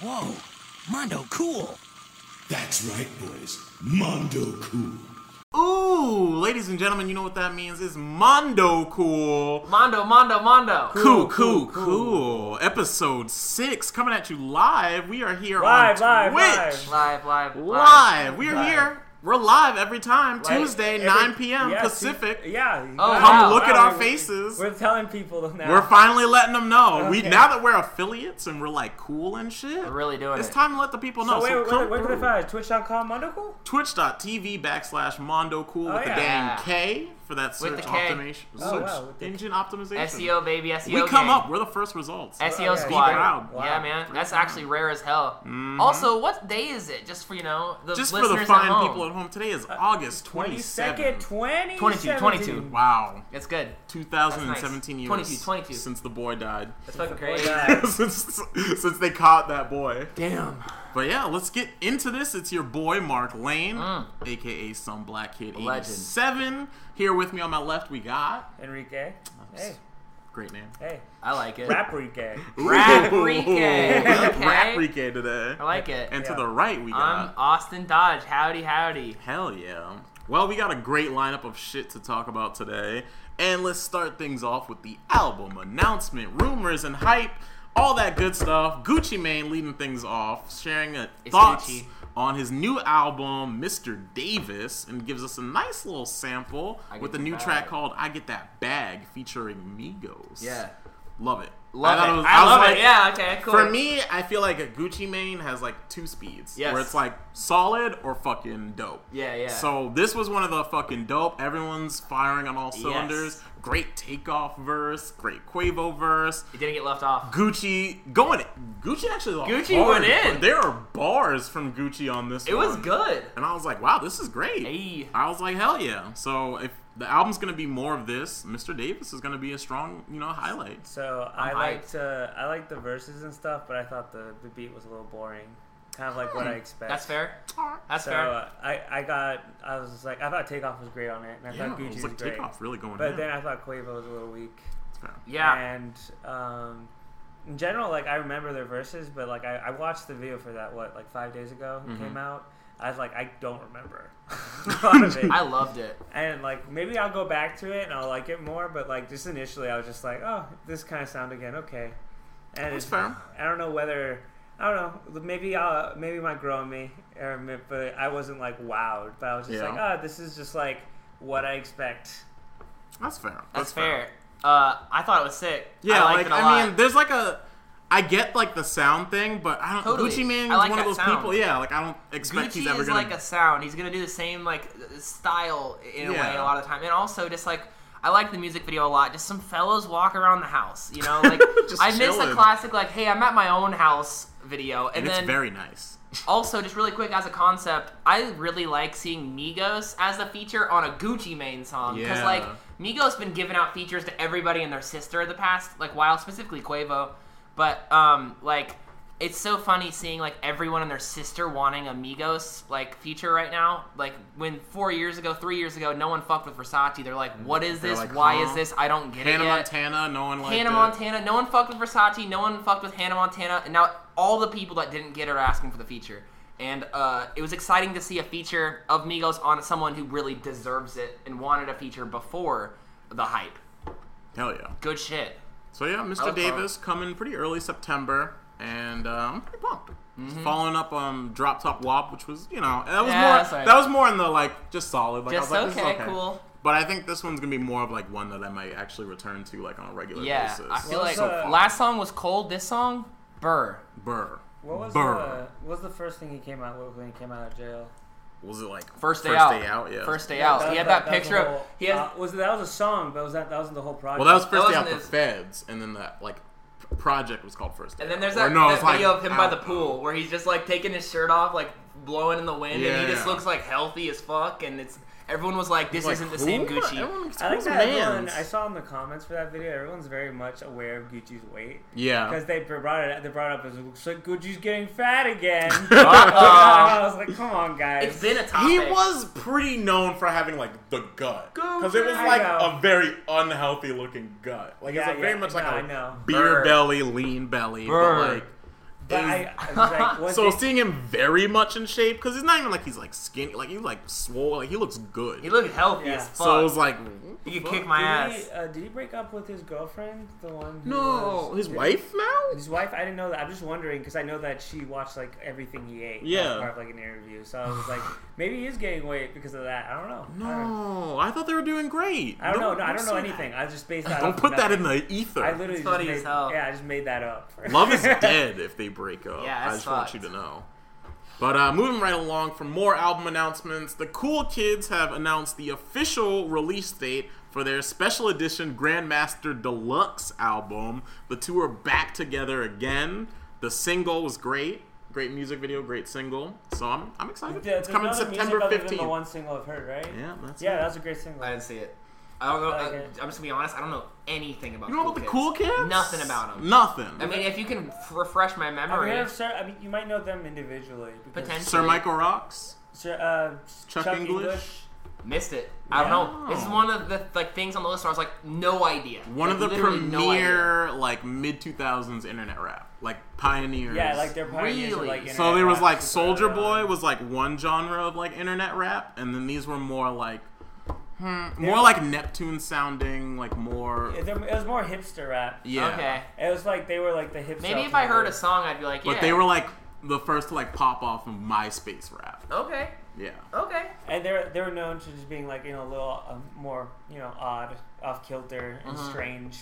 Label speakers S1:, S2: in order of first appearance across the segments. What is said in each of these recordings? S1: Whoa, Mondo Cool.
S2: That's right, boys. Mondo Cool.
S3: Ooh, ladies and gentlemen, you know what that means? It's Mondo Cool.
S4: Mondo, Mondo, Mondo.
S3: Cool, cool, cool. Episode 6 coming at you live. We are here
S5: Live,
S3: on
S5: live,
S3: Twitch.
S4: Live, live, live.
S3: Live. We are
S5: Live.
S3: here. We're live every time,
S4: Like
S3: Tuesday,
S5: Every-
S3: 9 p.m.
S5: yeah,
S3: Pacific.
S5: see- yeah. you
S4: Oh,
S5: got
S4: come
S5: it.
S4: look
S3: at
S5: Wow,
S3: our
S5: we're-
S3: faces.
S5: We're telling people now.
S3: We're finally letting them know. We
S5: Okay.
S3: now that we're affiliates and we're like cool and shit.
S4: We're really doing
S3: it's
S4: it.
S3: time to let the people know.
S5: So,
S3: So,
S5: wait,
S3: come
S5: wait, where can I
S3: through.
S5: find it? Twitch.com, Mondocool?
S3: Twitch.tv backslash Mondo Cool
S5: Oh,
S3: with
S5: yeah.
S3: the dang K for that search
S4: With the K.
S3: optimization,
S5: Oh,
S3: search
S5: wow, with the- E
S3: engine optimization.
S4: SEO, E baby, SEO.
S3: We come
S4: gang.
S3: up. We're the first results.
S4: SEO
S5: Okay.
S4: squad.
S3: Be proud.
S4: Yeah, man. That's actually rare as hell. Also, what day is it? Just for, you know, the
S3: Mm-hmm. Just for
S4: listeners
S3: the fine
S4: at home. Uh,
S3: people at home, today is August
S5: 22nd,
S3: 22nd.
S4: 22,
S5: 20
S4: 22.
S3: Wow.
S4: That's good.
S3: 2017
S4: That's nice.
S3: years
S4: 22, 22.
S3: since the boy died.
S4: That's fucking crazy.
S3: since, since they caught that boy.
S4: Damn.
S3: But yeah, let's get into this. It's your boy Mark Lane,
S4: Mm.
S3: aka some black kid
S4: Legend.
S3: 87. Here with me on my left, we got
S5: Enrique. Hey,
S3: great name.
S5: hey.
S4: I like it.
S5: Raprique.
S4: Raprique. Okay.
S3: Raprique Oh, today.
S4: I like it.
S3: And to
S5: Yeah.
S3: the right, we got
S4: I'm Austin Dodge. Howdy, howdy.
S3: Hell yeah. Well, we got a great lineup of shit to talk about today. And let's start things off with the album announcement, rumors, and hype. All that good stuff. Gucci Mane leading things off, sharing a
S4: It's
S3: thoughts
S4: Gucci.
S3: on his new album, Mr. Davis, and gives us a nice little sample
S4: I Get
S3: with a
S4: That
S3: new
S4: Bag.
S3: track called I Get That Bag featuring Migos.
S4: Yeah.
S3: Love it.
S4: Love
S3: thought
S4: it.
S3: was-
S4: I
S3: was
S4: love
S3: like-
S4: it. Yeah, okay, cool.
S3: for me, I feel like a Gucci Mane has like two speeds.
S4: Yes.
S3: Where it's like solid or fucking dope.
S4: Yeah, yeah.
S3: So this was one of the fucking dope. Everyone's firing on all cylinders. Great takeoff verse, great Quavo verse.
S4: You didn't get left off.
S3: Gucci going Gucci actually was
S4: Gucci
S3: hard.
S4: went in.
S3: There are bars from Gucci on this
S4: It was
S3: one.
S4: good.
S3: And I was like, wow, this is great.
S4: Hey.
S3: I was like, hell yeah. So if the album's gonna be more of this, Mr. Davis is gonna be a strong, you know, highlight.
S5: So I
S4: I'm
S5: liked uh, I liked the verses and stuff, but I thought the, the beat was a little boring, kind of like what I expect.
S4: Hmm. That's fair. That's
S5: So
S4: fair.
S5: uh, I I got I was just like I thought Takeoff was great on it, and I
S3: Yeah,
S5: thought Gucci
S3: it was
S5: was,
S3: like
S5: great,
S3: takeoff really going
S5: but
S3: in.
S5: then I thought Quavo was a little weak.
S4: yeah.
S5: And um, in general, like I remember their verses, but like I, I watched the video for that what like five days ago
S3: Mm-hmm.
S5: it came out. I was like I don't remember a lot of it.
S4: I loved it.
S5: and like maybe I'll go back to it and I'll like it more, but like just initially I was just like, oh, this kind of sound again, okay. And
S3: That's
S5: it's-
S3: fair.
S5: I don't know whether I don't know. Maybe I'll maybe it might grow on me, or m- but I wasn't like wowed, but I was just
S3: Yeah.
S5: like, oh, this is just like what I expect.
S3: That's fair. That's,
S4: That's fair. Uh, I thought it was sick.
S3: Yeah,
S4: I
S3: like
S4: liked it a
S3: I
S4: lot.
S3: mean, there's like a. I get like the sound thing, but I don't.
S4: Totally.
S3: Gucci Mane
S4: I
S3: is
S4: like
S3: one of
S4: that
S3: those
S4: sound.
S3: people. Yeah, like I don't expect he's
S4: Gucci
S3: ever
S4: is
S3: gonna.
S4: like a sound. He's gonna do the same like style in a way
S3: Yeah.
S4: a lot of the time, and also just like I like the music video a lot. Just some fellows walk around the house, you know. Like
S3: Just
S4: I miss the
S3: chilling.
S4: classic like "Hey, I'm at my own house" video, and,
S3: and it's
S4: then
S3: very nice.
S4: also just really quick as a concept, I really like seeing Migos as a feature on a Gucci Mane song because
S3: Yeah.
S4: like Migos been giving out features to everybody and their sister the past like while specifically Quavo, but um like it's so funny seeing like everyone and their sister wanting a Migos like feature right now. Like when four years ago, three years ago, no one fucked with Versace. They're like, what is
S3: They're
S4: this?
S3: like,
S4: Why
S3: huh?
S4: is this? I don't get
S3: Hannah
S4: it. yet."
S3: Montana, no one liked
S4: Hannah
S3: it.
S4: Montana. No one fucked with Versace. No one fucked with Hannah Montana. And now all the people that didn't get her asking for the feature. And uh, it was exciting to see a feature of Migos on someone who really deserves it and wanted a feature before the hype.
S3: Hell yeah.
S4: Good shit.
S3: So yeah,
S4: I
S3: Mr.
S4: love
S3: Davis coming pretty early September, and uh, I'm pretty pumped. Following up on Drop Top Wop, which was you know that was
S4: Mm-hmm. Yeah,
S3: more
S4: that's all right.
S3: that was more in the like just solid. Like,
S4: Just
S3: I was like,
S4: okay,
S3: this is
S4: cool.
S3: But I think this one's gonna be more of like one that I might actually return to like on a regular
S4: Yeah.
S3: basis.
S4: I feel
S5: Well,
S4: like
S5: so uh, far.
S4: last song was cold. This song, Burr.
S3: Burr.
S5: What was
S3: Burr.
S5: the what was the first thing he came out with when he came out of jail?
S3: Was it like
S4: First day out.
S3: Yeah.
S4: First day out. he had that,
S5: was
S4: picture
S5: the
S4: of.
S5: whole-
S4: He has,
S5: uh, was that was a song, but was that that wasn't the whole project?
S3: Well, that was first
S4: That
S3: day out
S4: wasn't
S3: for
S4: his-
S3: feds, and then that like p- project was called first day.
S4: and then there's
S3: Out. Or
S4: that,
S3: no, it
S4: that
S3: was, like,
S4: video of him by
S3: out. uh,
S4: the pool where he's just like taking his shirt off, like blowing in the wind, and he just
S3: Yeah.
S4: looks like healthy as fuck. And it's everyone was like, "This
S3: Like,
S4: isn't the
S3: who?
S4: same Gucci."
S3: Everyone-
S5: I like
S3: who's
S5: that everyone,
S3: Vans?
S5: I saw in the comments for that video. Everyone's very much aware of Gucci's weight.
S3: Yeah.
S5: Because they brought it, they brought it up as looks like Gucci's getting fat again. I was like, come on, guys.
S4: It's been a topic.
S3: He was pretty known for having like the gut, because it was
S5: I
S3: like
S5: know.
S3: a very unhealthy looking gut. Like
S5: Yeah,
S3: it's a very
S5: yeah,
S3: much like
S5: no, I
S3: a
S5: know.
S3: beer
S4: Burr.
S3: belly, lean belly,
S4: Burr.
S3: but like
S5: But
S3: is-
S5: I, I was like, one
S3: so
S5: thing-
S3: seeing him very much in shape because it's not even like he's like skinny, like he like swole, like he looks good.
S4: He looked healthy
S5: Yeah.
S4: as fuck.
S3: so I was like, what the
S4: you could
S3: fuck?
S4: kick my
S5: did he,
S4: ass.
S5: uh, did he break up with his girlfriend? The one? Who
S3: no,
S5: was-
S3: his
S5: did-
S3: wife now.
S5: His wife? I didn't know that. I'm just wondering because I know that she watched like everything he ate.
S3: Yeah.
S5: As part of like an interview. So I was like, maybe he is gaining weight because of that. I don't know. I don't,
S3: No, I thought they were doing great.
S5: I don't know. No, I don't
S3: say
S5: know
S3: that.
S5: anything. I just based that.
S3: Don't
S5: off
S3: put that in
S5: nothing.
S3: the ether.
S5: I literally
S4: It's
S5: just
S4: funny
S5: made,
S4: as hell.
S5: yeah, I just made that up.
S3: Love is dead if they break up.
S4: Yeah,
S3: I
S4: that's
S3: just want you
S4: fucked.
S3: to know. But uh, moving right along for more album announcements, the Cool Kids have announced the official release date for their special edition Grandmaster Deluxe album. The two are back together again. The single was great. Great music video, great single. So I'm, I'm excited.
S5: Yeah,
S3: it's
S5: there's
S3: coming
S5: another
S3: September
S5: music other than The
S3: 15th.
S5: one single I've heard, right?
S3: Yeah, that's
S5: Yeah,
S3: it.
S5: that was a great single.
S4: I didn't see it. I don't know. I,
S5: Okay.
S4: I'm just gonna be honest. I don't know anything about.
S3: You know about the Cool Kids?
S4: Nothing about them.
S3: Nothing.
S4: I mean, if you can f- refresh my
S5: I
S4: memory,
S5: mean, I've ser- I mean, you might know them individually. because-
S4: Potentially.
S3: Sir Michael Rocks?
S5: Sir, uh,
S3: Chuck
S5: Chuck,
S3: English?
S5: English.
S4: missed it. I don't
S3: Yeah.
S4: know. This is one of the like things on the list where I was like, no idea.
S3: One
S4: Like,
S3: of the
S4: literally no idea.
S3: premier like mid two thousands internet rap, like pioneers.
S5: Yeah, like they're pioneers
S4: Really?
S5: of, like,
S4: So
S3: so
S5: internet
S3: there was
S5: rap
S3: like
S5: super
S3: Soldier
S5: early
S3: Boy
S5: on.
S3: was like one genre of like internet rap, and then these were more like hmm, more like Neptune sounding, like more
S5: It it was more hipster rap.
S3: yeah.
S4: Okay.
S5: It was like they were like the hipster.
S4: Maybe if I heard a song, I'd be like, yeah.
S3: But they were like the first to like pop off of MySpace rap.
S4: okay,
S3: Yeah.
S4: okay.
S5: and they were they were known to just being like you know a little um, more you know odd, off kilter, and strange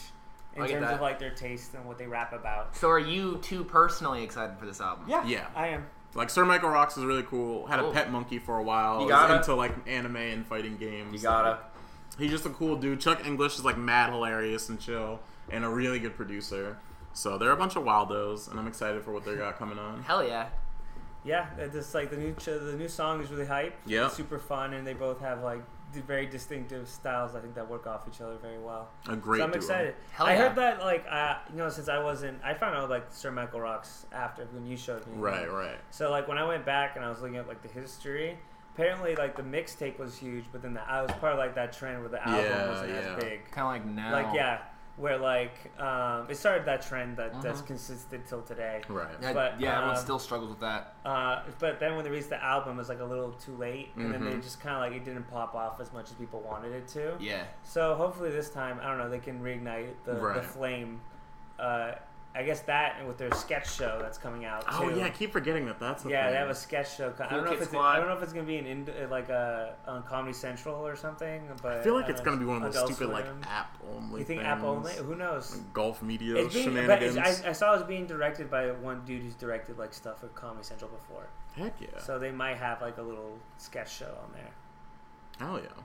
S5: in
S4: I get
S5: terms
S4: that.
S5: of like their taste and what they rap about.
S4: So are you two personally excited for this album?
S5: Yeah,
S3: Yeah.
S5: I am.
S3: Like Sir Michael Rocks is really cool. Had a
S4: Cool.
S3: pet monkey for a while.
S4: You
S3: was
S4: gotta-
S3: into like anime and fighting games.
S4: You gotta.
S3: He's just a cool dude. Chuck English is like mad hilarious and chill, and a really good producer. So they're a bunch of wildos, and I'm excited for what they got coming on.
S4: Hell yeah.
S5: Yeah, it just like the new ch- the new song is really hype.
S3: Yeah.
S5: It's super fun, and they both have like d- very distinctive styles. I think that work off each other very well.
S3: A great.
S5: so I'm
S3: duo.
S5: excited.
S4: Hell
S5: I
S4: yeah.
S5: heard that like uh, you know since I wasn't, I found out like Sir Michael Rocks after when you showed me.
S3: Right, right.
S5: So like when I went back and I was looking at like the history, apparently like the mixtape was huge, but then the I was part of like that trend where the album
S3: Yeah,
S5: wasn't
S3: yeah.
S5: as big.
S4: Kind of like now.
S5: Like yeah, where like um, it started that trend that that's consistent till today.
S3: Right.
S4: I-
S5: but,
S4: yeah, everyone
S5: um,
S4: still struggles with that.
S5: Uh, but then when they released the album, it was like a little too late, and then
S3: Mm-hmm.
S5: they just kind of like it didn't pop off as much as people wanted it to.
S4: Yeah.
S5: So hopefully this time, I don't know, they can reignite the, the
S3: Right.
S5: flame. Uh, I guess that and with their sketch show that's coming out.
S3: Oh
S5: too.
S3: yeah, I keep forgetting that. That's a
S5: Yeah,
S3: thing.
S5: they have a sketch show. co- I
S4: Cool
S5: don't know if
S4: Kid
S5: it's
S4: Squad.
S5: I don't know if it's gonna be an ind- uh, like a on Comedy Central or something. But
S3: I feel like
S5: uh,
S3: it's gonna be one of those
S5: Adult
S3: stupid like
S5: Swim.
S3: app only.
S5: You think
S3: things.
S5: Apple only? Who knows?
S3: Golf media
S5: It's being, but
S3: shenanigans.
S5: it's, I, I saw it was being directed by one dude who's directed like stuff at Comedy Central before,
S3: Heck yeah.
S5: so they might have like a little sketch show on there.
S3: Hell yeah.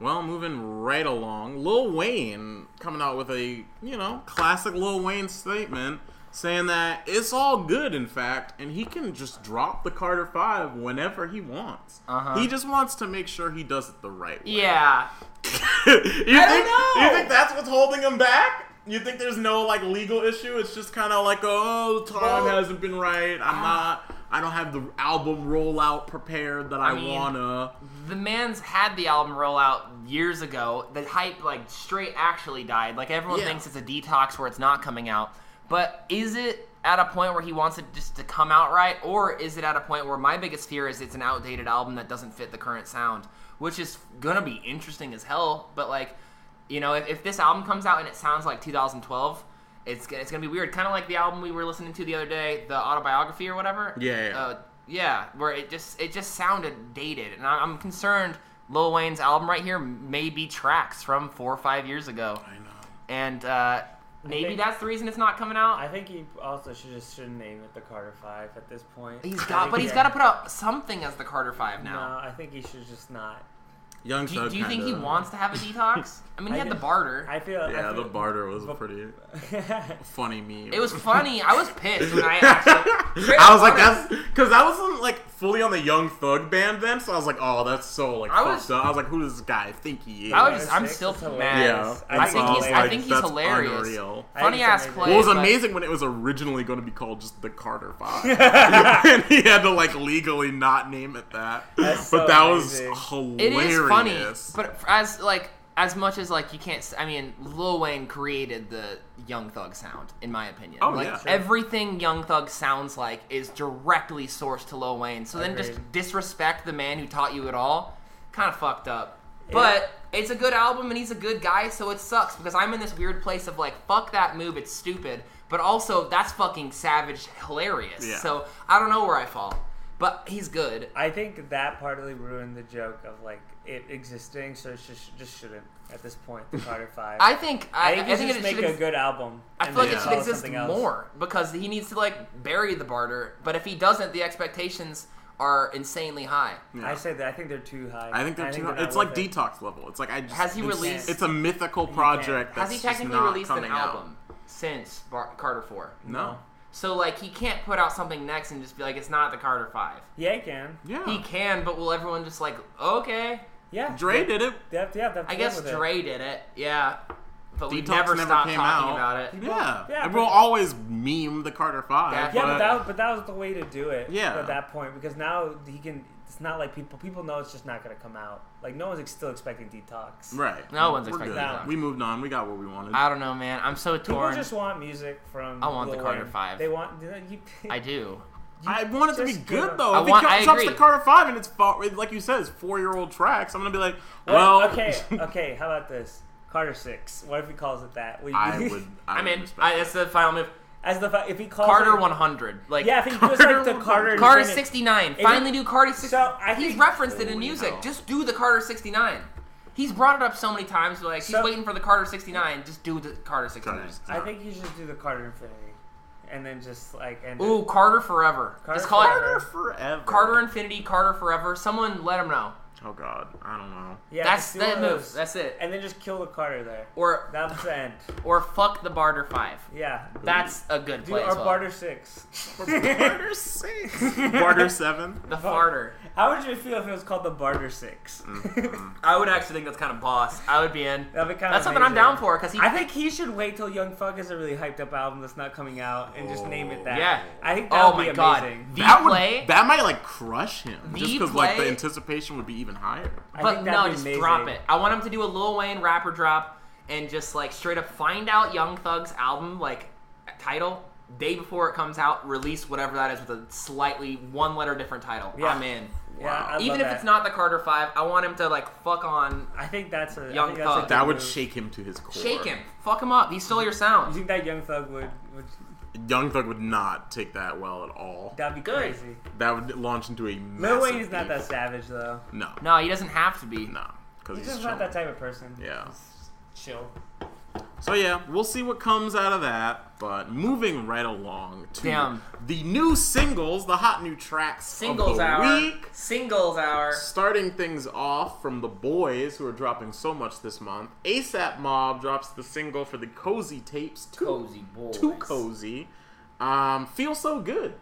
S3: Well, moving right along, Lil Wayne coming out with a, you know, classic Lil Wayne statement saying that it's all good, in fact, and he can just drop the Carter 5 whenever he wants.
S4: Uh-huh.
S3: He just wants to make sure he does it the right way.
S4: Yeah.
S3: you, think,
S4: know.
S3: you think that's what's holding him back? You think there's no, like, legal issue? It's just kind of like, oh, the time
S4: Well- uh,
S3: hasn't been right. I'm not, I don't have the album rollout prepared that I,
S4: mean-
S3: wanna.
S4: The man's had the album roll out years ago. The hype, like, straight actually died. Like, everyone
S3: Yeah.
S4: thinks it's a detox where it's not coming out. But is it at a point where he wants it just to come out right? Or is it at a point where my biggest fear is it's an outdated album that doesn't fit the current sound? Which is gonna be interesting as hell. But, like, you know, if, if this album comes out and it sounds like 2012. It's, it's gonna be weird, kind of like the album we were listening to the other day, the autobiography or whatever.
S3: Yeah, yeah.
S4: Uh, yeah, where it just it just sounded dated, and I- I'm concerned. Lil Wayne's album right here may be tracks from four or five years ago,
S3: I know.
S4: and uh, maybe
S5: think-
S4: that's the reason it's not coming out.
S5: I think he also should just shouldn't name it the Carter Five at this point.
S4: He's
S5: I
S4: got,
S5: think
S4: but
S5: he-
S4: he's got to put out something as the Carter Five
S5: No,
S4: now.
S5: I think he should just not.
S3: Young
S4: Do, you-
S3: Thug
S4: do you think he
S3: kinda-
S4: wants to have a detox? I mean, he
S5: I
S4: had the
S5: did-
S4: barter.
S5: I feel.
S3: Yeah,
S5: I
S3: the
S5: feel,
S3: barter was a pretty funny meme.
S4: It was funny. I was pissed when I actually. Straight
S3: I
S4: up
S3: was like,
S4: honest.
S3: that's because I wasn't like fully on the Young Thug band then, so I was like, oh, that's so like
S4: I
S3: fucked
S4: was-
S3: up. I was like, who does this guy think he is?
S4: I was just- I'm
S5: Six
S4: still
S5: is
S4: mad.
S3: yeah,
S5: hilarious.
S4: I think
S3: so
S4: he's-
S3: was
S4: I think he's
S3: that's
S4: hilarious.
S3: Unreal.
S5: I
S4: funny
S5: think
S4: ass
S5: it's
S4: play.
S5: amazing.
S3: What was
S4: but-
S3: amazing when it was originally going to be called just the Carter Five, and he had to like legally not name it that.
S5: That's
S3: but
S5: so
S3: that
S5: amazing.
S3: was hilarious.
S4: It is funny, but f- as like as much as like you can't s- i mean lil wayne created the young thug sound in my opinion
S3: Oh,
S4: like
S3: yeah. Sure.
S4: everything young thug sounds like is directly sourced to lil wayne so then
S5: Agreed.
S4: just disrespect the man who taught you it all kind of fucked up but it's a good album and he's a good guy so it sucks because i'm in this weird place of like fuck that move it's stupid but also that's fucking savage hilarious
S3: Yeah.
S4: so i don't know where i fall but he's good
S5: I think that partly ruined the joke of like it existing, so it just, just shouldn't at this point. The Carter Five.
S4: i think i,
S5: I think,
S4: I
S5: you
S4: think
S5: just
S4: it
S5: make
S4: should
S5: a good album.
S4: I
S5: and
S4: feel like
S3: Yeah.
S5: then
S4: it
S5: call
S4: should exist
S5: something else.
S4: more because he needs to like bury the barter. But if he doesn't, the expectations are insanely high.
S3: Yeah.
S5: I say that I think they're too high.
S3: I think they're too.
S5: not
S3: it's like
S5: worth it.
S3: detox level. It's like I just.
S4: Has he
S3: it's-
S4: released-
S3: It's a mythical project. That's
S4: Has he
S3: just
S4: technically
S3: not
S4: released an
S3: coming out.
S4: album since Bar- Carter Four?
S3: No.
S4: So like he can't put out something next and just be like it's not the Carter Five.
S5: Yeah, you can.
S3: Yeah.
S4: He can, but will everyone just like okay?
S5: Yeah,
S3: Dre did it.
S5: They have to- yeah, they have
S4: I
S5: to live
S4: guess
S5: with it.
S4: Dre did it. Yeah. But we
S3: Detox
S4: never,
S3: never
S4: stopped
S3: came
S4: talking
S3: out.
S4: about it.
S3: Yeah.
S5: Yeah,
S3: and
S5: but-
S3: we'll always meme the Carter Five.
S4: Yeah.
S5: Yeah,
S3: but-
S5: but that, but that was the way to do it.
S3: Yeah.
S5: At that point, because now he can. It's not like people people know it's just not gonna come out. Like no one's ex- still expecting detox.
S3: Right.
S4: No one's
S3: We're
S4: expecting
S3: good.
S5: that.
S3: We moved on. We got what we wanted.
S4: I don't know, man. I'm so
S5: People
S4: torn.
S5: just want music from.
S4: I want the
S5: Lil
S4: Carter
S5: Wayne.
S4: Five.
S5: They want. You,
S4: I do.
S3: I want it to be
S5: just
S3: good
S5: give-
S3: though.
S4: I
S3: if
S4: want-
S3: he
S4: I
S3: co- drops the
S4: agree.
S3: Carter Five and it's fo- like you said, it's four year old tracks. I'm gonna be like, well,
S5: Uh, okay, okay. How about this? Carter Six. What if he calls it that? We-
S3: I would. I,
S4: I
S3: would
S4: mean,
S3: respect
S4: I,
S3: that.
S4: that's the final move.
S5: As the fa- if he calls
S4: Carter
S5: it,
S4: 100. Like
S5: Yeah, if he
S3: Carter
S5: was like the
S3: one-
S5: Carter.
S4: Carter
S5: Bennett-
S4: 69.
S5: If
S4: Finally,
S5: you-
S4: do Carter 69.
S5: So, I
S4: he's
S5: think-
S4: referenced it in
S3: Holy
S4: music.
S3: hell.
S4: Just do the Carter 69. He's brought it up so many times. Like he's
S5: So-
S4: waiting for the Carter 69. Just do the Carter 69.
S3: Carter 69.
S5: I think you should do the Carter Infinity, and then just like and
S4: Ooh, Carter forever.
S5: Carter
S4: just call
S5: forever.
S4: it
S3: Carter forever.
S4: Carter Infinity. Carter forever. Someone let him know.
S3: Oh God, I don't know.
S5: yeah,
S4: That's
S5: just do
S4: that
S5: one of
S4: move.
S5: those.
S4: That's it.
S5: and then just kill the Carter there.
S4: Or
S5: That's the end.
S4: or fuck the barter five.
S5: Yeah.
S4: That's a good
S5: Do, or
S4: play. as well.
S5: barter six.
S3: Barter six, barter seven.
S4: The farter.
S5: How would you feel if it was called the barter six?
S3: Mm-hmm.
S4: I would actually think that's kind of boss. I would be in.
S5: That'd be kind
S4: That's
S5: of
S4: something I'm down for because he.
S5: I think he should wait till Young Thug has a really hyped up album that's not coming out and just name it that.
S4: Yeah.
S5: I think that
S4: Oh
S5: would
S4: my
S5: be
S4: god.
S5: amazing.
S4: The
S3: That would
S4: play.
S3: that might like crush him,
S4: The
S3: just because like the
S4: play-
S3: anticipation would be even higher.
S5: I
S4: But
S5: think that'd
S4: no,
S5: be
S4: just
S5: amazing.
S4: drop it. I want him to do a Lil Wayne rapper drop and just like straight up find out Young Thug's album like title day before it comes out, release whatever that is with a slightly one letter different title.
S5: Yeah.
S4: I'm in.
S5: Yeah, I
S4: Even
S5: love
S4: if
S5: that.
S4: it's not the Carter Five, I want him to like fuck on,
S5: I think that's a I
S4: Young
S5: think that's a
S4: Thug.
S5: good
S3: That would
S5: move.
S3: shake him to his core.
S4: shake him, fuck him up. He stole your sound.
S5: You think that Young Thug would? would
S3: Young Thug would not take that well at all.
S5: that'd be
S4: Good.
S5: crazy.
S3: That would launch into a
S5: Lil
S3: massive.
S5: Wayne is not that
S3: beef.
S5: savage though.
S3: No,
S4: No, he doesn't have to be.
S3: no, because
S5: He's
S3: he's,
S5: just
S3: chilling.
S5: not that type of person.
S3: Yeah.
S5: Chill.
S3: So yeah, we'll see what comes out of that. But moving right along to
S4: Damn.
S3: the new singles, the hot new tracks of
S4: Singles
S3: the
S4: hour.
S3: week.
S4: Singles hour.
S3: Starting things off from the boys who are dropping so much this month. ASAP Mob drops the single for the Cozy Tapes. Too,
S4: Cozy boy.
S3: Too cozy. Um, Feel so good.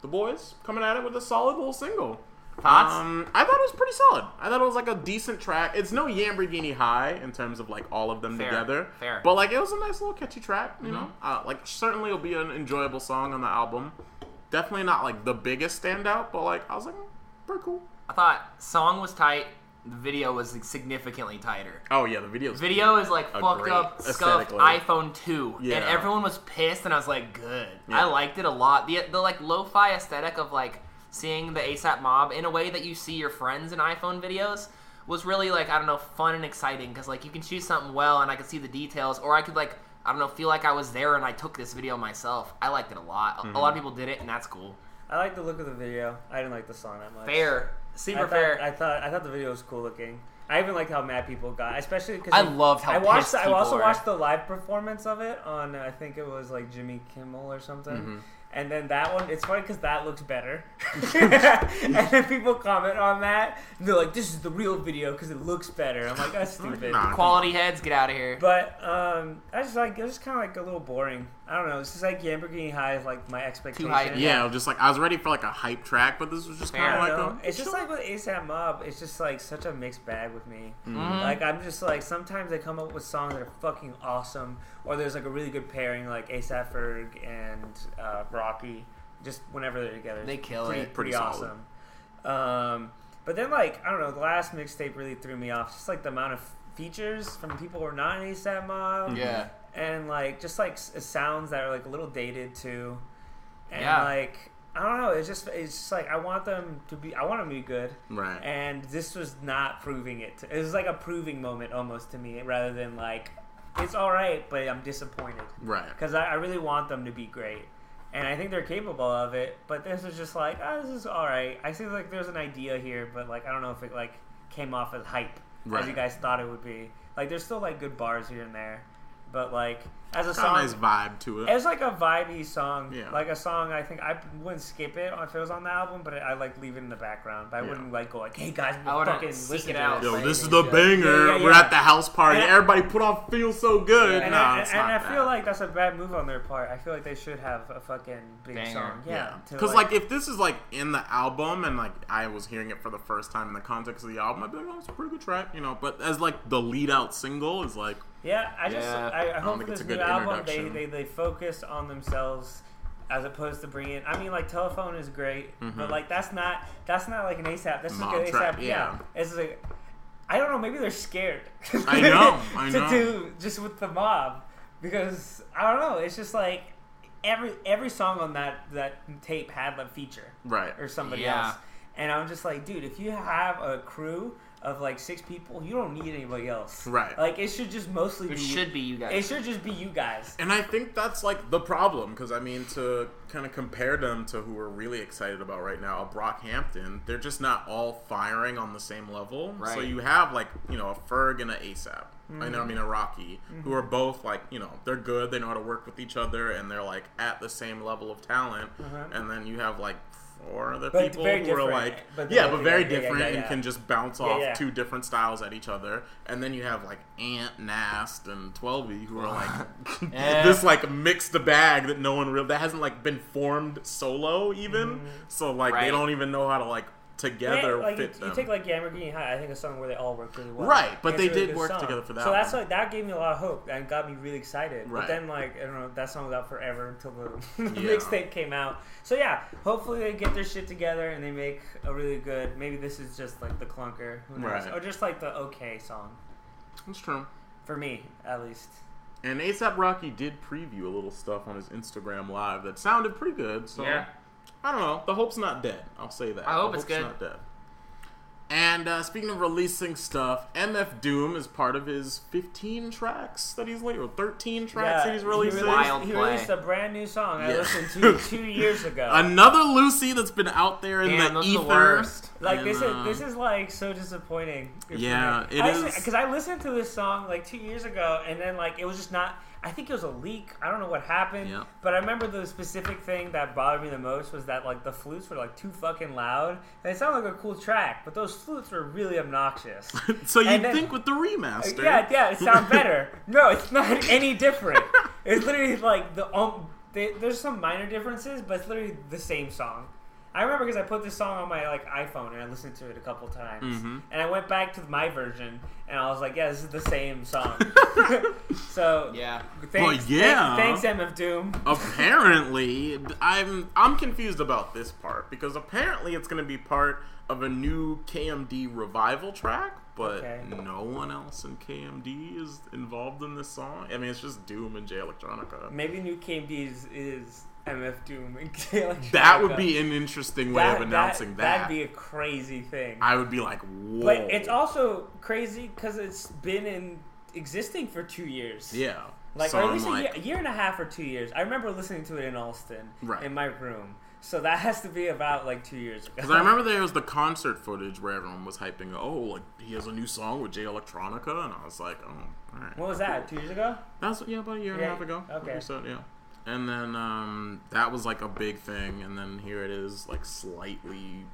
S3: The boys coming at it with a solid little single.
S4: Thoughts?
S3: Um, I thought it was pretty solid. I thought it was like a decent track. It's no Lamborghini High in terms of like all of them
S4: Fair,
S3: together.
S4: fair. Mm-hmm.
S3: But like it was a nice little catchy track, you know? Uh, like certainly it'll be an enjoyable song on the album. Definitely not like the biggest standout, but like I was like, "Mm, pretty cool.
S4: I thought song was tight. The video was significantly tighter.
S3: Oh yeah, the video's
S4: Video is like fucked
S3: great
S4: up, scuffed
S3: aesthetically.
S4: iPhone two,
S3: Yeah.
S4: and everyone was pissed, and I was like, good.
S3: Yeah.
S4: I liked it a lot. The the like lo-fi aesthetic of like seeing the ASAP Mob in a way that you see your friends in iPhone videos was really like I don't know, fun and exciting because like you can choose something well, and I could see the details, or I could like I don't know, feel like I was there and I took this video myself. I liked it a lot.
S3: Mm-hmm.
S4: A- A lot of people did it, and that's cool.
S5: I like the look of the video. I didn't like the song that much.
S4: Fair,
S5: I
S4: super
S5: thought,
S4: fair.
S5: I thought I thought the video was cool looking. I even liked how mad people got, especially because
S4: I loved how
S5: I watched.
S4: pissed
S5: the- I
S4: people
S5: also
S4: were.
S5: watched the live performance of it on uh, I think it was like Jimmy Kimmel or something.
S4: Mm-hmm.
S5: And then that one, it's funny because that looks better. and then people comment on that. And they're like, "This is the real video because it looks better." I'm like, "That's stupid."
S3: Nah.
S4: Quality heads, get out of here.
S5: But um, I just like it was kind of like a little boring. I don't know. It's just like Lamborghini High is like my expectation.
S4: hype.
S3: Yeah, just like I was ready for like a hype track, but this was just
S4: Fair.
S3: kind of
S5: I
S3: like
S5: don't
S3: a.
S5: know. It's just like with ASAP Mob, it's just like such a mixed bag with me.
S3: Mm.
S4: Mm-hmm.
S5: Like I'm just like sometimes they come up with songs that are fucking awesome, or there's like a really good pairing like ASAP Ferg and uh, Rocky. Just whenever they're together,
S4: They
S5: it's
S4: kill
S5: pretty,
S4: it.
S5: Pretty,
S3: Pretty solid.
S5: awesome. Um, but then like I don't know, the last mixtape really threw me off. Just like the amount of features from people who are not in ASAP Mob.
S3: Yeah.
S5: and like just like s- uh, sounds that are like a little dated too, and
S4: Yeah.
S5: like I don't know. It's just it's just like I want them to be. I want them to be good.
S3: Right.
S5: And this was not proving it. It was like a proving moment almost to me, rather than like it's all right, but I'm disappointed
S3: Right.
S5: because I, I really want them to be great. And I think they're capable of it, but this was just like, oh, this is all right. I see like there's an idea here, but like I don't know if it like came off as hype
S3: Right.
S5: as you guys thought it would be. Like there's still like good bars here and there, but like as
S3: Got
S5: a
S3: a
S5: song,
S3: nice vibe to
S5: it
S3: it.
S5: was like a vibey song,
S3: Yeah.
S5: like a song I think I wouldn't skip it if it was on the album, but I like leave it in the background. But I
S3: Yeah.
S5: wouldn't like go like, hey guys,
S4: I wouldn't
S5: fucking
S4: seek
S5: listen
S4: it
S5: to
S4: out.
S5: this.
S3: Yo,
S4: Right,
S3: this is
S4: and
S3: the
S4: you-
S3: banger.
S5: Yeah, yeah,
S3: We're
S5: yeah.
S3: at the house party.
S5: And I-
S3: Everybody put on "Feel So Good."
S5: And,
S3: nah,
S5: I,
S3: it's
S5: and
S3: not
S5: I
S3: that.
S5: feel like that's a bad move on their part. I feel like they should have a fucking big
S4: Banger.
S5: song,
S3: Yeah,
S5: yeah. to,
S3: because like, if this is like in the album and like I was hearing it for the first time in the context of the album, I'd be like, oh, it's a pretty good track, you know. But as like the lead out single is like,
S5: Yeah, I just
S4: Yeah.
S5: I, I hope
S3: think it's
S5: this
S3: a
S5: new
S3: good
S5: album they,
S3: introduction.
S5: they they focus on themselves as opposed to bringing. I mean, like telephone is great,
S3: Mm-hmm.
S5: but like that's not that's not like an ASAP. That's
S3: Mob
S5: like an
S3: trap,
S5: ASAP.
S3: yeah.
S5: Yeah, it's like I don't know. Maybe they're scared.
S3: I know, I know.
S5: to do just with the mob because I don't know. It's just like every every song on that that tape had a feature
S3: right,
S5: or somebody
S4: Yeah.
S5: else. And I'm just like, dude, if you have a crew of like six people, you don't need anybody else.
S3: Right.
S5: Like it should just mostly
S4: It
S5: be
S4: should be you
S5: it
S4: guys.
S5: should just be you guys.
S3: and I think that's like the problem because I mean to kind of compare them to who we're really excited about right now, Brockhampton. They're just not all firing on the same level. So
S4: Right.
S3: you have like you know a Ferg and a ASAP. I know I mean a
S5: Mm-hmm.
S3: Rocky, who are both like you know they're good. They know how to work with each other, and they're like at the same level of talent. And then you have like four other
S5: Uh-huh. But
S3: people
S5: very
S3: who are
S5: different,
S3: like
S5: but they're
S3: yeah,
S5: both
S3: but very
S5: together. Yeah, yeah,
S3: different
S5: yeah,
S3: and
S5: yeah.
S3: can just bounce off
S5: yeah.
S3: two different styles at each other. And then you have like Ant, Nast, and Twelvey who are like
S4: Eh.
S3: this like mixed bag that no one real that hasn't like been formed solo even. So like they
S4: Right.
S3: don't even know how to like together
S5: Yeah, Mm-hmm. like
S3: fit
S5: you,
S3: them.
S5: you take like Yammergini High, I think a song where they all work really well.
S3: Right, but
S5: It's
S3: they
S5: a really
S3: did
S5: good
S3: work together for that
S5: So that's
S3: one.
S5: like that gave me a lot of hope and got me really excited.
S3: Right.
S5: But then like I don't know, that song was out forever until the
S3: Yeah.
S5: mixtape came out. So yeah, hopefully they get their shit together and they make a really good. Maybe this is just like the clunker, who knows?
S3: Right.
S5: or just like the okay song
S3: That's true.
S5: for me at least.
S3: And ASAP Rocky did preview a little stuff on his Instagram live that sounded pretty good. So
S4: Yeah.
S3: I don't know. The hope's not dead. I'll say that.
S4: I hope
S3: the
S4: it's
S3: hope's
S4: good.
S3: Not dead. And uh, speaking of releasing stuff, MF Doom is part of his 15 tracks that he's later, or 13 tracks that he's releasing.
S5: He released,
S4: Wild
S5: he
S4: play.
S5: released a brand new song I
S3: Yeah.
S5: listened to two years ago.
S3: Another Lucy that's been out there in
S4: Damn,
S3: the
S4: those are
S3: ether.
S4: the worst.
S5: Like
S3: And,
S5: this
S3: uh,
S5: is this is like so disappointing.
S3: Yeah, it is.
S5: Because I listened to this song like two years ago, and then like it was just not. I think it was a leak. I don't know what happened.
S3: Yeah.
S5: But I remember the specific thing that bothered me the most was that like the flutes were like too fucking loud. And it sounded like a cool track, but those flutes were really obnoxious.
S3: so you
S5: and then-
S3: think with the remaster?
S5: yeah, yeah, it sounds better. no, it's not any different. it's literally like the um. They, there's some minor differences, but it's literally the same song. I remember because I put this song on my like iPhone and I listened to it a couple times,
S3: Mm-hmm.
S5: and I went back to my version and I was like, yeah, this is the same song. so
S4: Yeah.
S5: thanks,
S3: Well, yeah.
S5: thanks, thanks MF Doom.
S3: apparently i'm i'm confused about this part because apparently it's going to be part of a new kmd revival track but
S5: Okay.
S3: no one else in kmd is involved in this song i mean it's just doom and j electronica
S5: Maybe new KMD is, is MF Doom and K Electronica.
S3: that would be an interesting way of announcing that,
S5: That'd be a crazy thing.
S3: i would be like whoa
S5: But it's also crazy because it's been in existing for two years.
S3: yeah
S5: Like,
S3: so
S5: or at
S3: I'm
S5: least a,
S3: like,
S5: year, a year and a half or two years. I remember listening to it in Alston
S3: Right.
S5: in my room. So that has to be about like two years ago.
S3: Because I remember there was the concert footage where everyone was hyping, oh, like he has a new song with Jay Electronica, and I was like, oh, all right.
S5: What was that? Two years ago?
S3: That's yeah, about a year and a
S5: Yeah,
S3: half ago.
S5: okay.
S3: Or So yeah. And then um, that was like a big thing, and then here it is, like slightly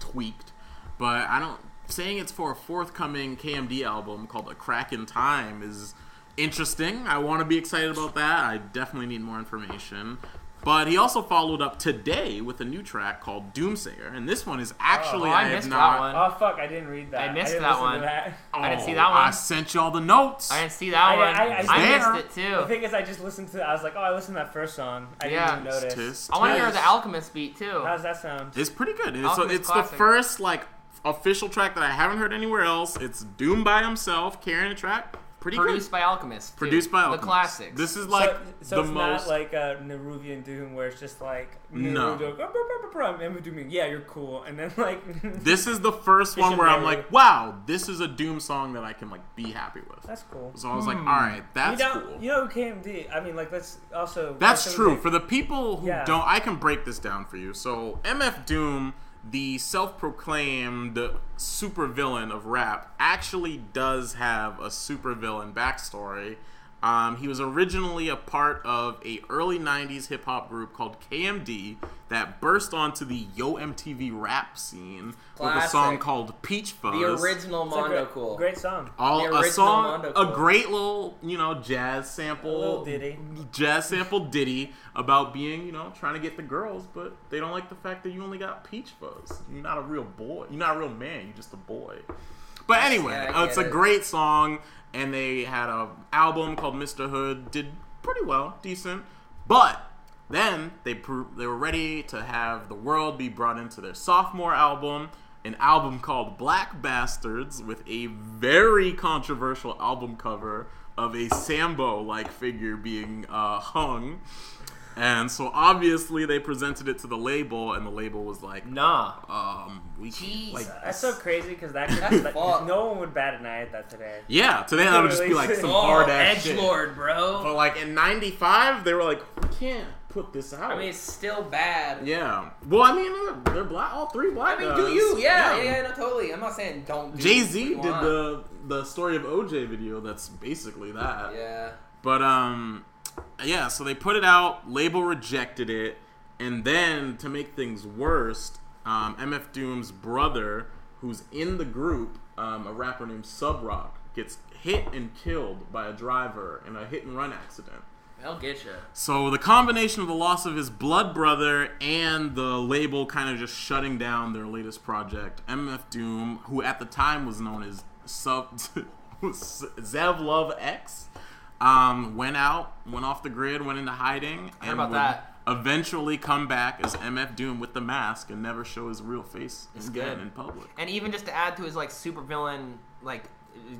S3: tweaked. But I don't saying it's for a forthcoming KMD album called A Crack in Time is interesting. I want to be excited about that. I definitely need more information. But he also followed up today with a new track called Doomsayer, and this one is actually
S4: Oh,
S3: I,
S4: I
S3: have
S4: missed that
S3: not.
S4: one.
S5: Oh fuck! I didn't read that.
S4: I missed
S5: didn't
S4: that
S5: listen to
S4: one.
S5: that.
S4: I didn't see
S3: Oh,
S4: that
S3: I
S4: one.
S3: sent you all the notes.
S4: I didn't see that
S5: I-
S4: one.
S5: I-
S4: I,
S5: I-
S3: There.
S4: missed it
S5: The
S4: too.
S5: thing is, I just listened to. I was like, oh, I listened to that first song. I
S4: Yeah.
S5: didn't even notice.
S3: Tis-
S4: I want to hear
S3: tis.
S4: the Alchemist beat too.
S5: How does that sound?
S3: It's pretty good. It's,
S4: Alchemist
S3: it's the
S4: classic.
S3: first like official track that I haven't heard anywhere else. It's Doom by himself carrying a track. Pretty
S4: Produced
S3: good.
S4: by Alchemist. dude.
S3: produced by Alchemist.
S4: The classics.
S3: This is like
S5: so, so
S3: the
S5: it's
S3: most
S5: not like a Neruvian Doom where it's just like
S3: No.
S5: Neruvian Doom, "Ah, brah, brah, brah, brah," and Doom, yeah, you're cool, and then like
S3: This is the first one
S5: Bishop
S3: where I'm
S5: Mary.
S3: like, wow, this is a Doom song that I can like be happy with.
S5: that's cool.
S3: So I was
S4: Hmm.
S3: like, all right, that's
S5: you know,
S3: cool.
S5: you know KMD. I mean, like let's also
S3: That's
S5: also,
S3: true.
S5: like,
S3: For the people who
S5: Yeah.
S3: don't, I can break this down for you. So, MF Doom, the self proclaimed supervillain of rap, actually does have a supervillain backstory. Um, he was originally a part of a early 90s hip hop group called KMD that burst onto the Yo MTV rap scene with a
S6: Classic.
S3: song called Peach Fuzz.
S6: The original
S5: it's a
S6: Mondo
S5: great,
S6: Cool.
S5: great song.
S6: The
S3: All a
S6: original
S3: song,
S6: Mondo
S3: a
S6: Cool.
S3: great little you know jazz sample,
S5: little ditty.
S3: jazz sample ditty about being you know trying to get the girls, but they don't like the fact that you only got peach fuzz. You're not a real boy. You're not a real man. You're just a boy. But anyway,
S6: Yeah, I
S3: uh, it's a
S6: get it.
S3: great song, and they had a album called Mr. Hood. Did pretty well, decent, but then they pro- they were ready to have the world be brought into their sophomore album, an album called Black Bastards, with a very controversial album cover of a Sambo like figure being uh, hung. And so obviously they presented it to the label, and the label was like,
S4: nah.
S3: um, we can't, like,
S6: Jesus.
S5: That's so crazy because that, could,
S6: That's
S5: that
S6: fucked.
S5: no one would bat an eye at that today.
S3: Yeah, today that would just be like some
S5: Oh,
S3: hard ass shit.
S6: Edgelord, bro.
S3: But like in '95, they were like, we can't put this out.
S6: I mean, it's still bad.
S3: yeah. Well, I mean, they're- they're black. All three
S6: I
S3: black.
S6: mean, do
S3: guys.
S6: you? Yeah, yeah, yeah, no, totally. I'm not saying don't. do
S3: Jay
S6: what
S3: Z
S6: you
S3: did
S6: want.
S3: the the story of OJ video. That's basically that.
S6: Yeah.
S3: But um, yeah. So they put it out. Label rejected it, and then to make things worse, um, MF Doom's brother, who's in the group, um, a rapper named Sub Rock, gets hit and killed by a driver in a hit and run accident.
S6: They'll get you.
S3: So the combination of the loss of his blood brother and the label kind of just shutting down their latest project, MF Doom, who at the time was known as Sub Zev Love X, um, went out, went off the grid, went into hiding, and
S4: about
S3: would
S4: that.
S3: eventually come back as MF Doom with the mask and never show his real face again
S4: good.
S3: in public.
S4: And even just to add to his like supervillain like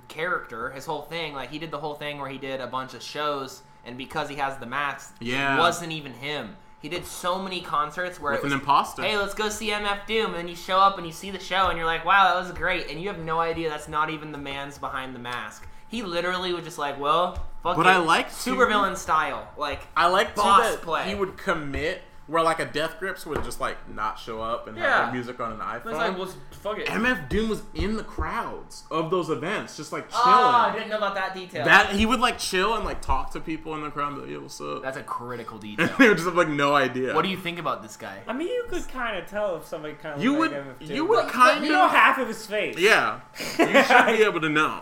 S4: character, his whole thing, like he did the whole thing where he did a bunch of shows, and because he has the mask,
S3: Yeah.
S4: it wasn't even him. He did so many concerts where
S3: With
S4: it was,
S3: an imposter.
S4: Hey, let's go see MF Doom, and then you show up and you see the show, and you're like, wow, that was great, and you have no idea that's not even the man's behind the mask. He literally was just like, well, fuck
S3: But
S4: it.
S3: I like to-
S4: supervillain style, like
S3: I like too
S4: boss
S3: that
S4: play.
S3: he would commit where like a Death Grips would just like not show up and have
S4: Yeah.
S3: their music on an iPhone.
S4: fuck it.
S3: MF Doom was in the crowds of those events, just like chilling.
S5: Ah,
S4: Oh, I didn't know about that detail.
S3: that he would like chill and like talk to people in the crowd. and be Like, Yo, what's up?
S4: That's a critical detail.
S3: they would just have like no idea.
S4: what do you think about this guy?
S5: I mean, you could kind of tell if somebody kind of
S3: You
S5: like
S3: would.
S5: MF Doom.
S3: You would
S6: But-
S3: kind
S6: but
S3: of.
S5: You know half of his face.
S3: yeah, you should be able to know.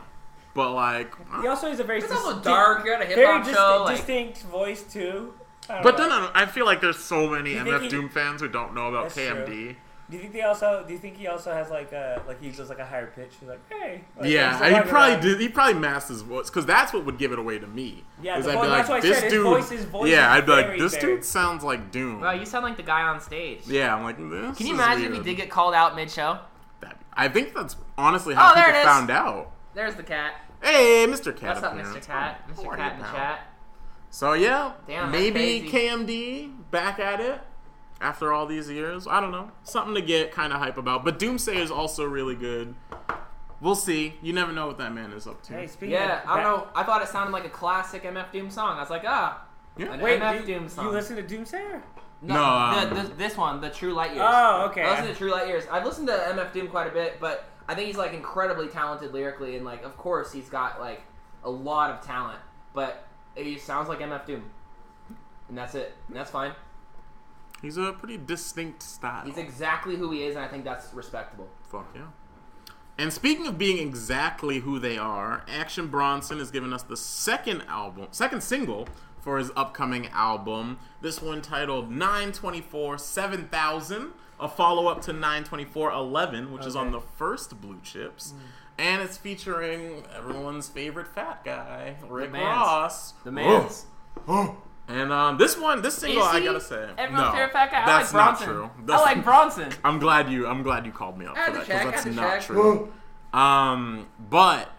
S3: But like,
S5: He also has a very
S6: It's also
S5: distinct-
S6: dark. You're at a hip
S5: very
S6: hop
S5: dis-
S6: show. Like,
S5: distinct voice too. I don't
S3: but
S5: know.
S3: then I, don't- I feel like there's so many
S5: think
S3: MF
S5: he-
S3: Doom fans who don't know about
S5: That's true.
S3: KMD.
S5: Do you think they also? Do you think he also has like a like he goes like a higher pitch? He's like, hey. Like,
S3: Yeah,
S5: he's
S3: and he
S5: walking
S3: probably
S5: around.
S3: did. He probably masked his voice because that's what would give it away to me.
S5: Yeah,
S3: is
S5: the
S3: I'd
S5: voice-
S3: be like,
S5: that's why I
S3: this
S5: said his
S3: dude.
S5: voice- his voice
S3: yeah,
S5: is
S3: I'd be like,
S5: very
S3: this
S5: very-
S3: dude sounds like Doom.
S4: Wow, you sound like the guy on stage.
S3: yeah, I'm like, this
S4: Can
S3: is
S4: you imagine if
S3: weird.
S4: he did get called out mid-show?
S3: That- I think that's honestly how
S4: Oh, there
S3: people
S4: it is.
S3: found out.
S4: There's the cat.
S3: Hey, Mr. Cat.
S4: What's up,
S3: appearance.
S4: Mr. Cat?
S3: How
S4: Mr.
S3: are
S4: Cat
S3: you,
S4: in the
S3: pal?
S4: chat.
S3: So yeah,
S4: Damn, that's
S3: maybe
S4: crazy.
S3: KMD back at it after all these years. I don't know, something to get kind of hype about. But Doomsay is also really good. We'll see. You never know what that man is up to.
S5: Hey, speaking
S4: Yeah,
S5: of
S4: I don't
S5: that-
S4: know. I thought it sounded like a classic MF Doom song. I was like, ah,
S3: Yeah.
S4: an
S5: Wait,
S4: MF
S5: you,
S4: Doom song.
S5: you listen to Doomsayer?
S3: No,
S4: No, the,
S3: um,
S4: the, this one, the True Light Years.
S5: Oh, okay.
S4: I listen to True Light Years. I've listened to MF Doom quite a bit, but I think he's like incredibly talented lyrically, and like, of course, he's got like a lot of talent. But he sounds like MF Doom, and that's it. And that's fine.
S3: He's a pretty distinct style.
S4: He's exactly who he is, and I think that's respectable.
S3: Fuck yeah. And speaking of being exactly who they are, Action Bronson has given us the second album, second single for his upcoming album. This one titled 924 7000, a follow up to 924 11, which is on the first Blue
S4: Mm.
S3: Chips. And it's featuring everyone's favorite fat guy, Rick
S4: man's.
S3: Ross.
S4: The man's.
S3: and And um, this one, this single, I
S4: he?
S3: gotta say,
S4: Everyone's
S3: no,
S4: favorite fat guy. I
S3: that's
S4: like
S3: not
S4: Bronson.
S3: true.
S4: I
S3: That's-
S4: like Bronson.
S3: I'm glad you. I'm glad you called me out
S6: I
S3: for
S6: had to
S3: that
S6: check, I
S3: because that's
S6: had to
S3: not
S6: check.
S3: true. um, but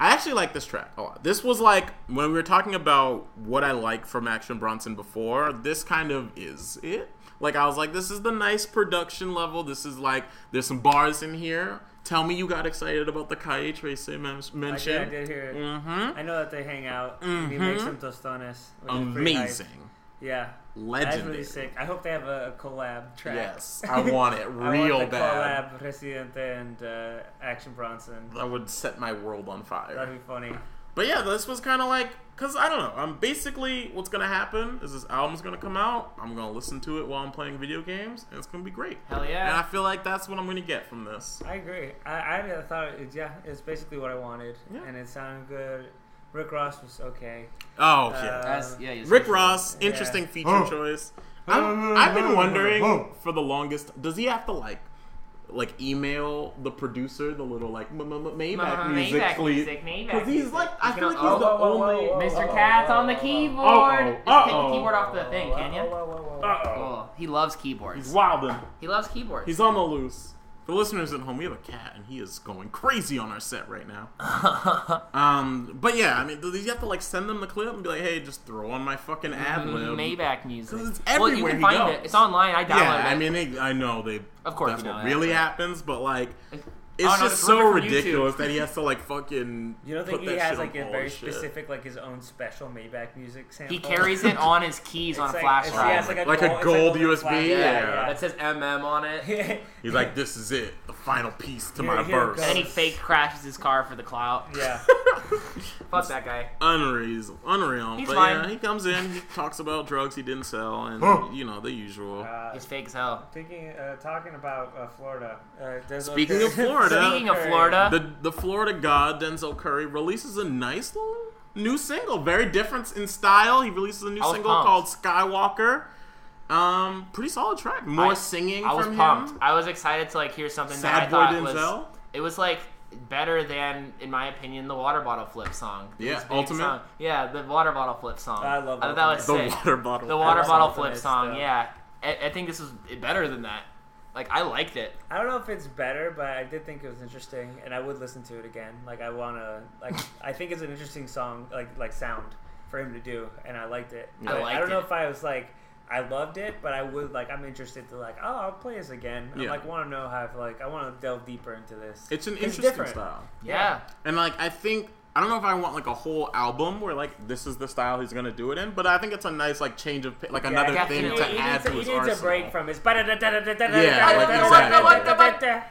S3: I actually like this track a lot. This was like when we were talking about what I like from Action Bronson before. This kind of is it. Like I was like, this is the nice production level. This is like there's some bars in here. Tell me you got excited about the Calle Trace men-
S5: I did, I
S3: mention.
S5: did hear it.
S3: Mm-hmm.
S5: I know that they hang out. and He makes some tostones. which is pretty hype.
S3: Amazing.
S5: Yeah. That's
S3: Legendary.
S5: really sick. I hope they have a, a collab track.
S3: Yes, I want it
S5: I want
S3: real
S5: the
S3: bad.
S5: collab Residente and uh, Action Bronson.
S3: That would set my world on fire.
S5: That'd be funny.
S3: But yeah, this was kind of like, cause I don't know. I'm basically what's gonna happen is this album's gonna come out. I'm gonna listen to it while I'm playing video games, and it's gonna be great.
S4: Hell yeah.
S3: And I feel like that's what I'm gonna get from this.
S5: I agree. I, I thought, it, yeah, it's basically what I wanted,
S3: Yeah.
S5: and it sounded good. Rick Ross was okay.
S3: Oh yeah.
S5: Uh,
S4: That's- yeah, he's-
S3: Rick Ross, interesting feature choice. I'm, I've been wondering for the longest. Does he have to like, like email the producer the little like m- m- m- Maybach
S4: Maybach
S3: music, please?
S4: music, Maybach
S3: Because he's
S4: music.
S3: like, I
S4: He's
S3: feel like
S4: gonna-
S3: he's the
S4: oh,
S5: oh,
S3: only.
S5: oh,
S4: Mr.
S5: Uh-oh.
S4: Cat's on the keyboard.
S3: Uh-oh.
S4: Just take the
S3: Uh-oh.
S4: keyboard off the thing, can
S5: Whoa,
S4: you?
S5: whoa, whoa, whoa.
S4: Oh, he loves
S3: He's
S4: keyboards.
S3: wildin'.
S4: He loves keyboards.
S3: He's on the loose. The listeners at home, we have a cat, and he is going crazy on our set right now. um, but yeah, I mean, do you have to like send them the clip and be like, "Hey, just throw on my fucking ad lib."
S4: Maybach music.
S3: 'Cause it's
S4: well, you
S3: everywhere
S4: can
S3: he
S4: find
S3: goes.
S4: it. It's online. I downloaded
S3: Yeah, I
S4: it.
S3: mean, they, I know they.
S4: Of course
S3: that's
S4: you know
S3: what
S4: that. Oh,
S3: really happens, but like, it's
S4: no,
S3: just
S4: it's
S3: so
S4: ripped from
S3: ridiculous
S4: YouTube.
S3: that he has to like fucking.
S5: You don't think
S3: put
S5: he
S3: that
S5: has
S3: shit on
S5: like a
S3: all
S5: very
S3: his shit?
S5: specific, like his own special Maybach music sample?
S4: he carries it on his keys on
S5: It's
S4: a
S5: like-
S4: flash
S5: it's- yeah,
S4: drive.
S5: it's like a
S3: Like a
S5: gold,
S3: gold
S5: it's like
S3: USB,
S5: flash-
S3: yeah.
S4: that says MM on it. And
S5: yeah.
S3: He's like, "This is it, the final piece to
S5: Here-
S3: my
S5: here it
S3: verse."
S5: goes.
S4: then he fake crashes his car for the clout.
S5: yeah.
S4: Fuck that guy.
S3: unreal, unreal.
S4: He's
S3: but yeah,
S4: fine.
S3: he comes in, he talks about drugs he didn't sell, and you know the usual.
S5: Uh,
S4: He's fake as hell.
S5: thinking, uh, talking about uh, Florida. Uh, there's a-
S3: Speaking of Florida-
S4: Speaking of Florida,
S3: the the Florida God Denzel Curry releases a nice little new single, very different in style. He releases a new
S4: I was
S3: single
S4: pumped.
S3: called Skywalker. Um, pretty solid track. More
S4: I-
S3: singing
S4: I was
S3: from
S4: pumped.
S3: him.
S4: I was excited to like hear something that I
S3: Sad boy
S4: thought
S3: Denzel.
S4: was. It was like better than, in my opinion, the water bottle flip song. It
S3: Yeah,
S4: was a big
S3: Ultimate?
S4: song. Yeah, the water bottle flip song.
S5: I love
S4: I thought that was
S3: the
S4: sick.
S3: water bottle.
S4: The water bottle
S5: Ultimate
S4: flip song.
S5: stuff.
S4: Yeah, I, I think this was better than that. Like I liked it.
S5: I don't know if it's better, but I did think it was interesting, and I would listen to it again. Like I wanna, like I think it's an interesting song, like like sound for him to do, and I liked it.
S4: I
S5: But
S4: liked
S5: I don't know
S4: it.
S5: if I was like I loved it, but I would like I'm interested to like oh I'll play this again. I
S3: Yeah.
S5: like want to know how I've, like I want to delve deeper into this.
S3: It's an
S5: 'Cause
S3: interesting
S5: different.
S3: style.
S4: Yeah.
S3: And like I think I don't know if I want like a whole album where like this is the style he's gonna do it in, but I think it's a nice like change of pa- like another
S4: definitely.
S3: thing
S5: He
S3: to
S5: needs
S3: add to
S5: a-
S3: his
S5: he needs a break
S3: arsenal.
S5: from his. Because
S3: Yeah, like,
S4: exactly. Yeah.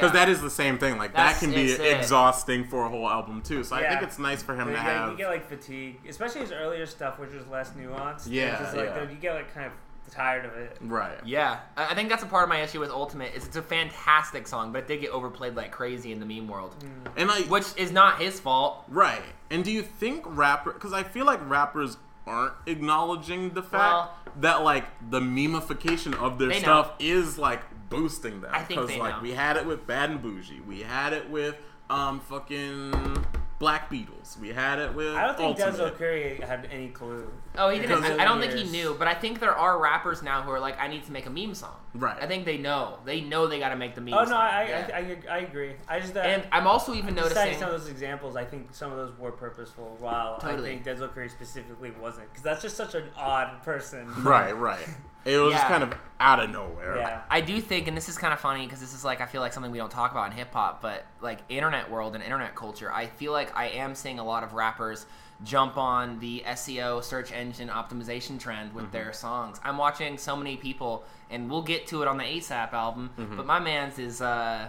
S3: Because that is the same thing. Like
S4: That's-
S3: that can be
S4: it's it.
S3: exhausting for a whole album too. So I
S5: Yeah.
S3: think it's nice for him to
S5: Yeah,
S3: have.
S5: you get like fatigue, especially his earlier stuff, which was less nuanced.
S3: Yeah,
S5: it's just, like,
S3: yeah.
S5: You get like kind of tired of it.
S3: Right.
S4: Yeah, I I think that's a part of my issue with Ultimate is it's a fantastic song, but it did get overplayed like crazy in the meme world,
S5: Mm.
S3: And like
S4: which is not his fault.
S3: Right. And do you think rapper? Because I feel like rappers aren't acknowledging the fact
S4: Well-
S3: that like the memification of their
S4: They know.
S3: stuff is like boosting them.
S4: I think they
S3: like
S4: know.
S3: we had it with Bad and Bougie, we had it with um fucking Black Beatles, we had it with.
S5: I don't think
S3: Ultimate.
S5: Denzel Curry had any clue.
S4: Oh, he didn't.
S3: Because-
S4: I, I don't think he
S5: Years.
S4: knew, but I think there are rappers now who are like, I need to make a meme song.
S3: Right.
S4: I think they know. They know they got to make the meme.
S5: Oh no,
S4: song.
S5: I
S4: Yeah.
S5: I, I, I agree. I just uh,
S4: and I'm also even
S5: citing
S4: noticing.
S5: some of those examples, I think some of those were purposeful. While
S4: Totally.
S5: I think Denzel Curry specifically wasn't, because that's just such an odd person.
S3: Right. Right. It was just
S4: Yeah.
S3: kind of out of nowhere.
S5: Yeah.
S4: I do think, and this is kind of funny because this is like I feel like something we don't talk about in hip hop, but like internet world and internet culture, I feel like I am seeing a lot of rappers jump on the SEO search engine optimization trend
S3: Mm-hmm.
S4: with their songs. I'm watching so many people, and we'll get to it on the ASAP album,
S3: Mm-hmm.
S4: but my man's is uh,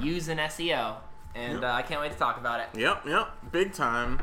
S4: using SEO, and uh, I can't wait to talk about it.
S3: Yep. Yep. Big time.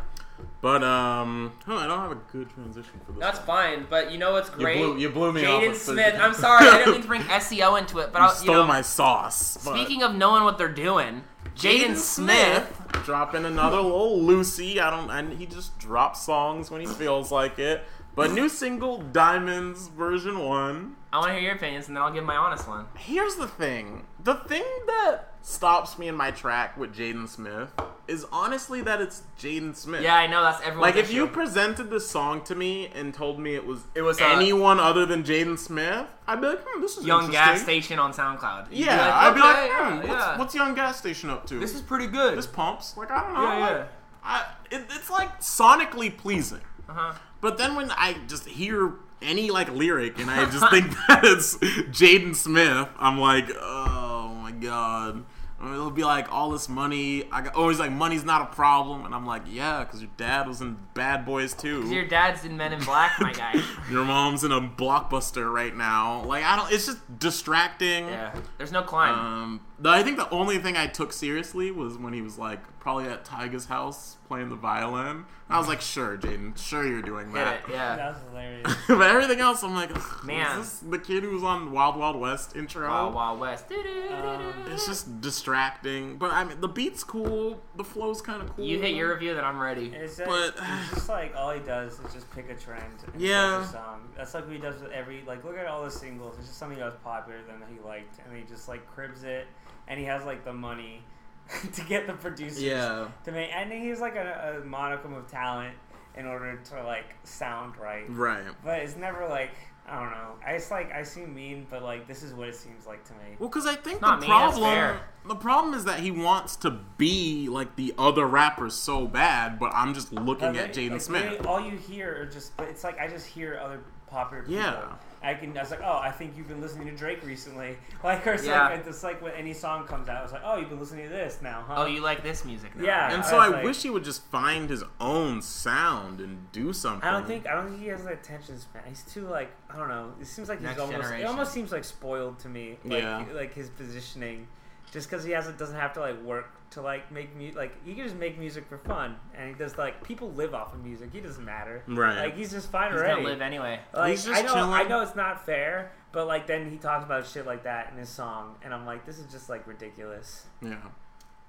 S3: But um, huh, I don't have a good transition for this.
S4: That's
S3: one.
S4: fine, but you know what's
S3: You
S4: great?
S3: blew- you blew me off
S4: Jaden
S3: with the-
S4: Smith. I'm sorry, I didn't mean to bring SEO into it, but
S3: You
S4: I'll,
S3: stole
S4: you know,
S3: my sauce. but-
S4: Speaking of knowing what they're doing, Jaden Smith.
S3: dropping another little Lucy. I don't, and he just drops songs when he feels like it. But new single Diamonds version one.
S4: I want to hear your opinions, and then I'll give my honest one.
S3: Here's the thing: the thing that stops me in my track with Jaden Smith is honestly that it's Jaden Smith.
S4: Yeah, I know that's everyone.
S3: Like if you presented the song to me and told me it was
S4: It was, uh,
S3: anyone other than Jaden Smith, I'd be like, hmm, this is
S4: Young Gas
S3: interesting.
S4: Station on SoundCloud. You'd be
S3: Yeah,
S4: like,
S3: I'd be like,
S4: "Okay,
S3: hmm,
S4: yeah,
S3: what's,
S4: yeah.
S3: what's Young Gas Station up to?
S4: this is pretty good.
S3: this pumps. Like I don't know.
S4: Yeah,
S3: like,
S4: yeah.
S3: I, it, it's like sonically pleasing.
S4: Uh-huh.
S3: But then when I just hear any like lyric and I just think that it's Jaden Smith, I'm like, oh my god. Or It'll be like all this money. I got, always like money's not a problem, and I'm like, yeah, because your dad was in Bad Boys too.
S4: Your dad's in Men in Black, my guy.
S3: Your mom's in a blockbuster right now. Like I don't. It's just distracting.
S4: yeah, there's no climb.
S3: Um, the- I think the only thing I took seriously was when he was like probably at Tyga's house playing the violin. I was like, sure, Jaden, sure you're doing
S4: Get
S3: that.
S4: it? Yeah.
S5: That's hilarious.
S3: but everything else, I'm like, ugh,
S4: Man.
S3: is this the kid who was on Wild Wild West intro?
S4: Wild Wild West. Doo-doo-doo-doo.
S5: Um,
S3: It's just distracting. But I mean, the beat's cool, the flow's kind of cool.
S4: you hit your review, then I'm ready.
S5: It's just,
S3: But-
S5: it's just like all he does is just pick a trend and he
S3: Yeah.
S5: does a song. That's like what he does with every like look at all the singles. It's just something that was popular then that he liked and he just like cribs it and he has like the money to get the producers
S3: Yeah.
S5: to make and he's like a, a monochrome of talent in order to like sound right.
S3: Right.
S5: But it's never like I don't know. I just like I seem mean, but like this is what it seems like to me.
S3: Well, because I think
S4: Not
S3: the
S4: me, that's
S3: problem
S4: fair.
S3: the problem is that he wants to be like the other rappers so bad, but I'm just looking
S5: But,
S3: at
S5: like-
S3: Jaden
S5: like,
S3: Smith.
S5: literally All you hear are just, but it's like I just hear other popular people.
S3: Yeah.
S5: I can. I was like, oh, I think you've been listening to Drake recently. Like, or it's
S4: Yeah.
S5: like, it's like when any song comes out, it's like, oh, you've been listening to this now, huh?
S4: Oh, you like this music now?
S5: yeah.
S3: And
S5: I
S3: so
S5: was
S3: I
S5: like-
S3: wish he would just find his own sound and do something.
S5: I don't think I don't think he has the attention span. He's too like I don't know. It seems like he's
S4: Next
S5: almost. It
S4: generation.
S5: almost seems like spoiled to me. Like,
S3: Yeah.
S5: Like his positioning, just because he hasn't doesn't have to like work to like make music. Like he can just make music for fun, and he does like people live off of music. He doesn't matter.
S3: Right.
S5: Like he's just fine
S4: He's
S5: already.
S4: gonna live anyway.
S5: Like,
S3: He's just
S5: I know,
S3: chilling.
S5: I know it's not fair, but like then he talks about shit like that in his song, and I'm like, this is just like ridiculous.
S3: Yeah.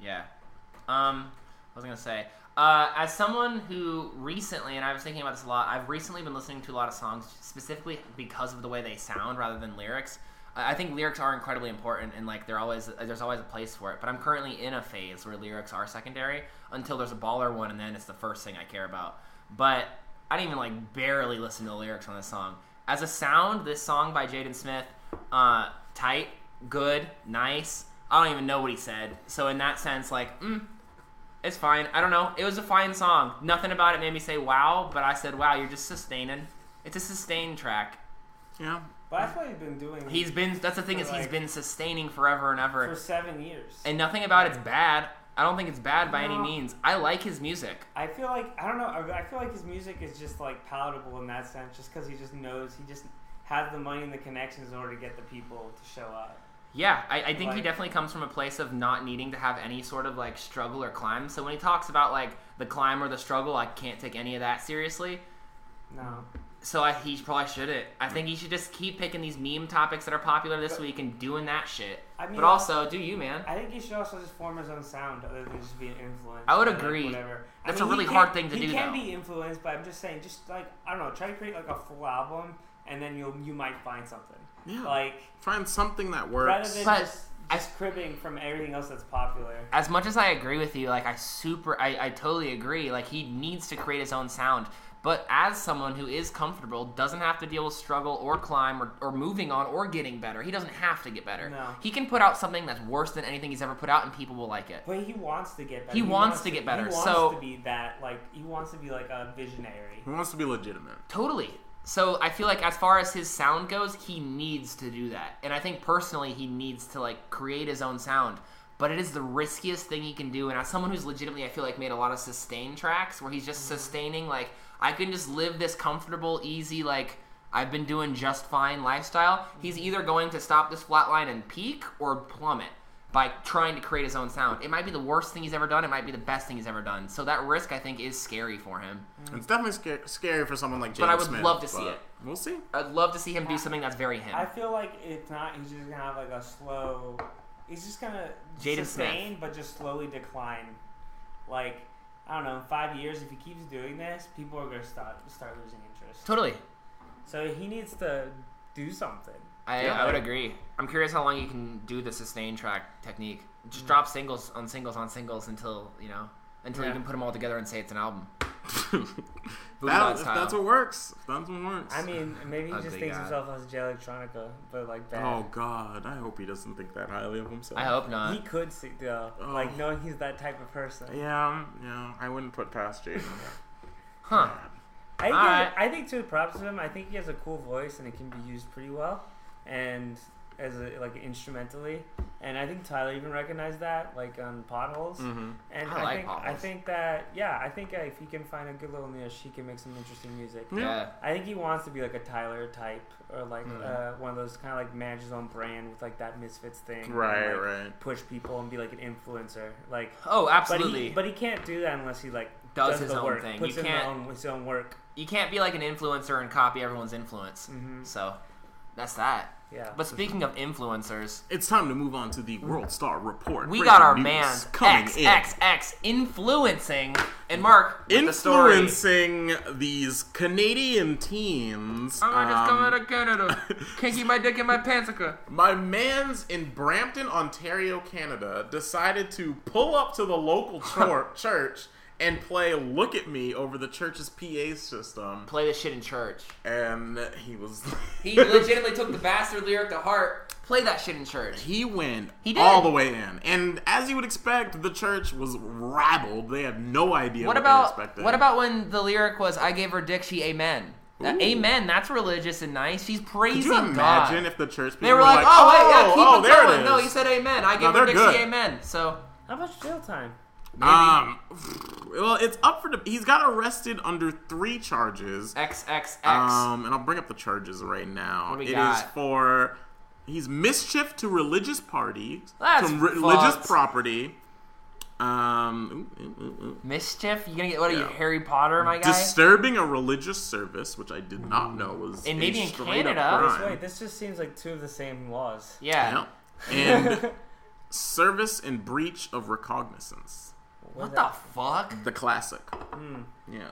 S4: Yeah. Um, what was I gonna say? Uh, as someone who recently, and I was thinking about this a lot, I've recently been listening to a lot of songs specifically because of the way they sound rather than lyrics. I I think lyrics are incredibly important, and like they're always there's always a place for it. But I'm currently in a phase where lyrics are secondary until there's a baller one, and then it's the first thing I care about. But I didn't even like barely listen to the lyrics on this song. As a sound, this song by Jaden Smith, uh, tight, good, nice. I don't even know what he said. So in that sense, like, mm, it's fine. I don't know. It was a fine song. Nothing about it made me say wow, but I said wow. You're just sustaining. It's a sustained track.
S3: Yeah.
S5: But that's what he's been doing.
S4: He's been. That's the thing is he's
S5: Like-
S4: been sustaining forever and ever.
S5: for seven years.
S4: and nothing about it's bad. I don't think it's bad by any
S5: No.
S4: means. I like his music.
S5: I feel like I don't know. I I feel like his music is just like palatable in that sense, just because he just knows he just has the money and the connections in order to get the people to show up.
S4: Yeah, I, I think he
S5: Like-
S4: definitely comes from a place of not needing to have any sort of like struggle or climb. So when he talks about like the climb or the struggle, I can't take any of that seriously.
S5: No,
S4: So I, he probably shouldn't. I think he should just keep picking these meme topics that are popular this week and doing that shit.
S5: I mean-
S4: but also, do you, man?
S5: I think he should also just form his own sound, other than just being influenced.
S4: I would
S5: by, like,
S4: agree.
S5: whatever. I
S4: That's
S5: mean,
S4: a
S5: he
S4: really
S5: can-
S4: hard thing to
S5: he
S4: do,
S5: can
S4: though.
S5: be influenced, but I'm just saying, just like I don't know, try to create like a full album, and then you'll you might find something.
S3: Yeah.
S5: Like
S3: Find something that
S5: rather
S3: works.
S5: than
S4: But
S5: just,
S4: I-
S5: just cribbing from everything else that's popular.
S4: as much as I agree with you, like I super, I, I totally agree. Like he needs to create his own sound. But as someone who is comfortable, doesn't have to deal with struggle or climb or, or moving on or getting better. He doesn't have to get better.
S5: No.
S4: He can put out something that's worse than anything he's ever put out, and people will like it.
S5: But he wants to get better.
S4: He wants to get better,
S5: He wants
S4: so-
S5: to be that like he wants to be like a visionary.
S3: He wants to be legitimate.
S4: Totally. So I feel like as far as his sound goes, he needs to do that. And I think personally he needs to like create his own sound. But it is the riskiest thing he can do. And as someone who's legitimately I feel like made a lot of sustain tracks where he's just sustaining like I can just live this comfortable, easy, like I've been doing just fine lifestyle. He's either going to stop this flat line and peak or plummet by trying to create his own sound. It might be the worst thing he's ever done, it might be the best thing he's ever done. So that risk I think is scary for him.
S3: It's definitely sca- scary for someone like Jaden
S4: But I would
S3: Smith,
S4: love to see
S3: but
S4: it.
S3: We'll see.
S4: I'd love to see him do something that's very him.
S5: I feel like if not, he's just gonna have like a slow. He's just gonna
S4: Jaden
S5: sustain, but just slowly decline. Like I don't know, in five years, if he keeps doing this, people are gonna start start losing interest.
S4: Totally.
S5: So he needs to do something.
S4: I,
S3: Yeah.
S4: I would agree. I'm curious how long
S5: Mm.
S4: you can do the sustain track technique. Just drop singles on singles on singles until, you know, until
S5: Yeah.
S4: you can put them all together and say it's an album.
S3: That, if
S4: style.
S3: that's what works. If that's what works.
S5: I mean, maybe he
S4: Ugly
S5: just thinks
S4: guy.
S5: himself as J Electronica, but like that.
S3: Oh God, I hope he doesn't think that highly of himself.
S4: I hope
S5: He
S4: not.
S5: could see though,
S3: Oh.
S5: like knowing he's that type of person.
S3: Yeah, yeah. I wouldn't put past Jaden.
S4: Huh.
S5: I think,
S4: Alright.
S5: I think too. Props to him. I think he has a cool voice and it can be used pretty well, and as a, like instrumentally. And I think Tyler even recognized that, like on potholes.
S3: mm-hmm.
S5: And
S4: I
S5: I,
S4: like
S5: think I
S4: Potholes.
S5: think that yeah, I think uh, if he can find a good little niche, he can make some interesting music.
S3: Yeah.
S4: Yeah.
S5: I think he wants to be like a Tyler type or like
S4: Mhm.
S3: Mm-hmm.
S5: uh, one of those kind of like manage his own brand with like that misfits thing. and,
S3: Right,
S5: like,
S3: right.
S5: Push people and be like an influencer, like.
S4: Oh,
S5: But
S4: absolutely.
S5: he, but he can't do that unless he like
S4: Does
S5: does,
S4: his
S5: the
S4: own
S5: work,
S4: thing.
S5: puts
S4: You
S5: in
S4: can't-
S5: the own, his own work.
S4: you can't be like an influencer and copy everyone's influence.
S5: Mhm.
S4: So that's that.
S5: Yeah.
S4: But speaking of influencers,
S3: It's time to move on to the World Star Report.
S4: we
S3: Breaking
S4: got our
S3: news
S4: man
S3: coming in.
S4: XXX influencing and Mark with the story.
S3: influencing these Canadian teens.
S4: Oh,
S3: um,
S4: of Canada. Can't keep my dick in my pantsica.
S3: My man's in Brampton, Ontario, Canada, decided to pull up to the local chor- church and play Look at Me over the church's PA system.
S4: Play this shit in church.
S3: And he was.
S6: He legitimately took the bastard lyric to heart.
S4: Play that shit in church.
S3: He went
S4: He did.
S3: all the way in. And as you would expect, the church was rabbled. They had no idea what, they
S4: What
S3: were
S4: about
S3: expecting.
S4: what about when the lyric was "I gave her dick, she amen." That
S3: Ooh.
S4: amen. That's religious and nice. She's praising
S3: Could you imagine
S4: God.
S3: if the church people
S4: they were like, "Oh wait, yeah, keep
S3: oh,
S4: it
S3: there
S4: going."
S3: it is.
S4: No, you said amen. I gave
S3: No,
S4: her
S3: they're
S4: dick,
S3: good.
S4: she amen. So
S5: How much jail time?
S3: Um, well, it's up for deb- he's got arrested under three charges.
S4: X X X.
S3: Um, and I'll bring up the charges right now.
S4: What do
S3: It
S4: we
S3: is
S4: got?
S3: for he's mischief to religious parties,
S4: That's
S3: to re- religious
S4: fucked.
S3: property, um, ooh, ooh, ooh, ooh.
S4: Mischief? You gonna get what are you,
S3: Yeah.
S4: Harry Potter, my guy?
S3: disturbing a religious service, which I did not know was
S4: And
S3: a
S4: maybe in
S3: straight up
S4: Canada.
S3: crime.
S5: Wait, this just seems like two of the same laws.
S4: yeah.
S3: Yeah. and service and breach of recognizance,
S4: What the fuck?
S3: the classic.
S4: Hmm.
S3: Yeah.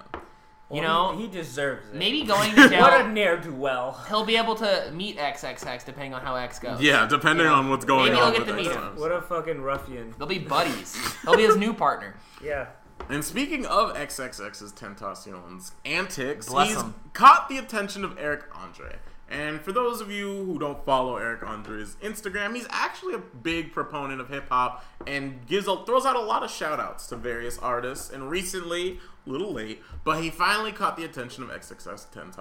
S4: You
S5: Well,
S4: know,
S5: he, he deserves it.
S4: maybe going to
S5: what a
S4: jail,
S5: ne'er do well.
S4: he'll be able to meet XXX depending on how X goes.
S3: Yeah, depending on what's going
S4: Maybe he'll
S3: on
S4: get
S3: with
S4: to
S3: that
S4: meet him.
S3: stuff.
S5: What a fucking ruffian.
S4: They'll be buddies. He'll be his new partner.
S5: Yeah.
S3: And speaking of XXX's Tentacion's antics,
S4: Bless
S3: he's
S4: him.
S3: caught the attention of Eric Andre. And for those of you who don't follow Eric Andre's Instagram, he's actually a big proponent of hip hop and gives a, throws out a lot of shout outs to various artists. And recently, a little late, but he finally caught the attention of XXX Tentacion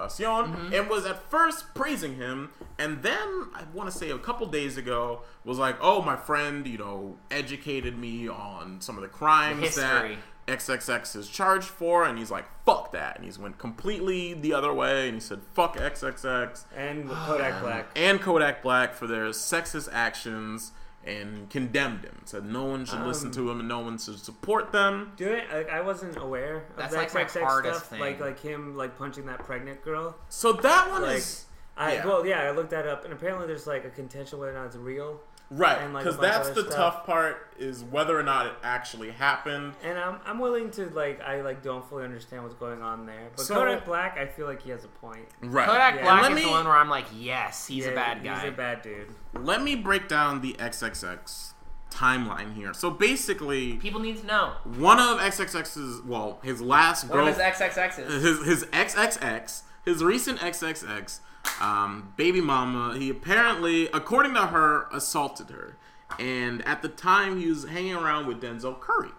S4: Mm-hmm.
S3: and was at first praising him. And then, I want to say a couple days ago, was like, oh, my friend, you know, educated me on some of the crimes
S4: History.
S3: that XXX is charged for, and he's like, fuck that. And he's went completely the other way, and he said, fuck XXX
S5: And with Kodak Black.
S3: and Kodak Black for their sexist actions and condemned him. Said no one should listen to him and no one should support them.
S5: Do it. Like, I wasn't aware of
S4: That's,
S5: the
S4: like, my
S5: XXX
S4: hardest
S5: stuff.
S4: thing.
S5: Like like him like punching that pregnant girl.
S3: So that one
S5: Like
S3: is.
S5: I
S3: Yeah.
S5: well yeah I looked that up and apparently there's like a contention whether or not it's real.
S3: Right,
S5: and, like, a
S3: because
S5: bunch of
S3: that's
S5: other
S3: the
S5: stuff.
S3: tough part is whether or not it actually happened.
S5: And I'm, I'm willing to like I like don't fully understand what's going on there. But
S3: So-
S5: Kodak Black I feel like he has a point.
S3: Right.
S4: Kodak
S5: Yeah.
S4: Black
S3: Let
S4: is
S3: me-
S4: the one where I'm like, yes, he's a
S5: Yeah,
S4: bad guy.
S5: He's a bad dude.
S3: Let me break down the XXX timeline here. So basically,
S4: People need to know.
S3: one of XXX's, well, his last
S6: One
S3: girl,
S6: of his XXXs.
S3: his his XXX, his recent XXX, um, baby mama. He apparently, according to her, assaulted her, and at the time he was hanging around with Denzel Curry,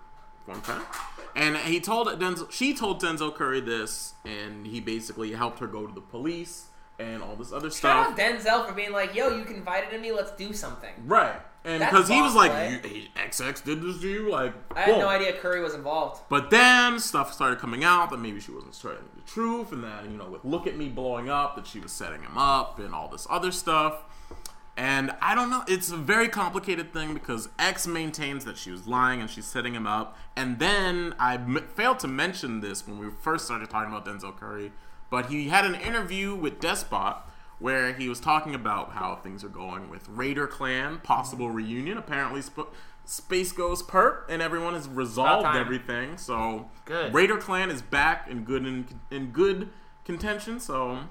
S3: one time, and he told Denzel, she told Denzel Curry this, and he basically helped her go to the police and all this other stuff.
S6: Shout out Denzel for being like, yo, you confided in me, let's do something.
S3: Right. And
S6: That's
S3: because he was
S6: boss,
S3: like,
S6: right?
S3: you, he- XX did this to you? Like,
S6: I had
S3: boom.
S6: no idea Curry was involved.
S3: But then stuff started coming out that maybe she wasn't telling the truth, and then you know with "Look at Me" blowing up, that she was setting him up, and all this other stuff. And I don't know. It's a very complicated thing because X maintains that she was lying and she's setting him up. And then I m- failed to mention this when we first started talking about Denzel Curry, but he had an interview with Despot where he was talking about how things are going with Raider Clan, possible reunion. Apparently, sp- Space goes perp, and everyone has resolved
S4: time.
S3: everything. So
S4: Good.
S3: Raider Clan is back in good in, in good contention. So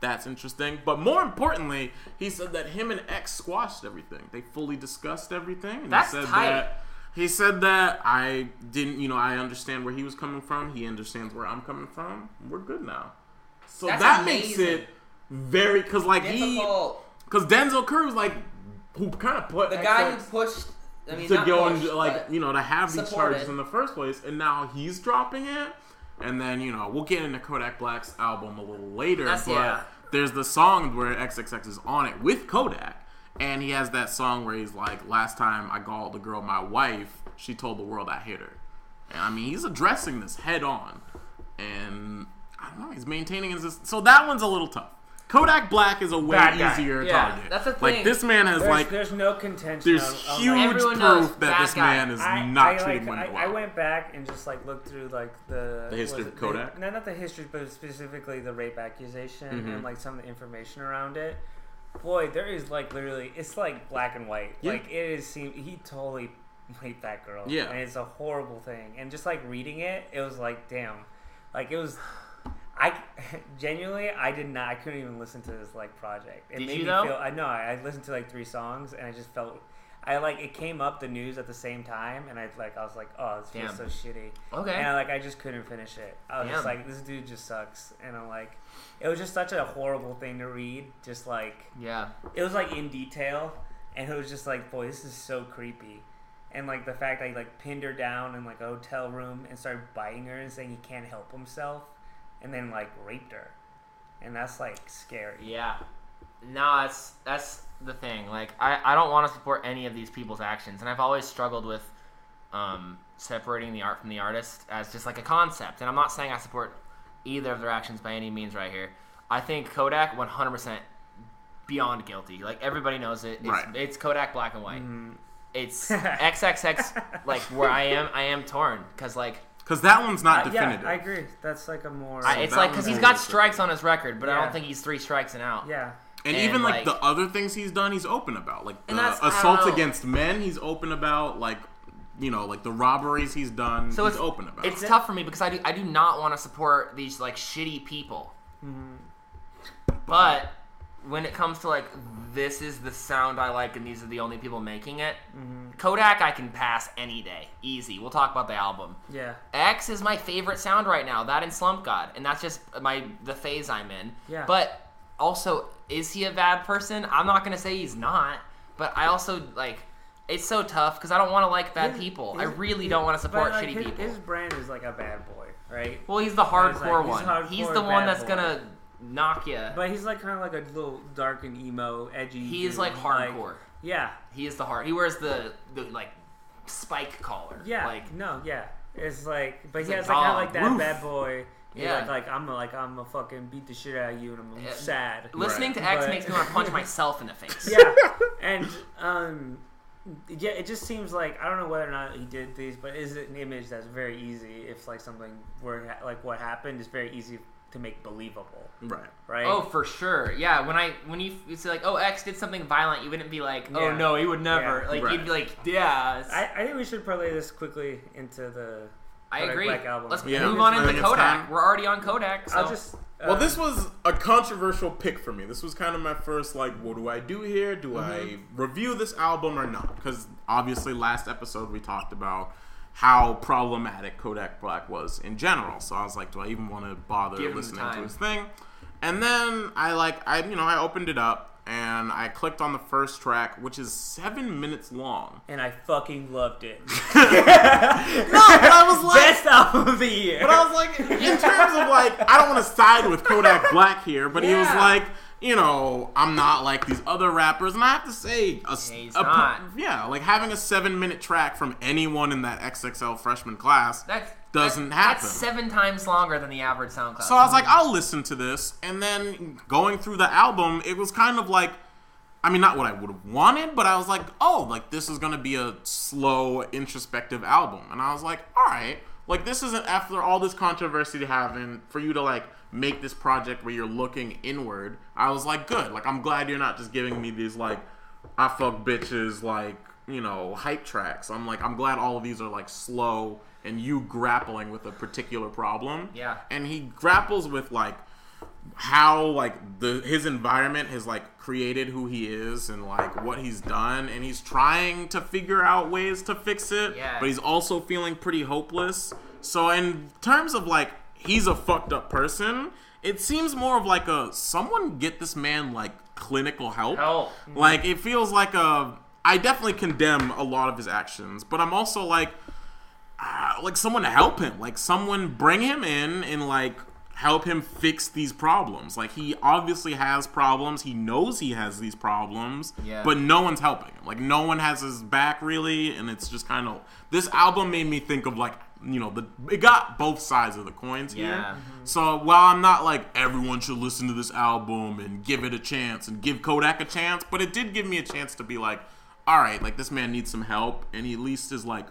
S3: that's interesting. But more importantly, he said that him and X squashed everything. They fully discussed everything. And
S4: That's
S3: he said
S4: tight.
S3: that He said that I didn't, you know, I understand where he was coming from. He understands where I'm coming from. We're good now. So
S6: That's
S3: that
S6: amazing.
S3: makes it very because like
S6: Difficult.
S3: he because Denzel Curry was like who kind of put
S6: The guy who
S3: XX
S6: pushed. I mean,
S3: to
S6: not
S3: go
S6: pushed,
S3: and like
S6: but
S3: you know to have these
S6: support
S3: charges
S6: it.
S3: in the first place, and now he's dropping it. And then you know we'll get into Kodak Black's album a little later,
S4: That's-
S3: but
S4: yeah.
S3: there's the song where XXX is on it with Kodak, and he has that song where he's like, "Last time I called the girl my wife, she told the world I hit her." And I mean, he's addressing this head on, and I don't know, he's maintaining his. So that one's a little tough. Kodak Black is a way
S5: Bad guy.
S3: easier
S4: Yeah,
S3: target.
S6: that's the
S3: Like
S6: thing.
S3: this man has
S5: There's,
S3: like
S5: there's no contention.
S3: there's
S5: on- on,
S3: huge
S5: like,
S4: Everyone
S3: proof
S4: knows,
S3: that
S4: bad
S3: this
S4: guy.
S3: man is
S5: I,
S3: not
S5: I,
S3: treating
S5: like,
S3: women
S5: I,
S3: well.
S5: I went back and just like looked through like the
S3: The history
S5: was
S3: of
S5: it
S3: Kodak?
S5: The, no, not the history, but specifically the rape accusation
S3: Mm-hmm.
S5: and like some of the information around it. Boy, there is like literally, it's like black and white.
S3: Yeah.
S5: Like it is. Seem he totally raped that girl.
S3: Yeah.
S5: and it's a horrible thing. And just like reading it, it was like, damn, like it was. I genuinely, I did not. I couldn't even listen to this like project. It
S4: Did
S5: made
S4: you,
S5: me
S4: though?
S5: feel. I know. I, I listened to like three songs, and I just felt. I like it came up the news at the same time, and I like I was like, oh, this
S4: Damn.
S5: feels so shitty.
S4: Okay.
S5: And I, like I just couldn't finish it. I was just
S4: Damn.
S5: like, this dude just sucks, and I'm like, it was just such a horrible thing to read. Just like
S4: Yeah.
S5: it was like in detail, and it was just like, boy, this is so creepy. And like the fact that he like pinned her down in like a hotel room and started biting her and saying he can't help himself, and then like raped her, and that's like scary.
S4: Yeah. No, that's that's the thing. Like I, I don't want to support any of these people's actions, and I've always struggled with um, separating the art from the artist as just like a concept. And I'm not saying I support either of their actions by any means right here. I think Kodak 100% beyond guilty. Like everybody knows it. It's,
S3: Right. Mm-hmm.
S4: it's Kodak black and white. It's XXX like where I am I am torn cuz like
S3: Because that one's not
S5: Uh, yeah,
S3: definitive.
S5: I agree. That's like a more.
S4: I, it's
S3: that
S4: like cuz
S3: one's
S4: he's
S3: a
S4: got
S3: little-
S4: strikes on his record, but I
S5: Yeah.
S4: don't think he's 3 strikes and out.
S5: yeah.
S3: and,
S4: And,
S3: even like,
S4: like-
S3: the other things he's done, he's open about. Like the
S4: And that's- I don't
S3: assaults
S4: know.
S3: against men, he's open about. Like you know, like the robberies he's done,
S4: So
S3: he's
S4: it's
S3: open about.
S4: It's tough for me because I do I do not want to support these like shitty people.
S5: Mm-hmm.
S4: But when it comes to like this is the sound I like and these are the only people making it,
S5: Mm-hmm.
S4: Kodak I can pass any day, easy. We'll talk about the album.
S5: Yeah.
S4: X is my favorite sound right now. That and Slump God, and that's just my the phase I'm in.
S5: Yeah.
S4: But also, is he a bad person? I'm not gonna say he's not, but I also like. It's so tough because I don't want to like bad
S5: His-
S4: people. I
S5: his-
S4: really
S5: his-
S4: don't want to
S5: but,
S4: support
S5: like,
S4: shitty
S5: his,
S4: people.
S5: His brand is like a bad boy, right?
S4: well, he's the
S5: like,
S4: hardcore
S5: he's
S4: one.
S5: hardcore
S4: he's the one
S5: bad
S4: that's
S5: boy.
S4: gonna knock you.
S5: But he's like kind of like a little dark and emo, edgy.
S4: He is
S5: dude,
S4: like hardcore.
S5: yeah,
S4: he is the hard. He wears the the like spike collar.
S5: yeah.
S4: Like
S5: no, yeah. It's like, but he
S4: a
S5: has like, kinda
S4: dog.
S5: like that
S3: Roof.
S5: bad boy.
S4: Yeah.
S5: Yeah, like, like I'm a, like I'm a fucking beat the shit out of you, and I'm
S4: Yeah.
S5: sad.
S4: listening to X
S5: But-
S4: makes me want to punch myself in the face.
S5: yeah, and um, yeah, it just seems like I don't know whether or not he did these, but is it an image that's very easy? If like something were ha- like what happened is very easy to make believable,
S3: right?
S5: right?
S4: Oh, for sure. Yeah, when I when you you say like, oh, X did something violent, you wouldn't be like, oh
S5: Yeah.
S4: no, he would never.
S5: Yeah.
S4: Like
S3: Right.
S4: you'd be like, yeah. it's-
S5: I, I think we should parlay this quickly into the.
S4: I
S5: Kodak
S4: agree.
S5: Black album.
S4: Let's
S3: Yeah.
S4: move on
S3: I
S4: into
S3: think it's
S4: Kodak.
S3: time.
S4: We're already on Kodak. So.
S5: I'll just.
S3: Well,
S5: um,
S3: this was a controversial pick for me. This was kind of my first like, what do I do here? Do I review this album or not? Because obviously, last episode we talked about how problematic Kodak Black was in general. So I was like, do I even want to bother
S4: Give him the
S3: listening to
S4: time.
S3: his thing? And then I like, I you know, I opened it up and I clicked on the first track, which is seven minutes long.
S5: and I fucking loved it.
S3: No, but I was like,
S5: Best album of the year.
S3: But I was like, in terms of like, I don't want to side with Kodak Black here, but he was
S4: Yeah.
S3: like, you know, I'm not like these other rappers, and I have to say, a, s-
S4: He's
S3: a-
S4: not.
S3: yeah, like having a seven minute track from anyone in that XXL freshman class
S4: that's
S3: doesn't
S4: that's,
S3: happen.
S4: That's seven times longer than the average SoundCloud.
S3: So I was like, I'll listen to this. And then going through the album, it was kind of like, I mean, not what I would have wanted, but I was like, oh, like this is going to be a slow, introspective album. And I was like, all right, like this isn't after all this controversy having for you to like make this project where you're looking inward. I was like, good. Like, I'm glad you're not just giving me these like, I fuck bitches, like, you know, hype tracks. I'm like, I'm glad all of these are like slow and you grappling with a particular problem
S4: Yeah.
S3: and he grapples with like how like the his environment has like created who he is and like what he's done and he's trying to figure out ways to fix it
S4: Yeah.
S3: but he's also feeling pretty hopeless so in terms of like he's a fucked up person it seems more of like a someone get this man like clinical help
S4: Help.
S3: like it feels like a i definitely condemn a lot of his actions but i'm also like uh, like someone to help him like someone bring him in and like help him fix these problems like he obviously has problems he knows he has these problems
S4: Yeah.
S3: but no one's helping him like no one has his back really and it's just kind of this album made me think of like you know the it got both sides of the coins here
S4: Yeah.
S3: so while I'm not like everyone should listen to this album and give it a chance and give Kodak a chance, but it did give me a chance to be like, all right, like this man needs some help, and he at least is like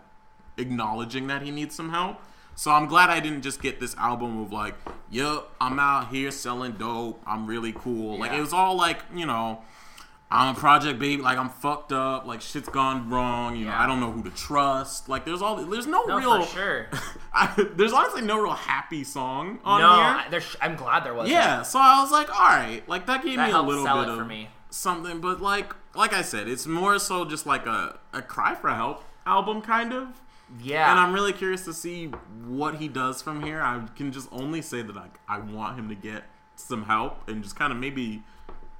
S3: acknowledging that he needs some help. So I'm glad I didn't just get this album of like, yep, I'm out here selling dope, I'm really cool. Like
S4: Yeah.
S3: it was all like, you know, I'm a project baby, like I'm fucked up, like shit's gone wrong, you know,
S4: Yeah.
S3: I don't know who to trust. Like there's all there's no,
S4: No,
S3: real
S4: for sure.
S3: I, there's honestly no real happy song
S4: No,
S3: on here.
S4: I, there's, I'm glad there wasn't.
S3: Yeah, so I was like, all right, like that gave
S4: That
S3: me a
S4: helped
S3: little
S4: sell
S3: bit
S4: it
S3: of
S4: for me.
S3: something, but like, like I said, it's more so just like a, a cry for help album, kind of.
S4: Yeah.
S3: And I'm really curious to see what he does from here. I can just only say that like I want him to get some help and just kind of maybe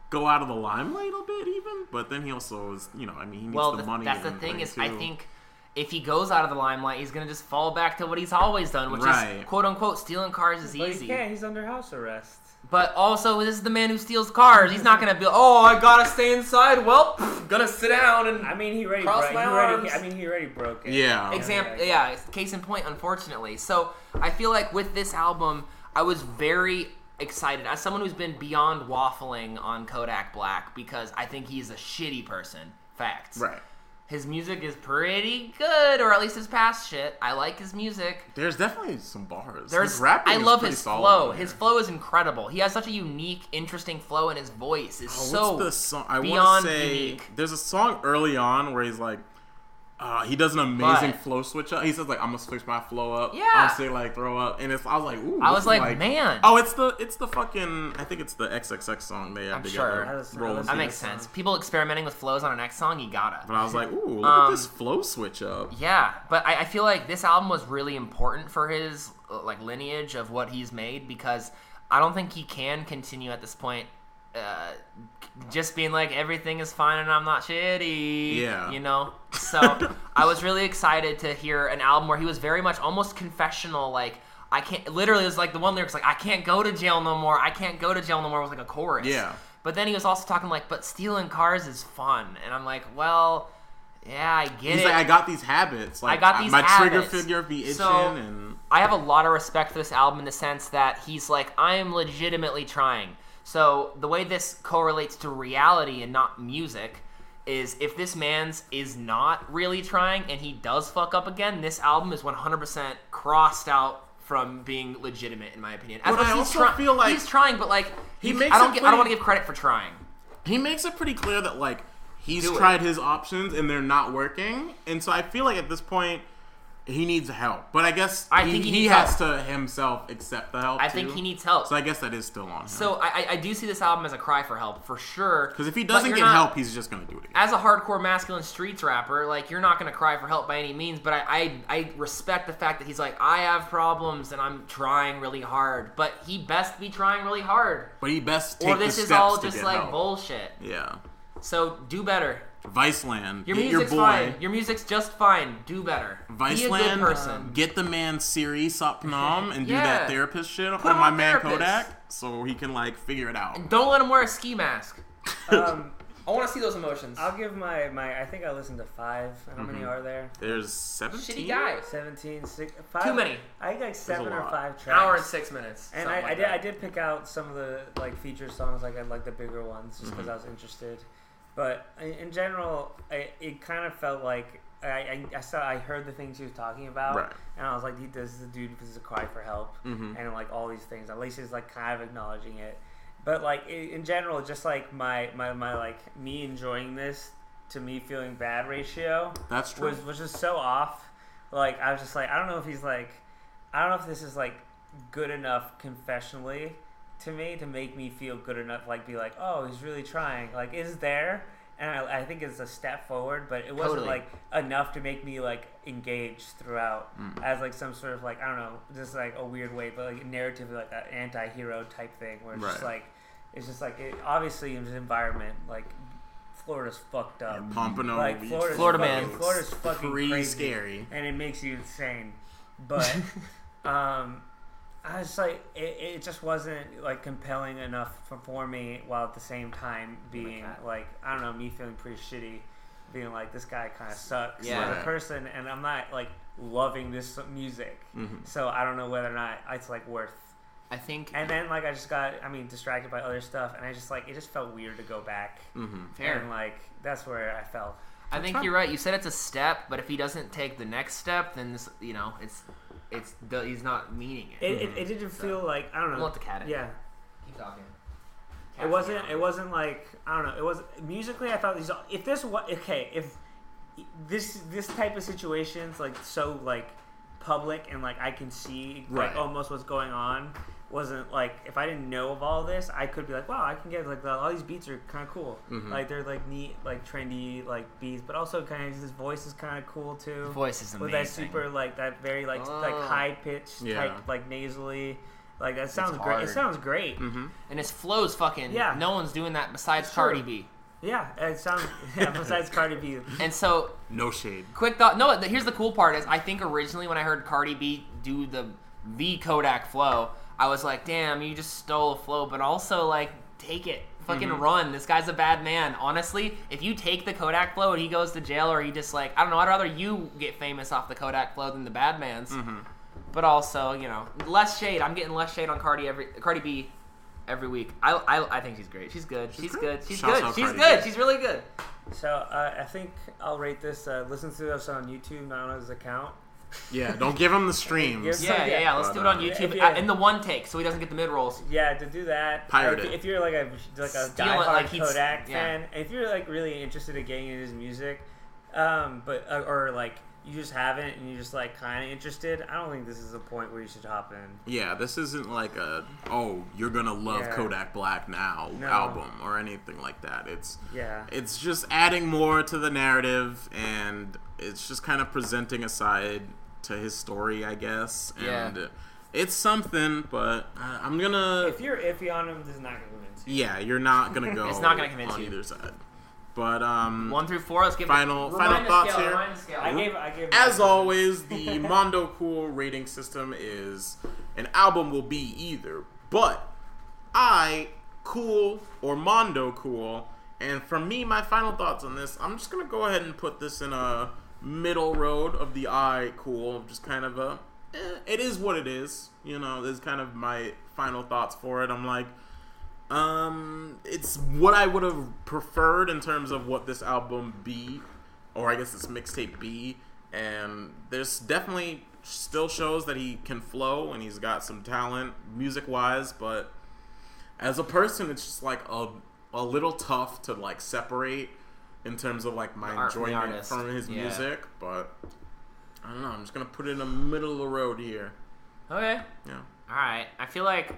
S3: go out of the limelight a bit, even. But then he also is, you know, I mean, he needs
S4: well,
S3: the,
S4: th-
S3: money.
S4: that's the
S3: and
S4: thing is, I
S3: too.
S4: think if he goes out of the limelight, he's gonna just fall back to what he's always done, which
S3: Right.
S4: is quote unquote stealing cars is
S5: But
S4: easy.
S5: he can't. He's under house arrest.
S4: But also, this is the man who steals cars. He's not gonna be, oh, I gotta stay inside. Well, gonna sit down and
S5: I mean, he already.
S4: Cross
S5: Bro- he
S4: my
S5: already
S4: arms.
S5: I mean, he already broke it.
S3: Yeah.
S4: example
S5: Okay.
S4: yeah it's case in point unfortunately so i feel like with this album i was very excited as someone who's been beyond waffling on kodak black because i think he's a shitty person facts
S3: Right.
S4: his music is pretty good or at least his past shit i like his music
S3: There's definitely some bars.
S4: there's
S3: his rapping
S4: i
S3: is
S4: love
S3: pretty
S4: his
S3: solid
S4: flow
S3: on
S4: his
S3: here.
S4: flow is incredible he has such a unique interesting flow and his voice is so
S3: Oh, What's the song? I want
S4: beyond
S3: to say
S4: unique.
S3: there's a song early on where he's like, uh, he does an amazing
S4: But-
S3: flow switch up. He says like, "I'm gonna switch my flow up."
S4: Yeah.
S3: I'm gonna say like throw up, and it's I was like, ooh.
S4: I
S3: this
S4: was
S3: is,
S4: like, man.
S3: Oh, it's the it's the fucking I think it's the XXX song they had
S4: I'm sure.
S3: together.
S4: That
S5: is-
S3: Rolling
S4: that
S5: I
S3: Stone.
S4: makes sense people experimenting with flows on our next song you gotta
S3: But I was like, ooh, look at
S4: Um,
S3: this flow switch up.
S4: Yeah, but I, I feel like this album was really important for his uh, like lineage of what he's made because I don't think he can continue at this point. Uh, just being like everything is fine and I'm not shitty.
S3: Yeah.
S4: you know. So I was really excited to hear an album where he was very much almost confessional. Like I can't. Literally, it was like the one lyrics like I can't go to jail no more. I can't go to jail no more was like a chorus.
S3: Yeah.
S4: But then he was also talking like, but stealing cars is fun, and I'm like, well, yeah, I get
S3: He's
S4: it.
S3: like, I got these habits. Like,
S4: got these
S3: my trigger
S4: habits.
S3: figure be itching,
S4: So-
S3: and
S4: I have a lot of respect for this album in the sense that he's like, I am legitimately trying. So the way this correlates to reality and not music is if this man's is not really trying and he does fuck up again, this album is 100% crossed out from being legitimate, in my opinion. As
S3: But
S4: much
S3: I
S4: as he's
S3: also
S4: try-
S3: feel like
S4: he's trying, but like
S3: he
S4: he
S3: makes
S4: I don't.
S3: it
S4: Get, I don't
S3: pretty-
S4: want to give credit for trying.
S3: he makes it pretty clear that like he's
S4: Do it.
S3: tried his options and they're not working and so i feel like at this point he needs help but i guess
S4: I
S3: he,
S4: think he
S3: he
S4: needs
S3: has
S4: help.
S3: to himself accept the help
S4: I think
S3: too.
S4: he needs help.
S3: so i guess that is still on him
S4: So I, I, I do see this album as a cry for help for sure.
S3: because if he
S4: but
S3: doesn't
S4: you're
S3: get
S4: not-
S3: help he's just gonna do it again
S4: as a hardcore masculine streets rapper, like you're not gonna cry for help by any means, but I, I I respect the fact that he's like, I have problems and I'm trying really hard, but he best be trying really hard.
S3: but he best take
S4: Or this
S3: the
S4: is
S3: steps
S4: all
S3: to
S4: just
S3: get
S4: like
S3: help.
S4: bullshit.
S3: yeah
S4: So do better.
S3: viceland
S4: Your
S3: get your
S4: music's
S3: boy
S4: fine. Your music's just fine. Do better. be a good
S3: Viceland, uh,
S4: person.
S3: get the man Siri Sapnam and do
S4: Yeah.
S3: that therapist shit
S4: Put
S3: on my
S4: him on
S3: man
S4: therapist.
S3: Kodak so he can like figure it out.
S4: Don't let him wear a ski mask.
S5: Um,
S6: I want to see those emotions.
S5: I'll give my my. I think I listened to five. How
S4: Mm-hmm.
S5: many are there?
S3: There's 17
S6: Shitty guy.
S5: 17, six, five,
S4: Too many.
S5: I think like seven or
S3: lot.
S5: five tracks.
S4: An hour and six minutes.
S5: And I,
S4: something like
S5: I did.
S4: that.
S5: I did pick out some of the like feature songs, like I like the bigger ones, just
S3: Mm-hmm.
S5: because I was interested. But in, in general, I, it kind of felt like I, I, I saw I heard the things he was talking about,
S3: Right. Mm-hmm.
S5: and I was like, he does the dude this is a cry for help, and like all these things. At least he's like kind of acknowledging it. But like i- in general, just like my my, my like me enjoying this to me feeling bad ratio
S3: That's true.
S5: was was just so off. Like I was just like, I don't know if he's like, I don't know if this is like good enough confessionally to me to make me feel good enough, like be like, oh, he's really trying. Like, is there? And I, I think it's a step forward, but it wasn't
S4: Totally.
S5: like enough to make me like engaged throughout
S3: Mm.
S5: as like some sort of like I don't know, just like a weird way, but like narratively like an anti-hero type thing where it's just
S3: Right.
S5: like it's just like it, obviously in this environment like Florida's fucked up.
S3: Uh, Pompano.
S5: Like
S3: we-
S5: Florida's
S4: Florida
S5: fucking,
S4: man.
S5: Florida's fucking
S3: Pretty
S5: crazy,
S3: scary.
S5: and it makes you insane. But um, I was like, it, it just wasn't like compelling enough for, for me, while at the same time being like, I don't know, me feeling pretty shitty, being like, this guy kind of sucks
S4: Yeah.
S5: as a
S3: Right.
S5: person, and I'm not like loving this music, so I don't know whether or not it's like worth.
S4: I think
S5: And then like I just got, I mean, distracted by other stuff, and I just like it just felt weird to go back,
S4: fair.
S5: and like that's where I felt.
S4: I think you're right. You said it's a step, but if he doesn't take the next step, then this, you know, it's it's the, he's not meaning it.
S5: It, it, it didn't feel like I don't know.
S4: We'll have to cat it.
S5: Yeah,
S6: Keep talking.
S5: It wasn't. It wasn't like I don't know. It was musically. I thought these. If this was okay, if this this type of situations like so like public and like I can see
S3: Right.
S5: like almost what's going on wasn't like if I didn't know of all this I could be like wow I can get like all these beats are kind of cool
S4: Mm-hmm.
S5: like they're like neat like trendy like beats but also kind of his voice is kind of cool too
S4: The voice is
S5: with
S4: amazing.
S5: that super like that very like like
S4: Oh.
S5: high pitched
S3: Yeah.
S5: type like nasally like that sounds great
S4: hard. Mm-hmm.
S5: it sounds great
S4: and his flow's fucking.
S5: Yeah.
S4: No one's doing that besides
S5: true.
S4: Cardi B.
S5: Yeah, it sounds. Yeah, besides Cardi B,
S4: And so
S3: No shade.
S4: quick thought. No, th- here's the cool part is I think originally when I heard Cardi B do the the Kodak flow, I was like, damn, you just stole a flow, but also like take it. Fucking
S3: Mm-hmm.
S4: run. This guy's a bad man. Honestly, if you take the Kodak flow and he goes to jail or he just like I don't know, I'd rather you get famous off the Kodak flow than the bad man's.
S3: Mm-hmm.
S4: But also, you know, less shade. I'm getting less shade on Cardi every Cardi B every week. I, I, I think she's great. She's good. She's,
S3: great.
S4: good. She's
S3: Shouts
S4: good.
S3: out
S4: She's
S3: Cardi
S4: good.
S3: B.
S4: She's really good.
S5: so uh, I think I'll rate this. Uh, listen to us on YouTube, not on his account.
S3: Yeah, don't give him the streams.
S5: Give-
S4: Yeah, yeah, yeah. Let's do it on
S5: But, uh,
S4: YouTube
S5: yeah.
S4: uh, in the one take, so he doesn't get the mid rolls.
S5: Yeah, to do that.
S3: Pirate
S5: if,
S3: it.
S5: if you're like a like a
S4: Steal it
S5: diehard
S4: like he'd-
S5: Kodak
S4: yeah.
S5: fan, if you're like really interested in getting into his music, um, but uh, or like you just haven't and you're just like kind of interested, I don't think this is a point where you should hop in.
S3: Yeah, this isn't like a oh you're gonna love
S5: Yeah.
S3: Kodak Black now
S5: No.
S3: album or anything like that. It's
S5: Yeah.
S3: it's just adding more to the narrative and it's just kind of presenting a side to his story, I guess.
S4: Yeah.
S3: And it's something, but I- I'm gonna
S5: If you're iffy on him, this is not gonna convince you.
S3: yeah, you're not gonna go.
S4: It's not gonna convince
S3: on
S4: you.
S3: either side. But um,
S4: One through four. Let's give
S3: final
S4: It.
S3: final thoughts here.
S5: I gave. I gave.
S3: As always, the Mondo Cool rating system is an album will be either, but I cool or Mondo cool. And for me, my final thoughts on this, I'm just gonna go ahead and put this in a middle road of the I cool, just kind of a. eh, it is what it is, you know. Is kind of my final thoughts for it. I'm like, um, it's what I would have preferred in terms of what this album be, or I guess this mixtape be. And there's definitely still shows that he can flow and he's got some talent music wise, but as a person, it's just like a a little tough to like separate in terms of like my
S4: art- the
S3: enjoyment
S4: artist.
S3: from his
S4: Yeah.
S3: music. But I don't know. I'm just gonna put it in the middle of the road here.
S4: Okay.
S3: Yeah,
S4: All right. I feel like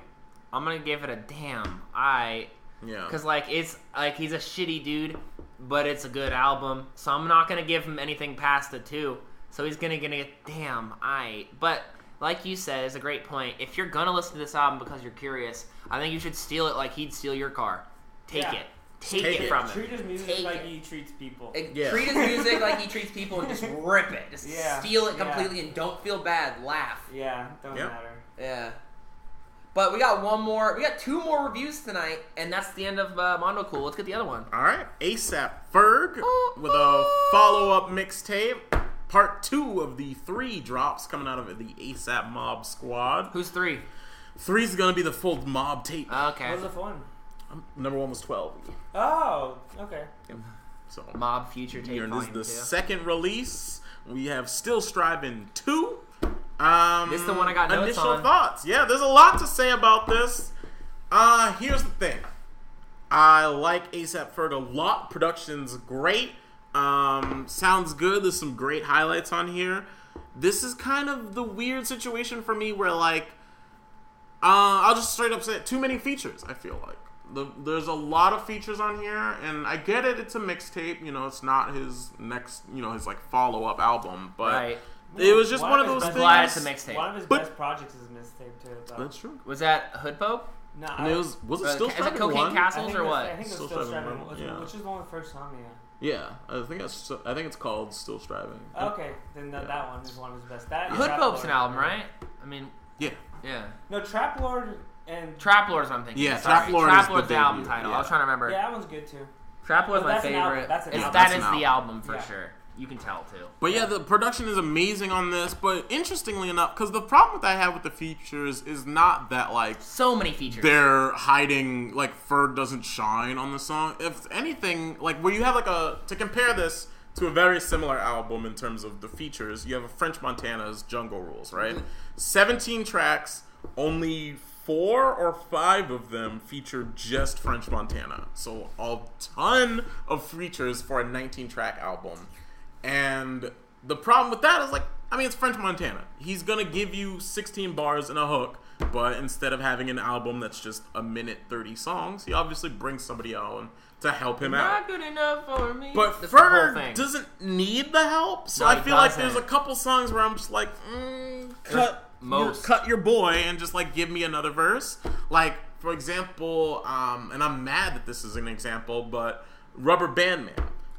S4: I'm gonna give it a damn. I
S3: yeah.
S4: because like it's like he's a shitty dude, but it's a good album. So I'm not gonna give him anything past a two. So he's gonna gonna get damn I. But like you said, is a great point. If you're gonna listen to this album because you're curious, I think you should steal it like he'd steal your car. Take
S5: Yeah.
S4: it. Take,
S3: Take
S4: it
S3: it.
S4: from him.
S5: Treat his music
S6: Take
S5: like
S6: it.
S5: he treats people.
S6: Like,
S3: Yeah.
S6: Treat his music like he treats people and just rip it. Just
S5: Yeah.
S6: steal it
S5: Yeah.
S6: completely and don't feel bad. Laugh.
S5: yeah. Don't
S3: Yep.
S5: matter.
S6: Yeah. But we got one more. We got two more reviews tonight.
S4: And that's the end of uh, Mondo Cool. Let's get the other one.
S3: All right, ASAP Ferg with a follow-up mixtape, part two of the three drops coming out of the ASAP Mob Squad.
S4: Who's three?
S3: Three's gonna be the full Mob tape.
S4: Okay.
S5: What was the fun?
S3: Number one was twelve,
S5: Oh, okay.
S3: so
S4: Mob Future Tape
S3: here, this is
S4: Volume
S3: the
S4: Two.
S3: second release. We have still striving two. Um,
S4: This the one I got notes
S3: Initial
S4: on.
S3: thoughts. Yeah, there's a lot to say about this. Uh, here's the thing. I like ASAP Ferg a lot. Production's great. Um, sounds good. There's some great highlights on here. This is kind of the weird situation for me where like Uh, I'll just straight up say it. too many features. I feel like the, there's a lot of features on here, and I get it. It's a mixtape. You know, it's not his next. You know, his like follow up album, but
S4: Right.
S3: it was just one of
S5: his
S3: those
S5: best-
S3: things.
S4: I'm glad it's a
S5: One
S4: mixtape.
S5: of his
S3: But-
S5: best projects is mixtape too. Though.
S3: That's true.
S4: Was that Hood Pope?
S5: No,
S3: And it was was it still
S4: Uh, is it
S3: Striving
S4: Cocaine
S3: One?
S5: I think
S4: Castles
S5: it
S4: or
S5: was-
S4: what?
S5: I think it's
S3: Still
S5: still,
S3: Striving
S5: Striving,
S3: One,
S5: which,
S3: yeah.
S5: which is the one with first song, yeah.
S3: Yeah, I think that's I think it's called Still Striving.
S5: Okay, then that that one is one of his best. That and
S4: Hood
S5: Trap
S4: Pope's an
S5: Lord.
S4: album, right? I mean,
S3: Yeah,
S4: yeah.
S5: No, Trap Lord and
S4: Trap Lord's what I'm thinking.
S3: Yeah,
S4: Sorry.
S3: Trap Lord is
S4: Trap
S3: the
S4: Lord's the, album
S3: debut,
S4: title.
S3: yeah.
S4: I was trying to remember.
S5: yeah, that one's good too.
S4: Trap Lord's my
S5: Well, that's an album.
S4: favorite.
S5: That's an
S4: It's-
S5: album.
S4: that
S3: That's
S4: is
S3: an
S4: the
S3: album.
S4: album for
S5: Yeah.
S4: sure. You can tell too.
S3: But yeah, the production is amazing on this. But interestingly enough, because the problem that I have with the features is not that like
S4: So many features.
S3: they're hiding like fur doesn't shine on the song. If anything, like where you have like a to compare this to a very similar album in terms of the features, you have a French Montana's Jungle Rules, right? Seventeen tracks, only four or five of them feature just French Montana. So a ton of features for a 19 track album. And the problem with that is like, I mean, it's French Montana. He's gonna give you 16 bars and a hook, but instead of having an album that's just a minute 30 songs, he obviously brings somebody on to help him out.
S4: Not good enough for me.
S3: But
S4: That's the whole
S3: Ferg
S4: thing.
S3: doesn't need the help, so
S4: No,
S3: I
S4: he
S3: feel like
S4: doesn't.
S3: there's a couple songs where I'm just like, mm, cut, your,
S4: most.
S3: cut your boy and just like give me another verse. Like for example, um, and I'm mad that this is an example, but Rubber Band Man.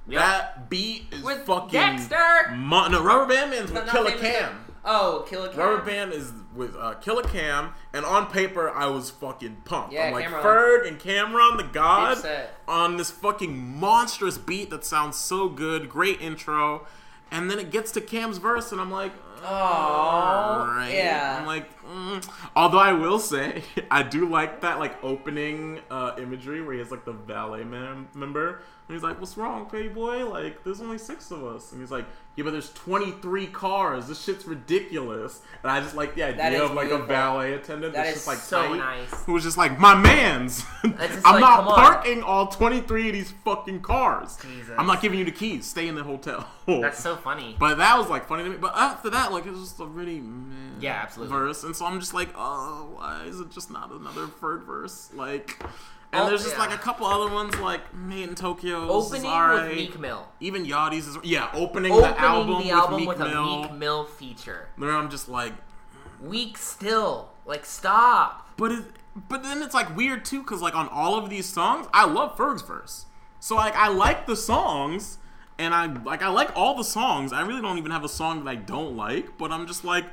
S4: Yeah.
S3: That beat is
S4: With
S3: fucking
S4: Dexter!
S3: Mo- no, Rubber Band Man's with
S6: Not
S3: Killer
S6: famous-
S3: Cam.
S6: Oh, Killer Cam.
S3: Rubber Band is with uh, Killer Cam, and on paper I was fucking pumped.
S6: Yeah,
S3: I'm like
S6: Cameron.
S3: Ferg and Cameron, the God,
S6: Big set.
S3: on this fucking monstrous beat that sounds so good, great intro, and then it gets to Cam's verse, and I'm like,
S6: Aw,
S3: alright.
S6: yeah.
S3: I'm like, mm. although I will say, I do like that like opening uh, imagery where he has like the valet mem- member, and he's like, "What's wrong, Playboy? Like, there's only six of us," and he's like, "Yeah, but there's 23 cars. This shit's ridiculous." And I just like the
S6: That
S3: idea
S6: is
S3: of like a
S6: beautiful.
S3: valet attendant
S6: That
S3: that's
S6: is
S3: just like
S4: so
S3: tight,
S4: nice.
S3: who was just like, "My man's, I'm
S4: That's just like,
S3: not
S4: come on.
S3: parking all 23 of these fucking cars.
S4: Jesus.
S3: I'm not giving you the keys. Stay in the hotel."
S4: That's so funny.
S3: But that was like funny to me. But after that, like it was just a really meh
S4: Yeah, absolutely.
S3: verse, and so I'm just like, oh, why is it just not another third verse? Like, and
S4: Oh,
S3: there's just
S4: yeah.
S3: like a couple other ones like Made in Tokyo,
S4: Opening with
S3: alright.
S4: Meek Mill.
S3: even Yachty's is yeah, opening,
S4: Opening
S3: the album,
S4: the album
S3: with
S4: with,
S3: Meek
S4: a
S3: Mill.
S4: Meek Mill feature.
S3: Where I'm just like,
S4: Weak still. Like stop.
S3: but it, but then it's like weird too, because like on all of these songs, I love Ferg's verse. So like I like the songs, and I like I like all the songs. I really don't even have a song that I don't like, but I'm just like,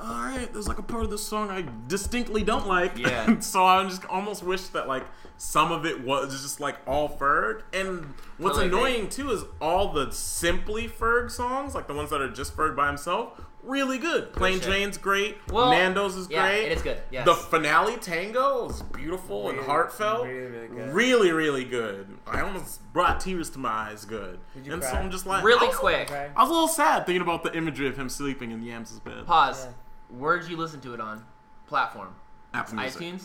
S3: all right, there's like a part of this song I distinctly don't like.
S4: Yeah.
S3: so I just almost wish that like some of it was just like all Ferg. And what's
S4: Totally agree.
S3: annoying too is all the simply Ferg songs, like the ones that are just Ferg by himself, really good. Plain
S4: shit.
S3: Jane's great.
S4: Well,
S3: Nando's is
S4: yeah,
S3: great.
S4: it is good, yes.
S3: The finale tango is beautiful and
S5: Really,
S3: heartfelt.
S5: really, really good.
S3: Really, really good. I almost brought tears to my eyes. Good.
S5: you
S3: and so
S5: cry?
S3: I'm just like I
S4: Really
S3: was-
S4: quick.
S5: Okay.
S3: I was a little sad thinking about the imagery of him sleeping in Yams' bed.
S4: Pause.
S5: Yeah.
S4: Where'd you listen to it on? Platform.
S3: Apple Music.
S4: iTunes.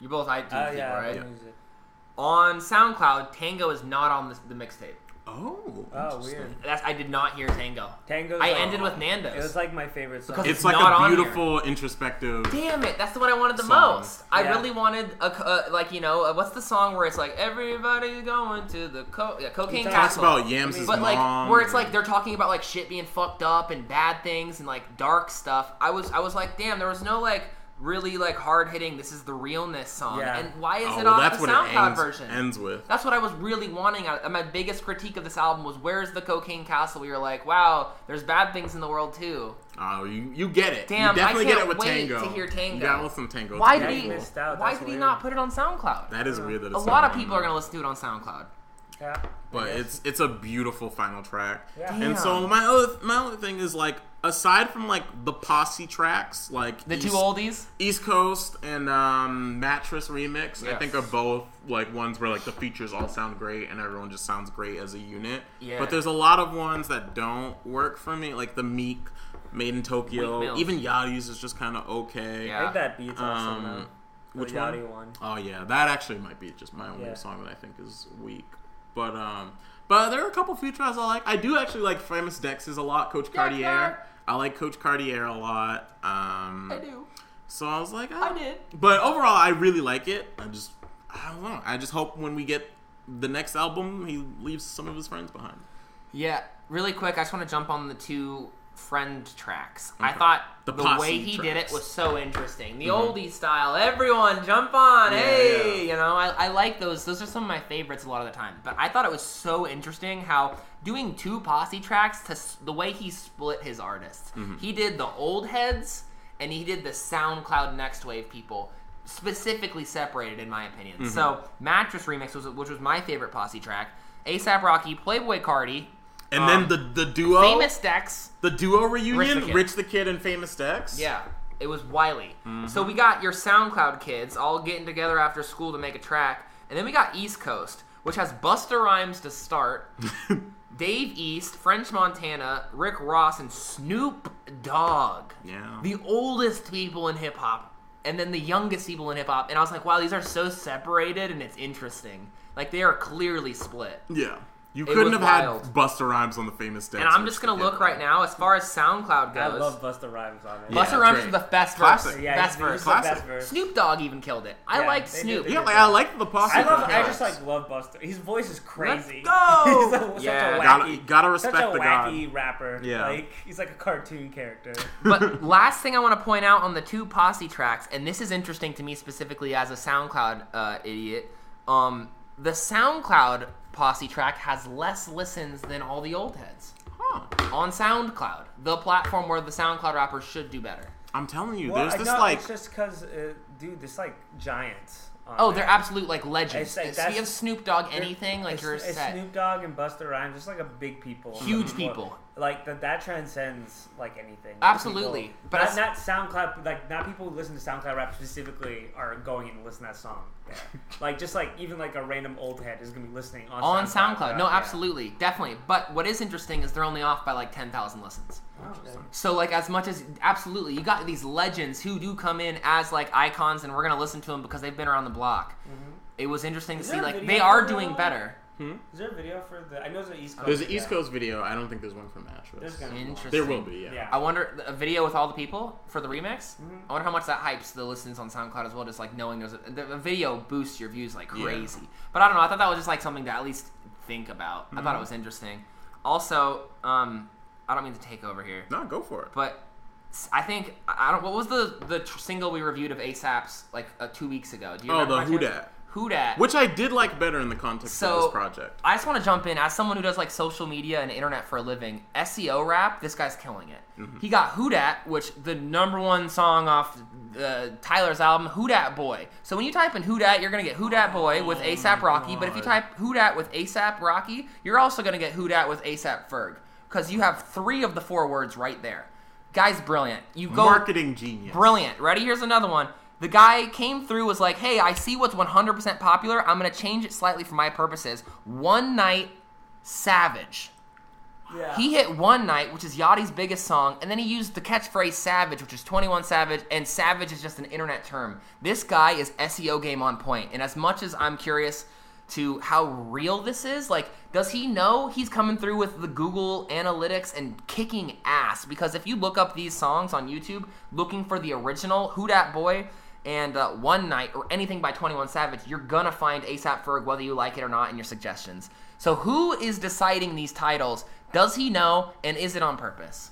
S4: You're both iTunes
S5: Oh
S4: people,
S5: yeah,
S4: right?
S5: Apple Music.
S4: On SoundCloud, Tango is not on the, the mixtape.
S3: Oh.
S5: Oh
S3: interesting.
S5: weird.
S4: That's I did not hear Tango.
S5: Tango's
S4: I
S5: like-
S4: ended with
S5: It was
S4: Nando's.
S5: like my favorite song.
S4: Because
S3: It's
S4: It's
S3: like
S4: not
S3: a
S4: on
S3: beautiful introspective.
S4: Damn it! That's the one I wanted the
S3: Song.
S4: most. I
S5: Yeah.
S4: really wanted a co- uh, like you know uh, what's the song where it's like everybody's going to the co- yeah, cocaine
S5: talks
S3: Talks
S4: castle.
S3: about Yams'
S4: but like
S3: mom.
S4: where it's like they're talking about like shit being fucked up and bad things and like dark stuff. I was I was like, damn, there was no like really like hard hitting. This is the realness song.
S5: Yeah.
S4: And why is
S3: Oh,
S4: it
S3: well,
S4: on
S3: that's
S4: the
S3: what
S4: SoundCloud
S3: it ends,
S4: version?
S3: ends with.
S4: That's what I was really wanting. I, my biggest critique of this album was where's the cocaine castle? Where you're like, wow, there's bad things in the world too.
S3: Oh, you, you get it.
S4: Damn, I
S3: you definitely get
S4: can't
S3: it with
S4: wait
S3: Tango.
S4: to hear Tango.
S3: You gotta listen to Tango.
S4: Why
S3: It's
S4: did
S5: Yeah,
S4: he?
S5: you
S3: beautiful.
S5: missed out.
S4: Why
S5: That's
S4: did he
S5: weird.
S4: not put it on SoundCloud?
S3: That is weird. That
S4: a
S3: it's
S4: lot
S3: not
S4: of
S3: on
S4: people are
S3: there.
S4: gonna listen to it on SoundCloud.
S5: Yeah.
S3: But it's it's a beautiful final track.
S5: Yeah.
S3: And so
S4: Damn.
S3: my other my other thing is like aside from like the posse tracks, like
S4: The two
S3: East-
S4: oldies.
S3: East Coast and um, Mattress Remix, I
S4: Yes.
S3: think are both like ones where like the features all sound great and everyone just sounds great as a unit.
S4: Yeah.
S3: But there's a lot of ones that don't work for me, like the Meek, Made in
S4: Meek
S3: Tokyo,
S4: Mill.
S3: even Yachty's is just kind of okay.
S5: I
S4: Yeah.
S5: think that beat's awesome.
S3: Um,
S5: though.
S3: which
S5: the Yachty
S3: one?
S5: one?
S3: Oh yeah, that actually might be just my only
S5: Yeah.
S3: song that I think is weak. But um, but there are a couple features I like. I do actually like Famous Dex's a lot. Coach Cartier. I like Coach Cartier a lot. Um, I do. So I was like,
S4: I
S3: "Ah."
S4: did.
S3: But overall, I really like it. I just, I don't know. I just hope when we get the next album, he leaves some of his friends behind.
S4: Yeah, really quick, I just want to jump on the two friend tracks. I thought
S3: The
S4: the,
S3: posse
S4: way he did
S3: tracks.
S4: it was so interesting. The oldie style, everyone jump on, hey,
S3: Mm-hmm. yeah.
S4: you know, I, I like those. Those are some of my favorites a lot of the time. But I thought it was so interesting how doing two posse tracks to s- the way he split his artists.
S3: Mm-hmm.
S4: He did the old heads and he did the SoundCloud Next Wave people. Specifically separated, in my opinion.
S3: Mm-hmm.
S4: So, mattress remix was, which was my favorite posse track. ASAP Rocky, Playboy Cardi,
S3: And
S4: Um,
S3: then the the duo,
S4: famous Dex.
S3: the duo reunion,
S4: Rich the Kid.
S3: Rich the Kid and Famous Dex.
S4: Yeah, it was Wiley.
S3: Mm-hmm.
S4: So we got your SoundCloud kids all getting together after school to make a track, and then we got East Coast, which has Buster Rhymes to start, Dave East, French Montana, Rick Ross, and Snoop Dogg.
S3: Yeah.
S4: the oldest people in hip hop, and then the youngest people in hip hop. And I was like, wow, these are so separated, and it's interesting. Like they are clearly split.
S3: yeah. You couldn't
S4: was
S3: have had
S4: wild.
S3: Buster Rhymes on the Famous Dex.
S4: And I'm
S3: or
S4: just gonna
S3: Kid.
S4: look right now as far as SoundCloud goes.
S5: I love Busta Rhymes on it.
S3: Yeah.
S4: Buster Rhymes is
S3: great.
S4: the best
S3: Classic.
S4: verse.
S5: Yeah,
S4: best
S5: he's- he's
S4: verse.
S5: the
S3: Classic.
S5: best verse.
S4: Snoop Dogg even killed it. I
S5: Yeah,
S4: liked
S5: they
S4: Snoop.
S5: did-
S3: Yeah, like I like the posse.
S5: I love. I
S3: tracks.
S5: just like love Buster. His voice is crazy.
S4: Let's go!
S5: he's a,
S4: Yeah.
S5: such a
S3: Gotta-
S5: wacky,
S3: gotta
S5: such
S3: respect
S5: a
S3: the
S5: wacky rapper.
S3: Yeah.
S5: like he's like a cartoon character.
S4: but last thing I want to point out on the two posse tracks, and this is interesting to me specifically as a SoundCloud uh, idiot. Um, the SoundCloud posse track has less listens than all the old heads
S3: Huh.
S4: on SoundCloud, the platform where the SoundCloud rappers should do better.
S3: I'm telling you,
S5: Well,
S3: there's
S5: I-
S3: this
S5: no,
S3: like
S5: it's just because, uh, dude, there's like giants. On
S4: Oh,
S5: there.
S4: they're absolute like legends.
S5: It's like
S4: If
S5: that's-
S4: you have Snoop Dogg
S5: They're-
S4: anything, like
S5: it's-
S4: you're
S5: it's
S4: set.
S5: Snoop Dogg and Buster Rhymes, just like a big people,
S4: Huge
S5: Like,
S4: people.
S5: Like that, that transcends like anything.
S4: Absolutely.
S5: People-
S4: But
S5: not, not SoundCloud, like not people who listen to SoundCloud rap specifically are going and listen to that song. there. like just like even like a random old head is gonna be listening on
S4: on
S5: SoundCloud.
S4: SoundCloud. No,
S5: yeah.
S4: absolutely, definitely. But what is interesting is they're only off by like ten thousand listens. So like as much as absolutely, you got these legends who do come in as like icons, and we're gonna listen to them because they've been around the block. It was interesting to
S5: Mm-hmm. Is
S4: see
S5: there a
S4: like
S5: video
S4: they
S5: for
S4: are
S5: that
S4: doing
S5: one?
S4: better.
S5: Is there a video for the? I know there's an East Coast.
S3: there's an
S5: yeah.
S3: East Coast video. I don't think there's one for
S5: There's
S3: Mattress.
S5: gonna be one.
S4: Interesting.
S3: There will be. Yeah.
S5: Yeah.
S4: I wonder a video with all the people for the remix.
S5: Mm-hmm.
S4: I wonder how much that hypes the listens on SoundCloud as well. Just like knowing there's a, the, a video boosts your views like
S3: Yeah.
S4: crazy. But I don't know. I thought that was just like something to at least think about. I
S3: Mm-hmm.
S4: thought it was interesting. Also, um, I don't mean to take over here,
S3: No, go for it.
S4: but s- I think I I don't. What was the the tr- single we reviewed of ASAP's like uh, two weeks ago? Do you
S3: Oh,
S4: remember?
S3: the
S4: by
S3: Who
S4: chance?
S3: Dat.
S4: Who dat?
S3: Which I did like better in the context of
S4: So-
S3: this project.
S4: I just want to jump in as someone who does like social media and internet for a living. SEO rap, this guy's killing it.
S3: Mm-hmm.
S4: He got Who Dat, which the number one song off uh, Tyler's album, Who Dat Boy. So when you type in Who Dat, you're gonna get Who Dat Boy with ASAP Rocky. But if you
S3: Oh God.
S4: type Who Dat with ASAP Rocky, you're also gonna get Who Dat with ASAP Ferg because you have three of the four words right there. Guy's brilliant. You go
S3: Marketing genius.
S4: Brilliant. Ready? Here's another one. The guy came through was like, "Hey, I see what's 100% popular. I'm gonna change it slightly for my purposes. One night, savage.
S5: Yeah.
S4: He hit one night, which is Yachty's biggest song, and then he used the catchphrase "savage," which is 21 Savage, and "savage" is just an internet term. This guy is SEO game on point. And as much as I'm curious to how real this is, like, does he know he's coming through with the Google Analytics and kicking ass? Because if you look up these songs on YouTube, looking for the original "Who Dat Boy." And uh, one night or anything by 21 Savage, you're gonna find ASAP Ferg whether you like it or not in your suggestions. So who is deciding these titles? Does he know, and is it on purpose?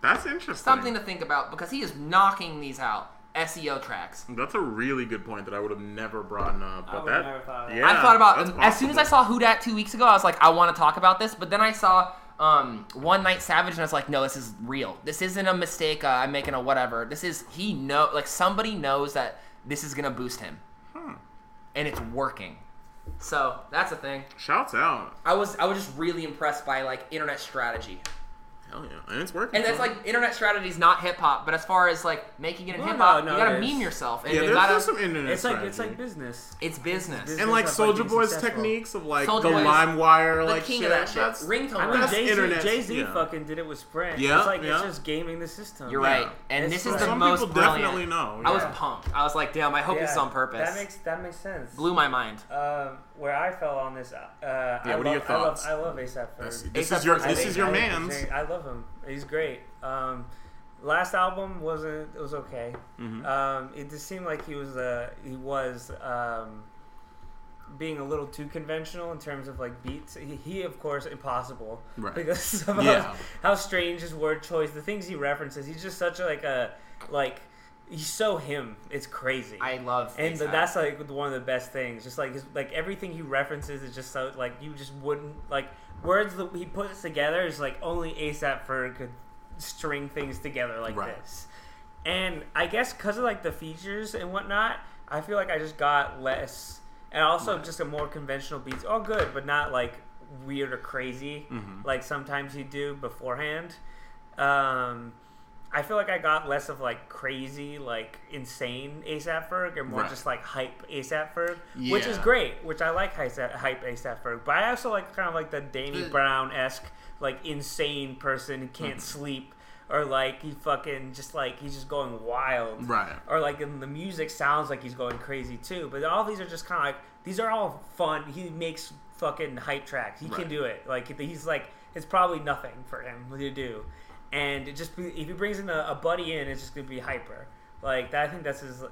S3: That's interesting.
S4: Something to think about because he is knocking these out SEO tracks.
S3: That's a really good point that I would have never brought up. But
S5: would've
S3: that,
S5: never thought of that.
S3: yeah,
S4: I thought
S3: that's
S4: about as soon as I
S3: possible.
S4: saw Who Dat two weeks ago, I was like, I want to talk about this. But then I saw um, One Night Savage, and I was like, no, this is real. This isn't a mistake. Uh, I'm making a whatever. This is he know like somebody knows that this is gonna boost him,
S3: Hmm.
S4: and it's working. So that's a thing.
S3: Shouts out!
S4: I was I was just really impressed by like internet strategy.
S3: Hell yeah, and it's working.
S4: And that's
S3: for
S4: like
S3: him.
S4: internet strategies, not hip hop. But as far as like making it in
S5: No,
S4: hip hop,
S5: no, no,
S4: you gotta
S5: it is.
S4: meme yourself, and
S3: yeah,
S4: you
S3: there's,
S4: gotta.
S3: there's some internet.
S5: It's like it's like
S3: strategy.
S5: business.
S4: it's business.
S5: business.
S3: and like
S5: It's like
S3: Soldier
S5: being
S3: Boy's
S5: successful.
S3: techniques of like
S4: Soulja
S3: the
S4: Boy's
S3: LimeWire,
S4: the
S3: like
S4: king
S3: shit.
S4: of that shit.
S3: That's,
S4: Ringtone
S5: I
S4: rap.
S5: mean,
S3: that's
S5: Jay Z
S3: internet.
S5: Jay Z
S3: yeah.
S5: fucking did it with Sprint.
S3: Yeah,
S5: it's like
S3: yeah.
S5: it's just gaming the system.
S4: You're
S3: Yeah.
S4: right. And
S5: It's
S4: this is the
S5: some
S4: most
S3: people
S4: brilliant.
S3: definitely know,
S4: I was
S5: yeah.
S4: pumped. I was like, damn, I hope this is
S5: Yeah,
S4: on purpose.
S5: That makes that makes sense.
S4: Blew my mind.
S5: um, where I fell on this. Uh, I
S3: what are
S5: love,
S3: your thoughts?
S5: I love, I love ASAP
S3: That's-
S5: Ferg.
S3: this
S4: ASAP
S3: is your
S4: Ferg.
S5: I
S3: this
S5: think-
S3: is your
S5: I think
S3: man's.
S5: he's great. I love him. He's great. Um, Last album wasn't. It was okay.
S3: Mm-hmm.
S5: Um, it just seemed like he was uh, he was um, being a little too conventional in terms of like beats. He, he of course, impossible
S3: Right.
S5: because of
S3: Yeah.
S5: how, how strange his word choice, the things he references. He's just such a, like a like he's so him. It's crazy.
S4: I love
S5: and
S4: Face
S5: th-
S4: Up.
S5: that's like one of the best things. Just like his, like everything he references is just so like you just wouldn't like words that he puts together is like only ASAP Ferg could string things together like
S3: Right.
S5: this. And I guess because of like the features and whatnot, I feel like I just got less, and also just a more conventional beats. All good, but not like weird or crazy like sometimes you do beforehand. Um, I feel like I got less of like crazy, like insane ASAP Ferg, and more
S3: Right.
S5: just like hype ASAP Ferg, which is
S3: Yeah.
S5: great. Which I like hype hype ASAP Ferg, but I also like kind of like the Danny
S3: The-
S5: Brown esque, like insane person who can't
S3: Mm.
S5: sleep, or like he fucking just like he's just going wild,
S3: Right.
S5: Or like in the music sounds like he's going crazy too. But all these are just kind of like these are all fun. He makes fucking hype tracks. He
S3: Right.
S5: can do it. Like he's like it's probably nothing for him to do, and it just be- if he brings in a, a buddy in, it's just gonna be hyper. Like that, I think that's his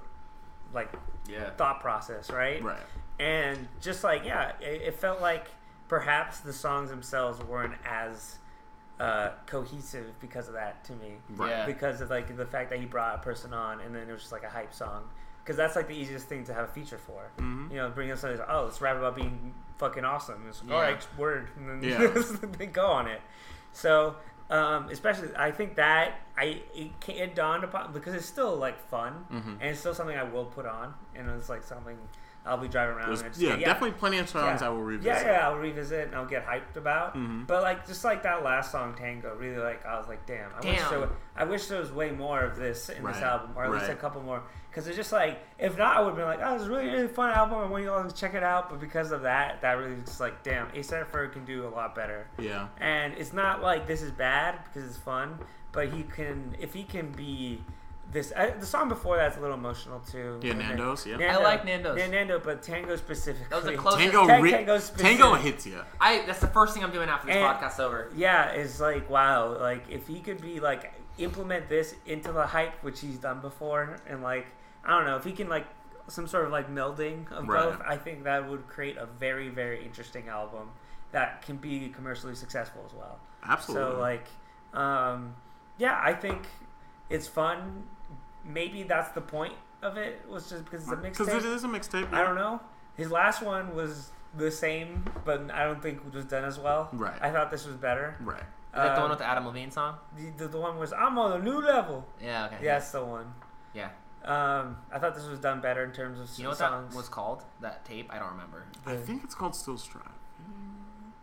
S5: like
S6: Yeah.
S5: thought process, right?
S3: Right.
S5: And just like yeah, it, it felt like perhaps the songs themselves weren't as uh, cohesive because of that to me
S3: Right.
S6: Yeah.
S5: because of like the fact that he brought a person on and then it was just like a hype song because that's like the easiest thing to have a feature for you know bring in somebody like, oh let's rap about being fucking awesome it's like, all
S6: Yeah.
S5: right word and then
S3: Yeah.
S5: they go on it so um, especially i think that i it, ca- it dawned upon because it's still like fun
S3: Mm-hmm.
S5: and it's still something i will put on and it's like something i'll be driving around
S3: There's,
S5: and it's
S3: yeah,
S5: like,
S3: definitely plenty of songs I will revisit. Mm-hmm.
S5: yeah, yeah, I'll revisit and I'll get hyped about. But like, just like that last song, Tango, really like I was like, damn, I wish
S4: Damn.
S5: there, wa- I wish there was way more of this in
S3: Right,
S5: this album, or at least a
S3: right.
S5: couple more. Because it's just like, if not, I would have been like, oh, it's a really really fun album. I want you all to check it out. But because of that, that really just like, damn, ASAP Ferg can do a lot better.
S3: Yeah.
S5: And it's not like this is bad because it's fun, but he can if he can be. This uh, the song before that's a little emotional too.
S3: Yeah,
S5: And then-
S3: Nando's, yeah. I
S4: like Nando's.
S5: Yeah, Nando, but Tango specifically.
S4: That was a close-
S3: Tango,
S5: Tango
S3: re-
S5: goes
S3: Tango
S5: specific.
S3: hits you.
S4: I that's the first thing I'm doing after this
S5: And-
S4: podcast's over.
S5: Yeah, it's like wow, like if he could be like implement this into the hype which he's done before and like I don't know, if he can like some sort of like melding of
S3: Right.
S5: both, I think that would create a very very interesting album that can be commercially successful as well.
S3: Absolutely.
S5: So like um yeah, I think it's fun. Maybe that's the point of it was just because it's a
S3: Because Uh, it
S5: mixtape.
S3: is a mixtape.
S5: I don't know. His last one was the same, but I don't think it was done as well.
S3: Right.
S5: I thought this was better.
S3: Right.
S4: Is that the one
S5: Um,
S4: with the Adam Levine song?
S5: The, the, the one was I'm on a new level.
S4: Yeah. Okay.
S5: Yeah, that's the one.
S4: Yeah.
S5: Um, I thought this was done better in terms of
S4: You know what
S5: songs.
S4: that was called? That tape? I don't remember.
S3: I think it's called Still Strive.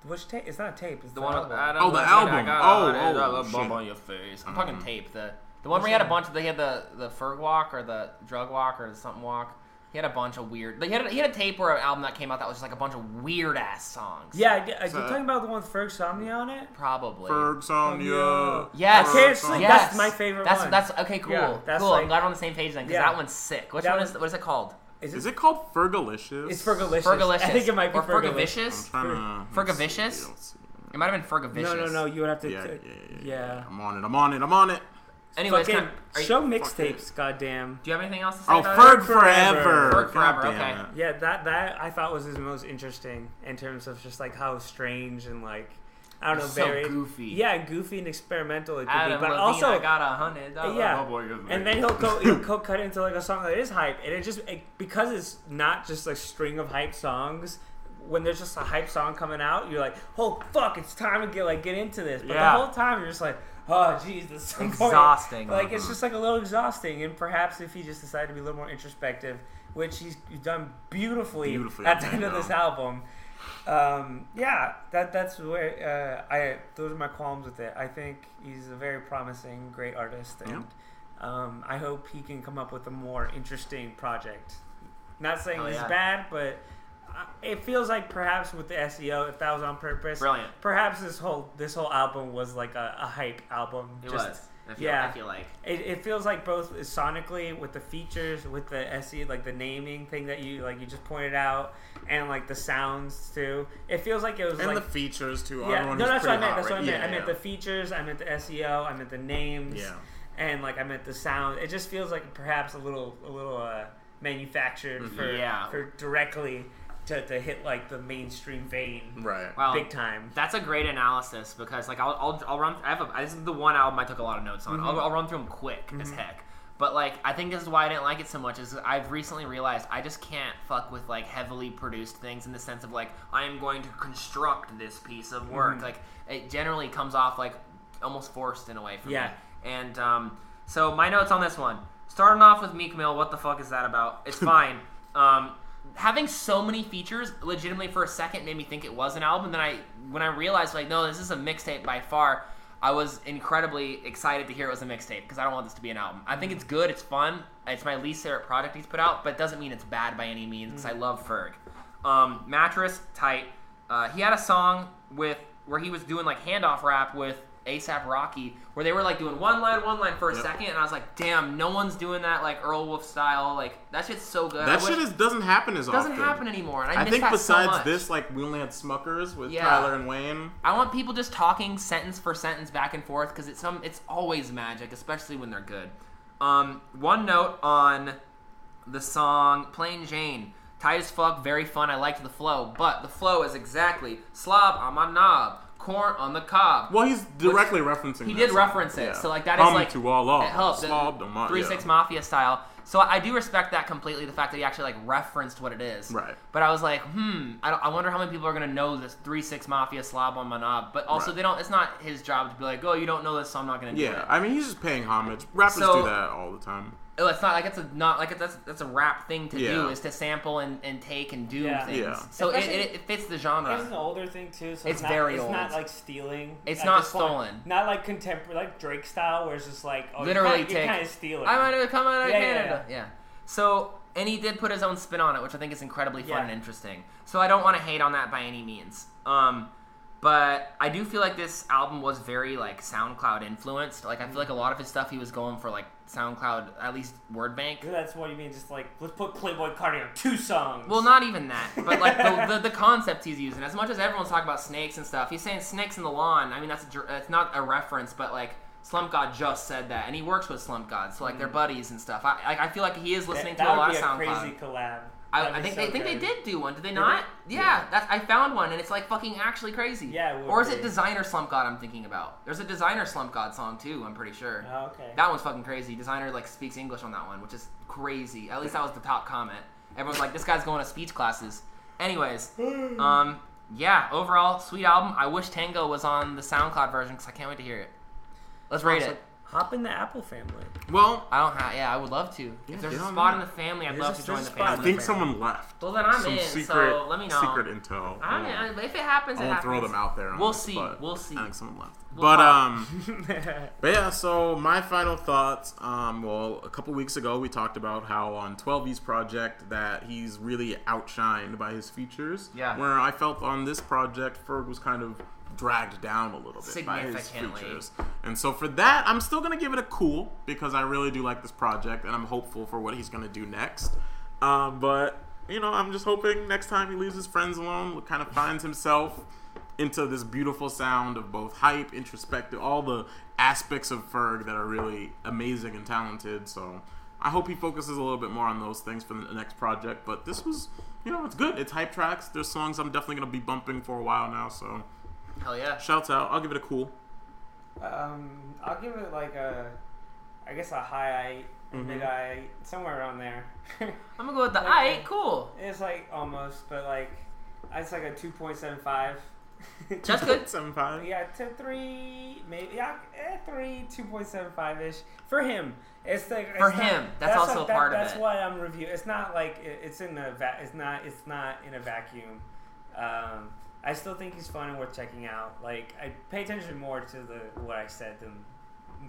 S5: Which tape? It's not a tape. It's
S4: The one with
S5: album.
S4: Adam
S3: Oh, the
S4: Levine,
S3: album.
S4: I got
S3: Oh,
S4: it, I got
S3: oh,
S4: a bump
S3: shit.
S4: on your face. Uh-huh. I'm talking tape. The the one where he had a bunch. Of, they had the the Ferg walk or the drug walk or the something walk. He had a bunch of weird. They had a, he had a tape or an album that came out that was just like a bunch of weird ass songs.
S5: Yeah, I, I,
S3: So-
S5: you're talking about the one with Ferg Somni on it.
S4: Probably.
S3: Fergsonia.
S4: Yes.
S5: I can't sleep.
S4: Yes.
S5: That's my favorite
S4: That's
S5: one.
S4: that's okay. Cool.
S5: Yeah, that's
S4: cool. I'm
S5: like-
S4: glad we're on the same page then because
S5: Yeah.
S4: that one's sick. Which
S5: That
S4: one
S5: one-
S4: is what is it called?
S3: Is it called Fergalicious?
S5: It's Fergalicious.
S4: Fergalicious.
S5: I think it might be
S4: or
S5: Fergalicious.
S4: Fergavicious.
S3: Tryna-
S4: Fer-
S3: let's see,
S4: Fergavicious?
S3: let's see.
S4: It might have been Fergavicious.
S5: No, no, no. You would have to.
S3: Yeah, yeah, yeah, yeah, yeah.
S5: yeah.
S3: I'm on it. I'm on it. I'm on it.
S4: Anyways,
S5: Fucking
S4: can I- are you-
S5: show
S3: fuck
S5: mixtapes, goddamn.
S4: do you have anything else to say
S3: Oh,
S4: about
S3: Ferg
S4: it?
S3: forever. God
S4: Ferg forever,
S3: damn
S4: okay.
S3: it.
S5: Yeah, that that I thought was his most interesting in terms of just like how strange and like I don't know,
S4: It's so
S5: very
S4: goofy.
S5: Yeah, goofy and experimental it could
S4: Adam
S5: be, but
S4: Levine,
S5: also
S4: I got a hundred. dollars.
S5: yeah,
S3: Oh,
S5: and then he'll go he'll co- cut into like a song that is hype, and it just it, because it's not just a string of hype songs. When there's just a hype song coming out, you're like, "Oh fuck, it's time to get like get into this." But
S3: Yeah.
S5: the whole time you're just like, "Oh jeez, this is so boring."
S4: Exhausting.
S5: Like
S3: Mm-hmm.
S5: it's just like a little exhausting, and perhaps if he just decided to be a little more introspective, which he's done beautifully,
S3: Beautifully,
S5: at the
S3: I
S5: end of
S3: know.
S5: this album. Um, yeah, that that's where uh, I those are my qualms with it. I think he's a very promising, great artist, and um, I hope he can come up with a more interesting project. Not saying
S4: Hell
S5: this
S4: yeah.
S5: is bad, but uh, it feels like perhaps with the SEO, if that was on purpose,
S4: Brilliant.
S5: Perhaps this whole this whole album was like a, a hype album.
S4: It
S5: just-
S4: was. I feel,
S5: yeah.
S4: I feel like.
S5: It, it feels like both sonically with the features, with the SE, like the naming thing that you like you just pointed out, and like the sounds too. It feels like it was
S3: And
S5: like
S3: the features too.
S5: yeah,
S3: Everyone
S5: no,
S3: was
S5: that's what I
S3: pretty
S5: meant.
S3: hot,
S5: That's what I
S3: right?
S5: meant. E
S3: Yeah,
S5: I meant
S3: yeah.
S5: the features. I meant the SEO. I meant the names.
S3: Yeah.
S5: and like I meant the sound. It just feels like perhaps a little a little uh, manufactured
S3: Mm-hmm.
S5: for
S4: Yeah.
S5: for directly to, to hit like the mainstream vein
S3: Right.
S4: Wow.
S5: big time.
S4: That's a great analysis because like I'll I'll, I'll run. I have a, this is the one album I took a lot of notes on. I'll, I'll run through them quick as heck. But like I think this is why I didn't like it so much is I've recently realized I just can't fuck with like heavily produced things in the sense of like I am going to construct this piece of work. Like it generally comes off like almost forced in a way for
S5: Yeah.
S4: me. And um, so my notes on this one. Starting off with Meek Mill, what the fuck is that about? It's fine. um, having so many features, legitimately for a second, made me think it was an album. Then I, when I realized like, no, this is a mixtape by far. I was incredibly excited to hear it was a mixtape because I don't want this to be an album. I think it's good, it's fun, it's my least favorite project he's put out, but it doesn't mean it's bad by any means because I love Ferg. Um, mattress tight. Uh, he had a song with where he was doing like handoff rap with ASAP Rocky, where they were like doing one line, one line for a
S3: Yep.
S4: second, and I was like, damn, no one's doing that like Earl Wolf style. Like that shit's so good.
S3: That
S4: I
S3: shit
S4: wish-
S3: is doesn't happen as
S4: doesn't
S3: often.
S4: happen anymore. And I,
S3: I
S4: miss
S3: think
S4: that so
S3: besides
S4: much.
S3: this, like we only had Smuckers with
S4: Yeah.
S3: Tyler and Wayne.
S4: I want people just talking sentence for sentence back and forth because it's some it's always magic, especially when they're good. Um, one note on the song "Plain Jane." Tight as fuck, very fun. I liked the flow, but the flow is exactly slob on my knob, corn on the cob.
S3: Well, he's directly referencing.
S4: He
S3: that
S4: did
S3: song.
S4: reference it,
S3: Yeah.
S4: so like that is
S3: Hum
S4: like
S3: to all all.
S4: it helps.
S3: Slob to my-
S4: Three
S3: yeah.
S4: Six Mafia style. So I I do respect that completely. The fact that he actually like referenced what it is.
S3: Right.
S4: But I was like, hmm. I, don't, I wonder how many people are gonna know this Three Six Mafia slob on my knob. But also,
S3: Right.
S4: they don't. It's not his job to be like, oh, you don't know this, so I'm not gonna do
S3: Yeah,
S4: it.
S3: I mean he's just paying homage. Rappers
S4: So-
S3: do that all the time.
S4: Oh, it's not like it's a not like it's, that's that's a rap thing to do
S3: Yeah.
S4: is to sample and, and take and do
S5: Yeah.
S4: things.
S3: Yeah.
S4: So it,
S5: Especially-
S4: it, it fits the genre.
S5: It's an older thing too.
S4: It's
S5: So it's, not,
S4: very
S5: it's
S4: old.
S5: not like stealing.
S4: It's
S5: at
S4: not
S5: this point.
S4: stolen.
S5: Not like contemporary, like Drake style, where it's just like oh,
S4: literally
S5: you
S4: take.
S5: kind of stealing.
S4: I might have come out of
S5: Yeah, yeah,
S4: Canada. Yeah, So and he did put his own spin on it, which I think is incredibly fun
S5: Yeah.
S4: and interesting. So I don't want to hate on that by any means. Um, but I do feel like this album was very like SoundCloud influenced. Like I feel
S5: Mm.
S4: like a lot of his stuff he was going for like SoundCloud, at least word bank.
S5: That's what you mean. Just like let's put Playboy Cardi on two songs.
S4: Well, not even that, but like the, the, the concept he's using. As much as everyone's talking about snakes and stuff, he's saying snakes in the lawn. I mean, that's a, dr- that's not a reference, but like Slump God just said that, and he works with Slump God, so like they're buddies and stuff. I like I feel like he is
S5: Mm. That-
S4: listening
S5: that
S4: to a
S5: would
S4: lot
S5: be
S4: of
S5: a
S4: SoundCloud.
S5: crazy collab.
S4: I,
S5: That'd
S4: I
S5: be
S4: think
S5: so
S4: they think they
S5: good.
S4: did do one. Did they not? Yeah, That's, I found one, and it's like fucking actually crazy.
S5: Yeah, it would
S4: or is it
S5: be.
S4: designer Slump God? I'm thinking about. There's a designer Slump God song too. I'm pretty sure.
S5: Oh, okay.
S4: That one's fucking crazy. Designer like speaks English on that one, which is crazy. At least that was the top comment. Everyone's like, this guy's going to speech classes. Anyways, um, yeah. Overall, sweet album. I wish Tango was on the SoundCloud version because I can't wait to hear it. Let's rate it.
S5: Hop in the Apple family.
S3: Well,
S4: I don't have. Yeah, I would love to.
S3: Yeah,
S4: if there's a
S3: get on
S4: spot
S3: that.
S4: in the family, I'd
S5: There's
S4: love
S5: a-
S4: to join
S5: there's
S4: the
S5: a spot
S4: family.
S3: I think someone left.
S4: Well, then I'm
S3: Some
S4: in.
S3: secret,
S4: so let me know.
S3: secret intel.
S4: I mean, I- if it happens,
S3: I
S4: it
S3: won't
S4: happens.
S3: throw them out there. on
S4: We'll
S3: this,
S4: see,
S3: but
S4: we'll see.
S3: I think someone left.
S4: We'll
S3: but
S4: talk.
S3: um, but yeah. So my final thoughts. Um, well, a couple weeks ago we talked about how on 12E's project that he's really outshined by his features.
S4: Yeah.
S3: Where I felt on this project Ferg was kind of dragged down a little bit by his
S4: Significantly.
S3: features. And so for that, I'm still gonna give it a cool because I really do like this project and I'm hopeful for what he's gonna do next. Um, but you know, I'm just hoping next time he leaves his friends alone, kind of finds himself into this beautiful sound of both hype, introspective, all the aspects of Ferg that are really amazing and talented. So I hope he focuses a little bit more on those things for the next project. But this was, you know, it's good. It's hype tracks. There's songs I'm definitely gonna be bumping for a while now. So
S4: Hell yeah.
S3: shouts out. I'll give it a cool.
S5: Um, I'll give it like a, I guess a high eight, mid eight, somewhere around there.
S4: I'm gonna go with the I. Cool.
S5: it's like almost, but like, it's like a two point seven five.
S4: That's good.
S3: Seven five.
S5: Yeah, to three, maybe yeah, eh, three, two point seven five ish for him. It's like
S4: For
S5: it's not-
S4: him, that's also
S5: what-
S4: a part of
S5: that's
S4: it.
S5: why I'm reviewing. It's not like it, it's in the va- it's not it's not in a vacuum. Um, I still think he's fun and worth checking out. Like I pay attention more to the what I said than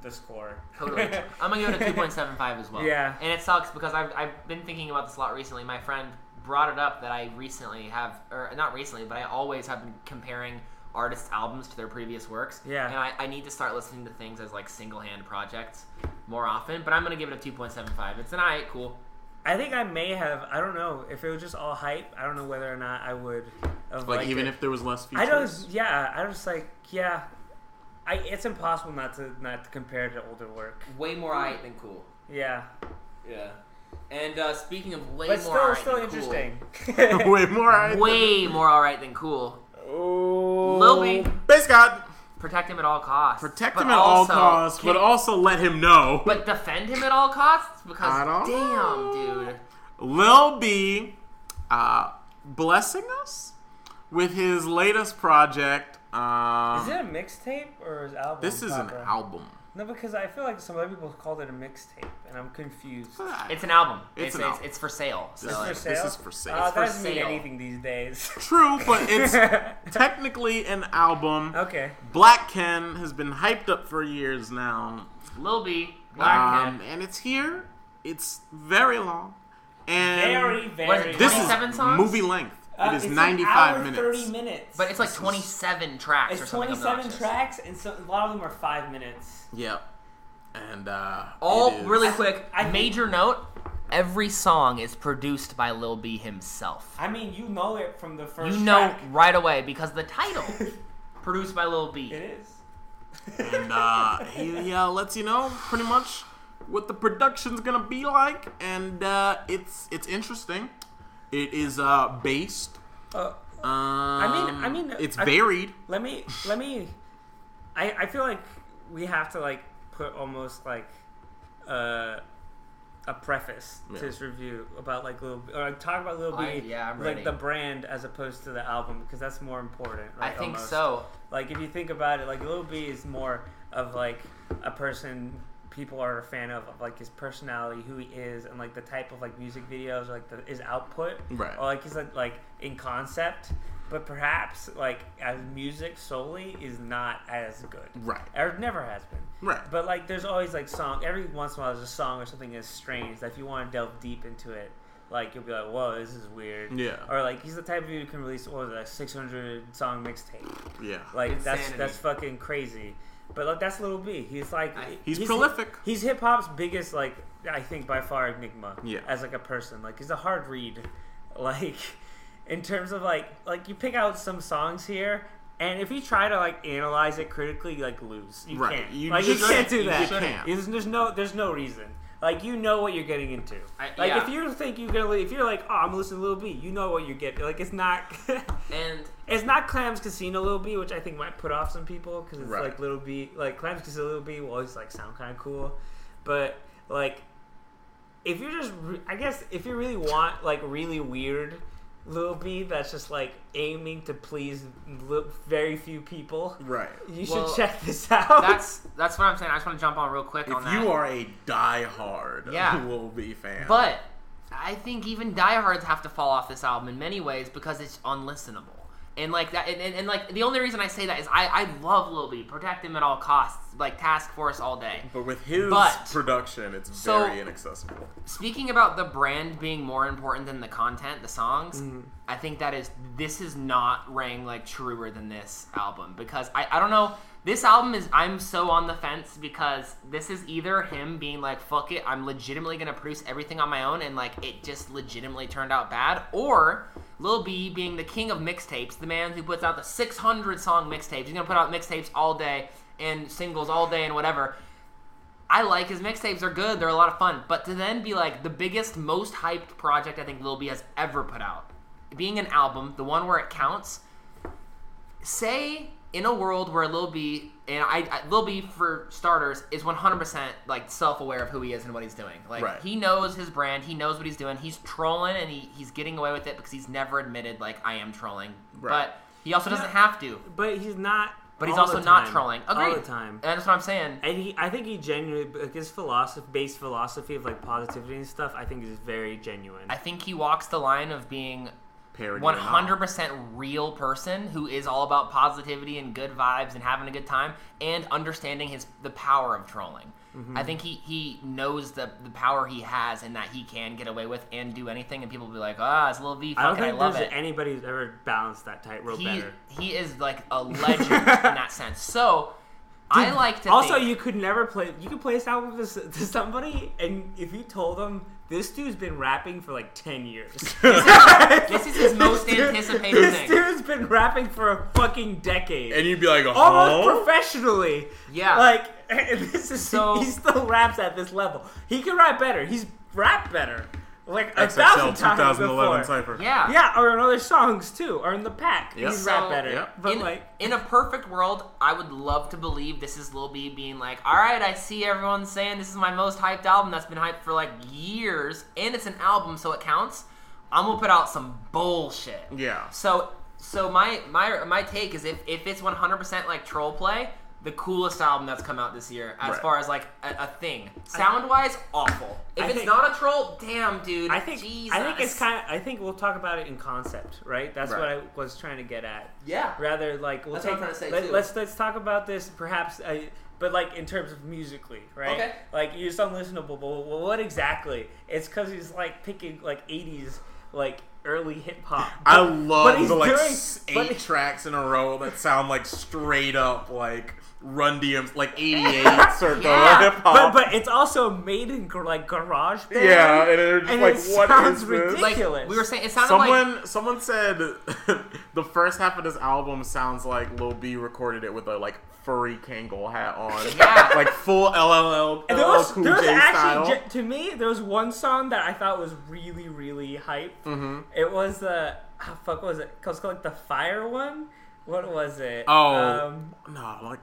S5: the score.
S4: Totally. I'm gonna give it a 2.75 as well.
S5: Yeah.
S4: And it sucks because I've, I've been thinking about this a lot recently. My friend brought it up that I recently have, or not recently, but I always have been comparing artists' albums to their previous works.
S5: Yeah.
S4: And I, I need to start listening to things as like single hand projects more often. But I'm gonna give it a 2.75. It's an I. Cool.
S5: I think I may have. I don't know if it was just all hype. I don't know whether or not I would. Have
S3: Like
S5: liked
S3: even
S5: it.
S3: if there was less
S5: I
S3: features.
S5: don't. Yeah, I was like, yeah. I, it's impossible not to not to compare to older work.
S6: Way more aight than cool.
S5: Yeah,
S6: Yeah.
S4: And uh, speaking of way
S5: but
S4: more,
S5: still,
S4: alright
S5: still
S4: than cool-
S5: interesting.
S3: Way more. I-
S4: way more alright than cool.
S3: Oh.
S4: Lil B.
S3: Base God.
S4: Protect him at all costs.
S3: Protect
S4: But
S3: him at
S4: also-
S3: all costs, but also let him know.
S4: But defend him at all costs because
S3: I don't
S4: damn, dude.
S3: Lil B uh, blessing us with his latest project. Um,
S5: Is it a mixtape or is it album?
S3: this is an
S5: Papa?
S3: album.
S5: No, because I feel like some other people called it a mixtape, and I'm confused.
S4: It's an album.
S3: It's
S4: It's
S3: an
S4: it's,
S3: album.
S4: it's for sale. So
S3: This
S5: for
S4: like,
S5: sale?
S3: this is for sale.
S5: Uh,
S3: It's
S5: that
S4: for
S5: doesn't mean
S4: sale.
S5: anything these days.
S3: True, but it's technically an album.
S5: okay.
S3: Black Ken has been hyped up for years now.
S4: Lil B, Black
S3: Um,
S4: Kid.
S3: and it's here. It's very long. And
S4: What is it,
S3: this is
S4: 27 songs?
S3: movie length.
S5: Uh,
S3: it is
S5: it's an
S3: 95
S5: hour,
S3: minutes.
S5: 30 minutes.
S4: But it's like 27 tracks or
S5: it's
S4: something.
S5: 27
S4: obnoxious.
S5: tracks, and so, a lot of them are five minutes.
S3: Yep. And uh it
S4: All
S3: is-
S4: really quick.
S5: I think-
S4: major note: every song is produced by Lil B himself.
S5: I mean, you know it from the first.
S4: You know
S5: track.
S4: right away because the title, produced by Lil B.
S5: it is.
S3: and uh, he, he uh, lets you know pretty much what the production's gonna be like, and uh, it's it's interesting. It is uh, based.
S5: Uh,
S3: Um, I
S5: mean- I mean,
S3: it's
S5: I-
S3: varied.
S5: let me let me I, I feel like we have to like put almost like uh, a preface
S3: Yeah.
S5: to this review about like little or like, talk about little B
S4: I- yeah, I'm
S5: like
S4: ready.
S5: the brand as opposed to the album because that's more important
S4: I
S5: right
S4: think
S5: almost.
S4: so.
S5: like if you think about it like little B is more of like a person people are a fan of, of like his personality who he is and like the type of like music videos or, like the, his output
S3: Right.
S5: or like he's like, like in concept but perhaps like as music solely is not as good
S3: Right.
S5: or never has been
S3: Right.
S5: but like there's always like song every once in a while there's a song or something that's strange that if you want to delve deep into it like you'll be like whoa this is weird
S3: Yeah.
S5: or like he's the type of dude who can release what was it, a 600 song mixtape
S3: Yeah.
S5: like
S4: Insanity.
S5: that's that's fucking crazy. But like that's Little B. He's like
S3: He's prolific.
S5: He's hip hop's biggest like I think by far enigma.
S3: Yeah.
S5: As like a person, like he's a hard read. Like in terms of like like you pick out some songs here. And if you try to like analyze it critically, you like lose. You
S3: Right.
S5: can't.
S3: You
S5: like you
S3: just-
S5: can't do
S3: you
S5: that.
S3: can't.
S5: There's, there's no there's no reason. Like you know what you're getting into.
S4: I-
S5: like
S4: yeah.
S5: if you think you're gonna if you're like oh I'm listening to Little B, you know what you're getting. Like it's not.
S4: And
S5: It's not Clams Casino Little B, which I think might put off some people because it's
S3: Right.
S5: like Little B, like Clams Casino Little B will always like sound kind of cool, but like if you're just, re- I guess if you really want like really weird Little B, that's just like aiming to please li- very few people.
S3: Right.
S5: You
S4: Well,
S5: should check this out.
S4: that's that's what I'm saying. I just want to jump on real quick on
S3: If
S4: that.
S3: you are a diehard
S4: Yeah.
S3: Will Be fan,
S4: But I think even diehards have to fall off this album in many ways because it's unlistenable. And like that, and, and, and like the only reason I say that is I, I love Lil B, protect him at all costs, like Task Force all day.
S3: but with his
S4: but-
S3: production, it's
S4: So-
S3: very inaccessible.
S4: Speaking about the brand being more important than the content, the songs, I think that is this is not rang like truer than this album because I, I don't know this album is I'm so on the fence because this is either him being like fuck it I'm legitimately gonna produce everything on my own and like it just legitimately turned out bad or Lil B being the king of mixtapes the man who puts out the 600 song mixtapes he's gonna put out mixtapes all day and singles all day and whatever I like his mixtapes. They're good. They're a lot of fun. But to then be like the biggest, most hyped project I think Lil B has ever put out, being an album, the one where it counts. Say in a world where Lil B and I, I Lil B for starters is 100% like self-aware of who he is and what he's doing. Like
S3: Right.
S4: he knows his brand. He knows what he's doing. He's trolling and he, he's getting away with it because he's never admitted like I am trolling.
S3: Right.
S4: But he also doesn't have to.
S5: but he's not.
S4: But he's
S5: all
S4: also
S5: the
S4: not
S5: time.
S4: trolling. Agreed.
S5: all the time.
S4: And that's what I'm saying.
S5: And he, I think he genuinely, like his philosophy, base philosophy of like positivity and stuff, I think is very genuine.
S4: I think he walks the line of being
S3: Parody or
S4: one
S3: not.
S4: hundred percent real person who is all about positivity and good vibes and having a good time and understanding his the power of trolling.
S5: Mm-hmm.
S4: I think he, he knows the the power he has and that he can get away with and do anything and people will be like, ah, it's Lil V,
S5: I don't
S4: fucking I,
S5: think
S4: love
S5: there's
S4: it.
S5: anybody who's ever balanced that tightrope
S4: he
S5: better.
S4: he is like a legend in that sense. So I like to
S5: Also,
S4: think-
S5: you could never play. You could play this album to, s- to somebody, and if you told them this dude's been rapping for like ten years,
S4: this is his most anticipated
S5: this
S4: thing.
S5: dude's been rapping for a fucking decade.
S3: and you'd be like,
S5: almost
S3: "Huh?"
S5: professionally.
S4: Yeah.
S5: Like this is
S4: So-
S5: he still raps at this level. He can rap better. He's rapped better. Like a
S3: XXL
S5: thousand times
S3: 2011
S5: before.
S3: cipher.
S4: Yeah.
S5: Yeah, or in other songs too, or in the pack.
S3: Yep.
S5: He's
S3: So,
S5: rap better.
S3: yep.
S5: But
S4: in,
S5: like
S4: in a perfect world, I would love to believe this is Lil B being like, "All right, I see everyone saying this is my most hyped album that's been hyped for like years, and it's an album, so it counts. I'm gonna put out some bullshit."
S3: Yeah.
S4: So, so my my my take is if if it's 100% like troll play, the coolest album that's come out this year as
S3: Right.
S4: far as like a, a thing. Sound wise, awful. If
S5: I
S4: it's
S5: think-
S4: not a troll, damn dude.
S5: I think
S4: Jesus.
S5: I think it's kind of I think we'll talk about it in concept, right? That's what I
S3: Right.
S5: was trying to get at.
S6: Yeah.
S5: Rather like we'll
S6: That's what
S5: take
S6: I'm trying to say,
S5: let,
S6: too.
S5: us let's talk about this perhaps uh, but like in terms of musically, right?
S6: Okay.
S5: Like it's unlistenable, but wh- what exactly? It's cuz he's like picking like 80s like early hip hop.
S3: I
S5: But
S3: love
S5: he's
S3: the like
S5: doing-
S3: s- eight
S5: but-
S3: tracks in a row that sound like straight up like Run DM's like 88s or
S4: Yeah.
S3: the hip
S5: But
S3: hop.
S5: but it's also made in gar- like garage band.
S3: yeah, and they're just
S5: And
S3: like,
S5: it
S3: what
S5: sounds
S3: is this?
S5: ridiculous.
S4: like we were saying. It sounded like
S3: Someone someone said the first half of this album sounds like Lil B recorded it with a like furry Kangol hat on.
S4: Yeah.
S3: like full LLL,
S5: And there was,
S3: Cool
S5: there was
S3: J
S5: actually,
S3: style.
S5: ge- to me, there was one song that I thought was really, really hype.
S3: Mm-hmm.
S5: It was the, ah, fuck was it? It was called like the fire one? What was it? Um,
S3: Oh. no, like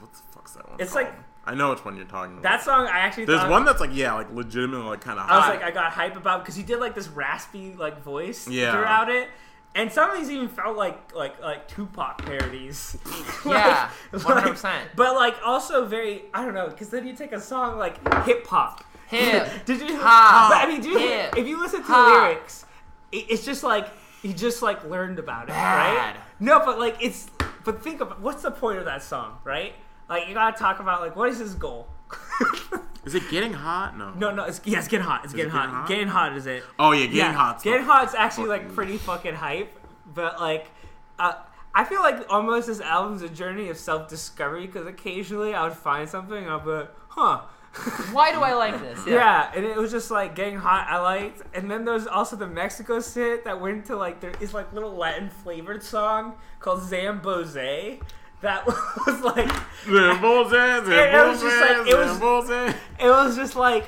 S3: what the fuck's that one?
S5: It's
S3: called?
S5: like-
S3: I know which one you're talking about.
S5: that song I actually
S3: There's
S5: thought,
S3: one that's like yeah, like legitimately like kind of
S5: I was
S3: hot.
S5: like, I got hype about because he did like this raspy like voice
S3: Yeah.
S5: throughout it. And some of these even felt like like like Tupac parodies.
S4: Yeah,
S5: Like-
S4: 100%.
S5: like- But like also very I don't know because then you take a song like hip hop.
S4: Hip
S5: Did you?
S4: hop,
S5: But I mean, do you,
S4: hip
S5: if you listen to the
S4: hop.
S5: lyrics, it, it's just like he just like learned about it,
S4: Bad.
S5: right? No, but like it's but think about what's the point of that song, right? Like you gotta talk about like what is his goal?
S3: is it getting hot? No.
S5: No, no, it's yeah, it's getting hot. It's getting,
S3: it
S5: hot.
S3: getting hot?
S5: Getting hot is it?
S3: Oh yeah, getting
S5: yeah,
S3: hot.
S5: Getting hot's actually like
S3: fucking-
S5: pretty fucking hype, but like, uh, I feel like almost this album's a journey of self discovery because occasionally I would find something and I'd be like, huh.
S4: why do I like this?
S5: Yeah, and it was just like getting hot. I liked, and then there's also the Mexico shit that went to like there is like little Latin flavored song called Zambose that was like
S3: Symbols and
S5: it was just like-
S3: symbols
S5: it
S3: and
S5: was-
S3: symbols and-
S5: it was just like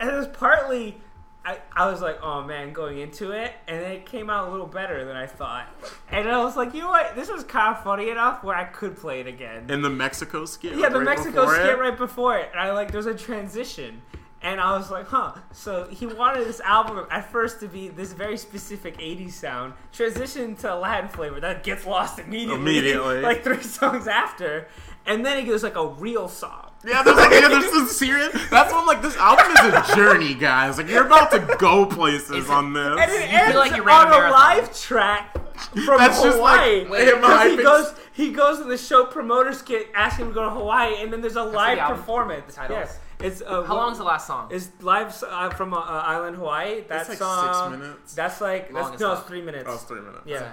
S5: and it was partly I, I was like oh man going into it and then it came out a little better than i thought and i was like you know what this was kind of funny enough where i could play it again
S3: And the Mexico skit.
S5: yeah
S3: like,
S5: the
S3: right
S5: mexico
S3: before
S5: skit
S3: it.
S5: right before it and i like there's a transition and i was like huh so he wanted this album at first to be this very specific 80s sound transition to a latin flavor that gets lost immediately
S3: Immediately.
S5: like three songs after and then it goes like a real song
S3: Yeah, there's like yeah, there's some serious. That's when like this album is a journey, guys. Like you're about to go places on this.
S5: And it
S4: feel
S5: ends
S4: like you ran
S5: on
S4: a
S5: a
S4: marathon.
S5: live track from
S3: That's just
S5: Hawaii.
S3: like him
S5: 'Cause he
S3: hyping-
S5: goes, he goes to the show promoters kit, asking him to go to Hawaii, and then there's a live
S4: album-
S5: performance.
S4: the title
S5: Yes. it's uh,
S4: How long's the last song?
S5: It's live uh, from uh, uh, Island Hawaii. That's
S3: like six
S5: song,
S3: minutes.
S5: That's like
S4: Long
S5: that's,
S4: as
S5: no, it's
S4: fuck.
S5: three minutes.
S3: Oh, it's three minutes.
S5: yeah.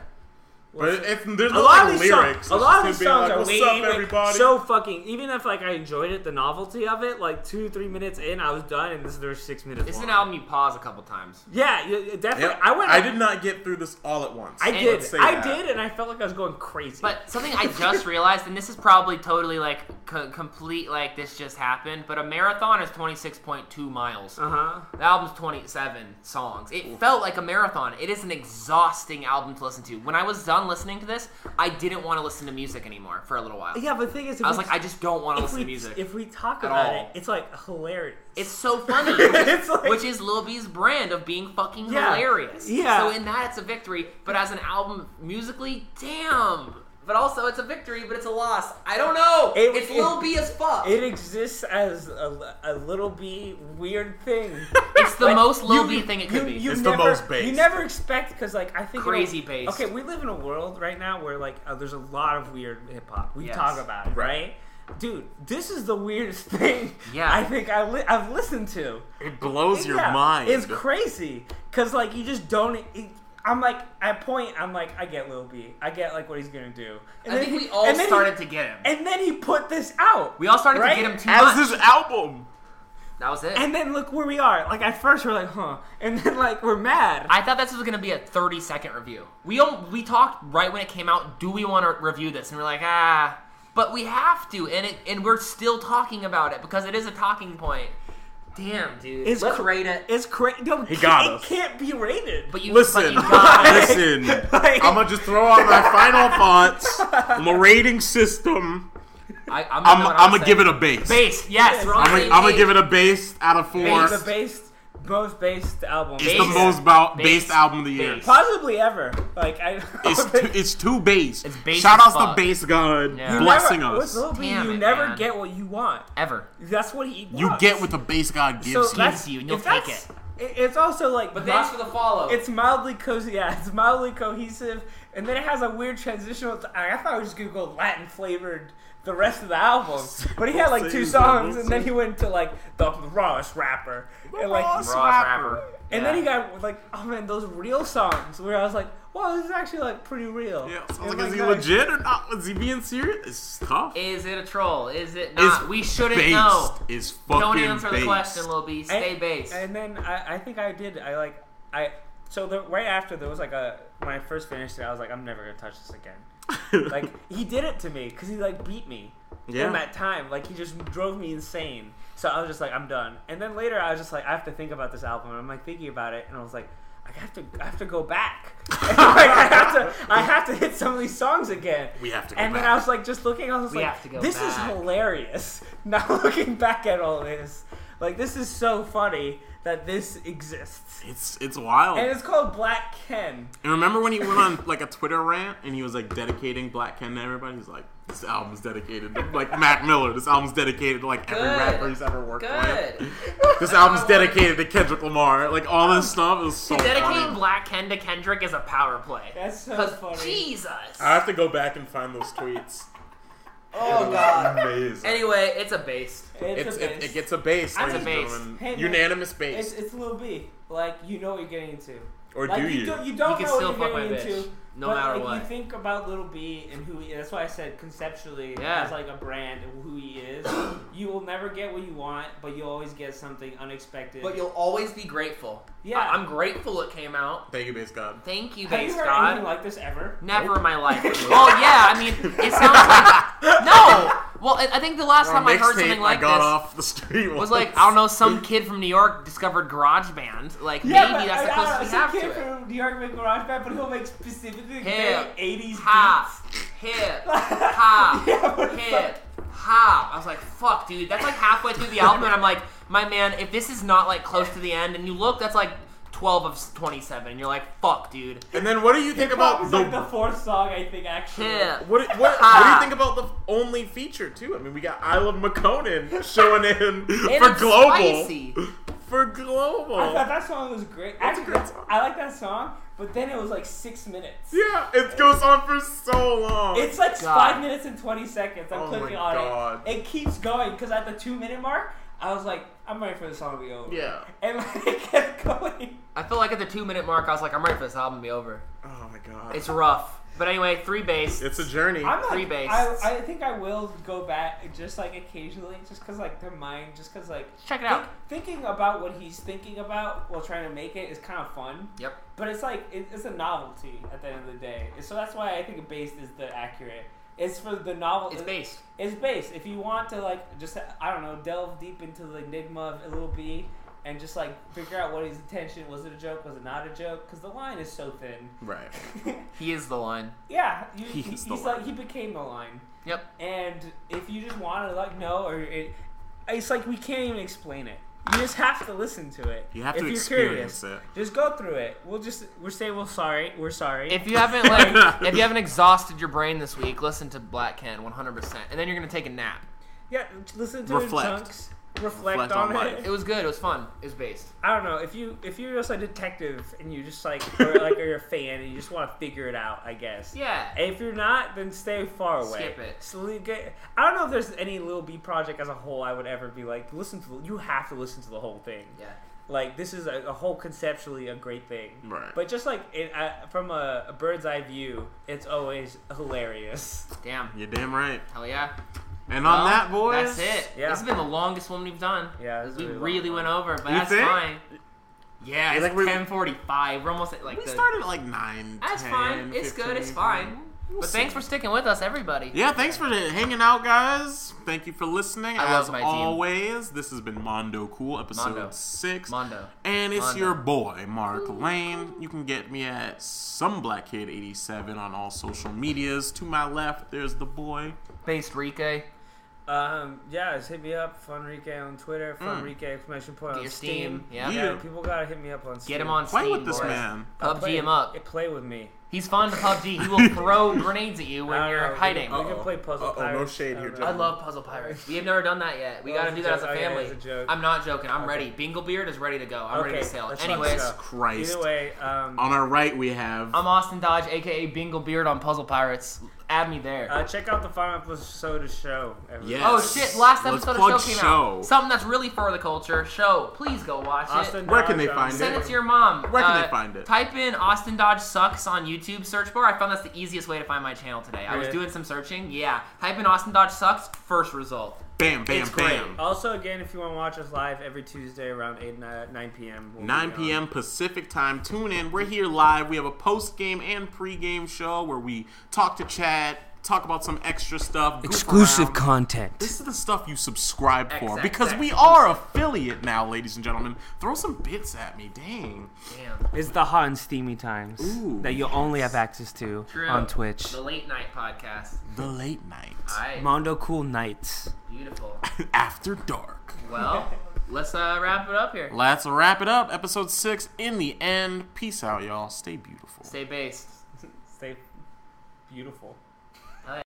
S3: but if there's
S5: A
S3: no
S5: lot
S3: like,
S5: of these songs,
S3: lyrics,
S5: a lot of
S3: it's
S5: these
S3: just gonna
S5: songs
S3: be
S5: are
S3: like, "What's up,
S5: way like,
S3: everybody?"
S5: so fucking. Even if like I enjoyed it, the novelty of it, like two three minutes in, I was done, and this there's six minutes.
S4: This is
S5: long.
S4: an album you pause a couple times.
S5: Yeah, you- definitely.
S3: Yep.
S5: I went.
S3: I did not get through this all at once.
S5: I
S4: And-
S5: did.
S4: Let's
S3: say
S5: I
S3: that.
S5: did, and I felt like I was going crazy.
S4: But something I just realized, and this is probably totally like co- complete, like this just happened. But a marathon is twenty six point two miles.
S5: uh huh.
S4: The album's twenty seven songs. It felt like a marathon. It is an exhausting album to listen to. When I was done listening to this, I didn't want to listen to music anymore for a little while.
S5: Yeah, but the thing is, if
S4: I was
S5: we,
S4: like, I just don't want to
S5: if
S4: listen
S5: we,
S4: to music.
S5: if we talk
S4: at
S5: about
S4: all.
S5: it, it's like hilarious.
S4: It's so funny, which,
S5: It's like-
S4: which is Lil B's brand of being fucking
S5: Yeah.
S4: hilarious.
S5: Yeah.
S4: So in that, it's a victory. But as an album, musically, damn. But also, it's a victory, but it's a loss. I don't know.
S5: It-
S4: it's
S5: it-
S4: Lil B as fuck.
S5: It exists as a, a little b weird thing.
S4: it's the most Lil
S5: You-
S4: B thing it could
S5: you-
S4: be.
S5: you
S3: It's the
S5: never,
S3: most based.
S5: You never expect because, like, I think it'll-
S4: Crazy based.
S5: Okay, we live in a world right now where like uh, there's a lot of weird hip hop. We
S4: Yes.
S5: talk about it, right? Dude, this is the weirdest thing
S4: Yeah.
S5: I think I li- I've listened to.
S3: it blows your
S5: Yeah,
S3: mind.
S5: It's crazy because like you just don't. It, I'm like at point I'm like I get Lil B. I get like what he's gonna do. And
S4: I
S5: then
S4: think
S5: he-
S4: we all
S5: and then
S4: started
S5: he,
S4: to get him.
S5: And then he put this out.
S4: we all started
S5: right?
S4: to get him too
S3: As
S4: much.
S3: this album,
S4: That was it.
S5: And then look where we are. Like at first we're like, huh, and then like we're mad.
S4: I thought this was gonna be a 30 second review. We all, we talked right when it came out. Do we want to review this? And we're like, ah, but we have to, and it and we're still talking about it because it is a talking point. Damn, dude.
S5: It's
S4: Let's
S5: cr-
S4: rate it.
S5: It's crazy. No, he
S3: got
S5: it
S3: us.
S5: can't be rated.
S4: But you
S3: Listen,
S4: But you got it.
S3: listen.
S5: Like-
S3: I'm gonna just throw out my final thoughts. I'm a rating system.
S4: I, I'm,
S3: I'm,
S4: gonna-
S3: I'm gonna
S4: say-
S3: give it a base.
S4: base. Yes, we're on
S3: I'm
S4: the
S3: gonna,
S4: same
S3: I'm gonna
S4: page.
S3: give it a base out of four.
S5: It's
S3: It's
S5: the based, most based album,
S3: the
S4: Base.
S3: most ba- based
S4: Base.
S3: album of the year.
S4: Base.
S5: possibly ever. Like I.
S3: It's too, it's too base.
S4: It's base
S3: Shout
S4: as
S3: out to
S4: fuck.
S3: base god
S4: Yeah. You
S3: blessing
S5: never,
S3: us.
S5: With Lil B,
S4: Damn
S5: you
S4: it,
S5: never
S4: man.
S5: get what you want.
S4: ever.
S5: That's what he. Wants.
S3: You get what the base god gives
S5: so
S3: you.
S5: that's-
S4: you and you'll
S5: if that's-
S4: take
S5: it- It's also like,
S6: But thanks for the follow.
S5: It's mildly cozy. Yeah, it's mildly cohesive, and then it has a weird transitional. T- I thought I was just gonna go Latin flavored the rest of the album, but he had like two
S3: Same,
S5: songs,
S3: same.
S5: and then he went to like the rawest rapper, and like,
S3: rawest
S4: Raw rapper.
S5: and then he got like, oh man, those real songs where I was like, wow, this is actually like pretty real.
S3: Yeah,
S5: And,
S3: sounds like, is he
S5: that-
S3: legit or not? Is he being serious? It's tough.
S4: Is Oh it a troll? Is it not? we shouldn't
S3: based.
S4: know.
S3: It's fucking
S4: Don't answer
S3: based.
S4: the question, Lil B. Stay
S5: and,
S4: based.
S5: And then I, I think I did. I like I so the, right after there was like a when I first finished it, I was like, I'm never gonna touch this again. like he did it to me because he like beat me
S3: Yeah.
S5: in that time. Like he just drove me insane. So I was just like, I'm done. And then later I was just like, I have to think about this album. And I'm like thinking about it, and I was like. I have to, I have to go back. Like, I have to, I have to hit some of these songs again.
S3: We have to go
S5: and then
S3: back.
S5: I was like, just looking, I was
S4: We
S5: like,
S4: have to go
S5: this is
S4: back.
S5: hilarious. Now looking back at all this, like this is so funny that this exists.
S3: It's it's wild.
S5: And it's called Black Ken.
S3: And remember when he went on like a Twitter rant and he was like dedicating Black Ken to everybody? He's like, this album's dedicated to like Mac Miller. This album's dedicated to like every
S6: Good.
S3: rapper he's ever worked with.
S6: Good.
S3: This album's dedicated to Kendrick Lamar. Like all this stuff is so
S4: Dedicating
S3: funny.
S4: Black Ken to Kendrick is a power play.
S5: That's so
S4: 'Cause
S5: funny.
S4: Jesus.
S3: I have to go back and find those tweets.
S6: Oh god.
S3: Amazing.
S4: Anyway, it's a base.
S5: It's,
S3: It's,
S5: a
S3: it,
S5: base.
S3: it gets a base, ladies
S4: That's a
S3: and
S4: base.
S3: gentlemen.
S5: Hey, man.
S3: Unanimous base.
S5: it's, it's Lil B. Like you know what you're getting into.
S3: or
S5: Like
S3: do you?
S5: Don't, you don't
S4: You can
S5: know
S4: still
S5: what
S4: fuck
S5: you're
S4: my
S5: getting
S4: bitch,
S5: into.
S4: no
S5: but,
S4: matter
S5: like, You
S4: what.
S5: think about Little B and who he is. That's why I said conceptually
S4: Yeah.
S5: as like a brand and who he is. you will never get what you want, but you'll always get something unexpected.
S6: But you'll always be grateful.
S5: yeah.
S4: I- am grateful it came out.
S3: Thank you, base god.
S4: Thank you,
S5: Have you
S4: base
S5: heard
S4: god.
S5: anything like this ever?
S4: Never in my life. well, yeah. I mean, it sounds like no. Well, I I think the last
S3: On
S4: time I heard
S3: mixtape,
S4: something like
S3: I got
S4: this
S3: off the street.
S4: was like I don't know, some kid from New York discovered GarageBand. Like maybe that's the closest we have
S5: kid
S4: to it.
S5: from New York make garage band, but he'll make specifically
S4: Yeah.
S5: very 80s
S4: Ha,
S5: beats.
S4: hip, ha,
S5: Yeah, but it's
S4: hip, ha. I was like, fuck, dude. That's like halfway through the album, and I'm like, my man, if this is not like close to the end, and you look, that's like 12 of 27, and you're like, fuck, dude.
S3: And then what do you think
S5: That
S3: about
S5: was
S3: the
S5: like the fourth song, I think, actually.
S4: Hip.
S3: What, what, what do you think about the only feature too? I mean, we got Isla McConan showing in
S4: And
S3: for
S4: it's
S3: global.
S4: spicy.
S3: For
S5: I thought
S3: global.
S5: that song was great.
S3: That's a
S5: Actually,
S3: great song.
S5: I like that song, but then it was like six minutes.
S3: Yeah, it goes on for so long.
S5: It's like
S4: God.
S5: five minutes and 20 seconds. I'm
S3: Oh my
S5: clicking on
S3: God.
S5: it. It keeps going because at the two minute mark, I was like, I'm ready for the song to be over.
S3: yeah.
S5: And like, it kept going.
S4: I feel like at the two minute mark, I was like, I'm ready for this album to be over.
S3: Oh my god.
S4: It's rough. But anyway, three bass.
S3: It's a journey.
S5: I'm like,
S4: Three bass.
S5: I, I think I will go back just like occasionally, just because like their mind, just because like
S4: Check it out.
S5: think- thinking about what he's thinking about while trying to make it is kind of fun.
S4: Yep.
S5: But it's like it, it's a novelty at the end of the day, so that's why I think based is the accurate. It's for the novel.
S4: It's based.
S5: It's based. If you want to like just I don't know delve deep into the enigma of Lil B and just like figure out what his intention was. It a joke? Was it not a joke? Because the line is so thin.
S3: right.
S4: He is the line.
S5: yeah, you,
S3: He
S5: he-
S3: is
S5: he's
S3: the
S5: like he became the line.
S4: Yep.
S5: And if you just want to like know, or it, it's like we can't even explain it. You just have to listen to it.
S3: You have
S5: if
S3: to
S5: you're
S3: experience
S5: curious,
S3: it.
S5: Just go through it. We'll just we're saying we're sorry. We're sorry.
S4: If you haven't like, if you haven't exhausted your brain this week, listen to Black Ken 100%, and then you're gonna take a nap.
S5: yeah, listen to
S3: Reflect.
S5: it in chunks. Reflect,
S3: Reflect
S5: on,
S3: on
S5: it.
S4: It was good. It was fun. It was based.
S5: I don't know if you if you're just a detective and you just like or like or you're a fan and you just want to figure it out. I guess.
S4: Yeah.
S5: And If you're not, then stay far away.
S4: Skip it.
S5: So you get- I don't know if there's any Lil B project as a whole I would ever be like, listen to, you have to listen to the whole thing.
S4: Yeah.
S5: Like, this is a, a whole conceptually a great thing.
S3: Right.
S5: But just like it, uh, from a, a bird's eye view, it's always hilarious.
S4: Damn.
S3: You're damn right.
S4: Hell yeah.
S3: And
S4: Well,
S3: on that, boys,
S4: That's it.
S5: Yeah.
S4: This has been the longest one we've done.
S5: Yeah, this is
S4: we
S5: a really long
S4: really
S5: one.
S4: went over, but
S3: You
S4: that's
S3: think?
S4: fine. Yeah, it's
S3: think we-
S4: like ten forty-five. We're almost at like
S3: We
S4: the.
S3: started at like nine.
S4: that's
S3: 10,
S4: fine. It's good. It's
S3: 15.
S4: fine. But thanks for sticking with us, everybody.
S3: Yeah, thanks for hanging out, guys. Thank you for listening.
S4: I love
S3: As
S4: my team.
S3: always, this has been Mondo Cool, episode
S4: Mondo.
S3: six.
S4: Mondo.
S3: And it's
S4: Mondo.
S3: your boy, Mark Lane. You can get me at SomeBlackKid87 on all social medias. To my left, there's the boy.
S4: Based Rike.
S5: Um, yeah, just hit me up, Funrike on Twitter, Funrike exclamation point
S4: Get
S5: on
S4: your
S5: Steam.
S4: Mm. Steam. Yeah.
S5: Yeah, people gotta hit me up on Steam.
S4: Get him on
S3: Play
S4: Steam.
S3: with this
S4: boys.
S3: man.
S4: PUBG
S5: play,
S4: him up.
S5: Play with me.
S4: He's fond of PUBG. He will throw grenades at you when
S5: I don't know,
S4: you're
S5: we
S4: hiding.
S5: can- We can play Puzzle
S3: Uh-oh, no
S5: Pirates.
S3: shade
S5: I
S3: here,
S5: don't
S3: Jeff.
S4: I
S5: know.
S4: love Puzzle Pirates. We have never done that yet. We
S5: Oh,
S4: gotta
S5: it's
S4: do
S5: a
S4: that as a
S5: joke. Okay,
S4: family.
S5: it's a joke.
S4: I'm not joking. I'm ready. Binglebeard is ready to go. I'm ready
S5: Okay,
S4: to sail.
S5: let's not
S4: Anyways,
S5: go.
S3: Christ. Oh.
S5: Either way, um,
S3: On our right, we have.
S4: I'm Austin Dodge, aka Binglebeard on Puzzle Pirates. Add me there.
S5: uh, check out the final episode of show. everyone.
S3: Yes.
S4: oh shit! Last
S3: Let's
S4: episode
S3: plug
S4: of show came
S3: show.
S4: out. Something that's really for the culture. Show. Please go watch
S5: Austin
S4: it.
S3: Where can they
S5: Dodge,
S3: find
S5: Austin
S4: Oh, Send it
S5: Dodge.
S4: to your mom. Uh,
S3: Where can they find it?
S4: Type in Austin Dodge Sucks on YouTube search bar. I found that's the easiest way to find my channel today. I was
S5: Really?
S4: doing some searching. Yeah. Type in Austin Dodge Sucks, first result.
S3: Bam, bam,
S4: It's great. Oh,
S3: bam.
S5: Also, again, if you want to watch us live every Tuesday around 8, 9, 9 p.m. we'll be
S3: 9
S5: on.
S3: p.m. Pacific time. Tune in. We're here live. We have a post game and pre game show where we talk to chat, talk about some extra stuff. goof
S1: Exclusive
S3: around.
S1: content.
S3: This is the stuff you subscribe for
S4: Exact-
S3: because we
S4: exact-
S3: are affiliate now, ladies and gentlemen. Throw some bits at me. Dang.
S4: Damn.
S5: It's the hot and steamy times
S3: Ooh.
S5: that you'll only have access to
S4: True.
S5: on Twitch.
S4: The late night podcast.
S3: The late night.
S4: All right.
S5: Mondo Cool Nights.
S4: Beautiful.
S3: After dark.
S4: Well, let's uh, wrap it up here.
S3: Let's wrap it up. Episode 6 in the end. Peace out, y'all. Stay beautiful.
S4: Stay based.
S5: Stay beautiful.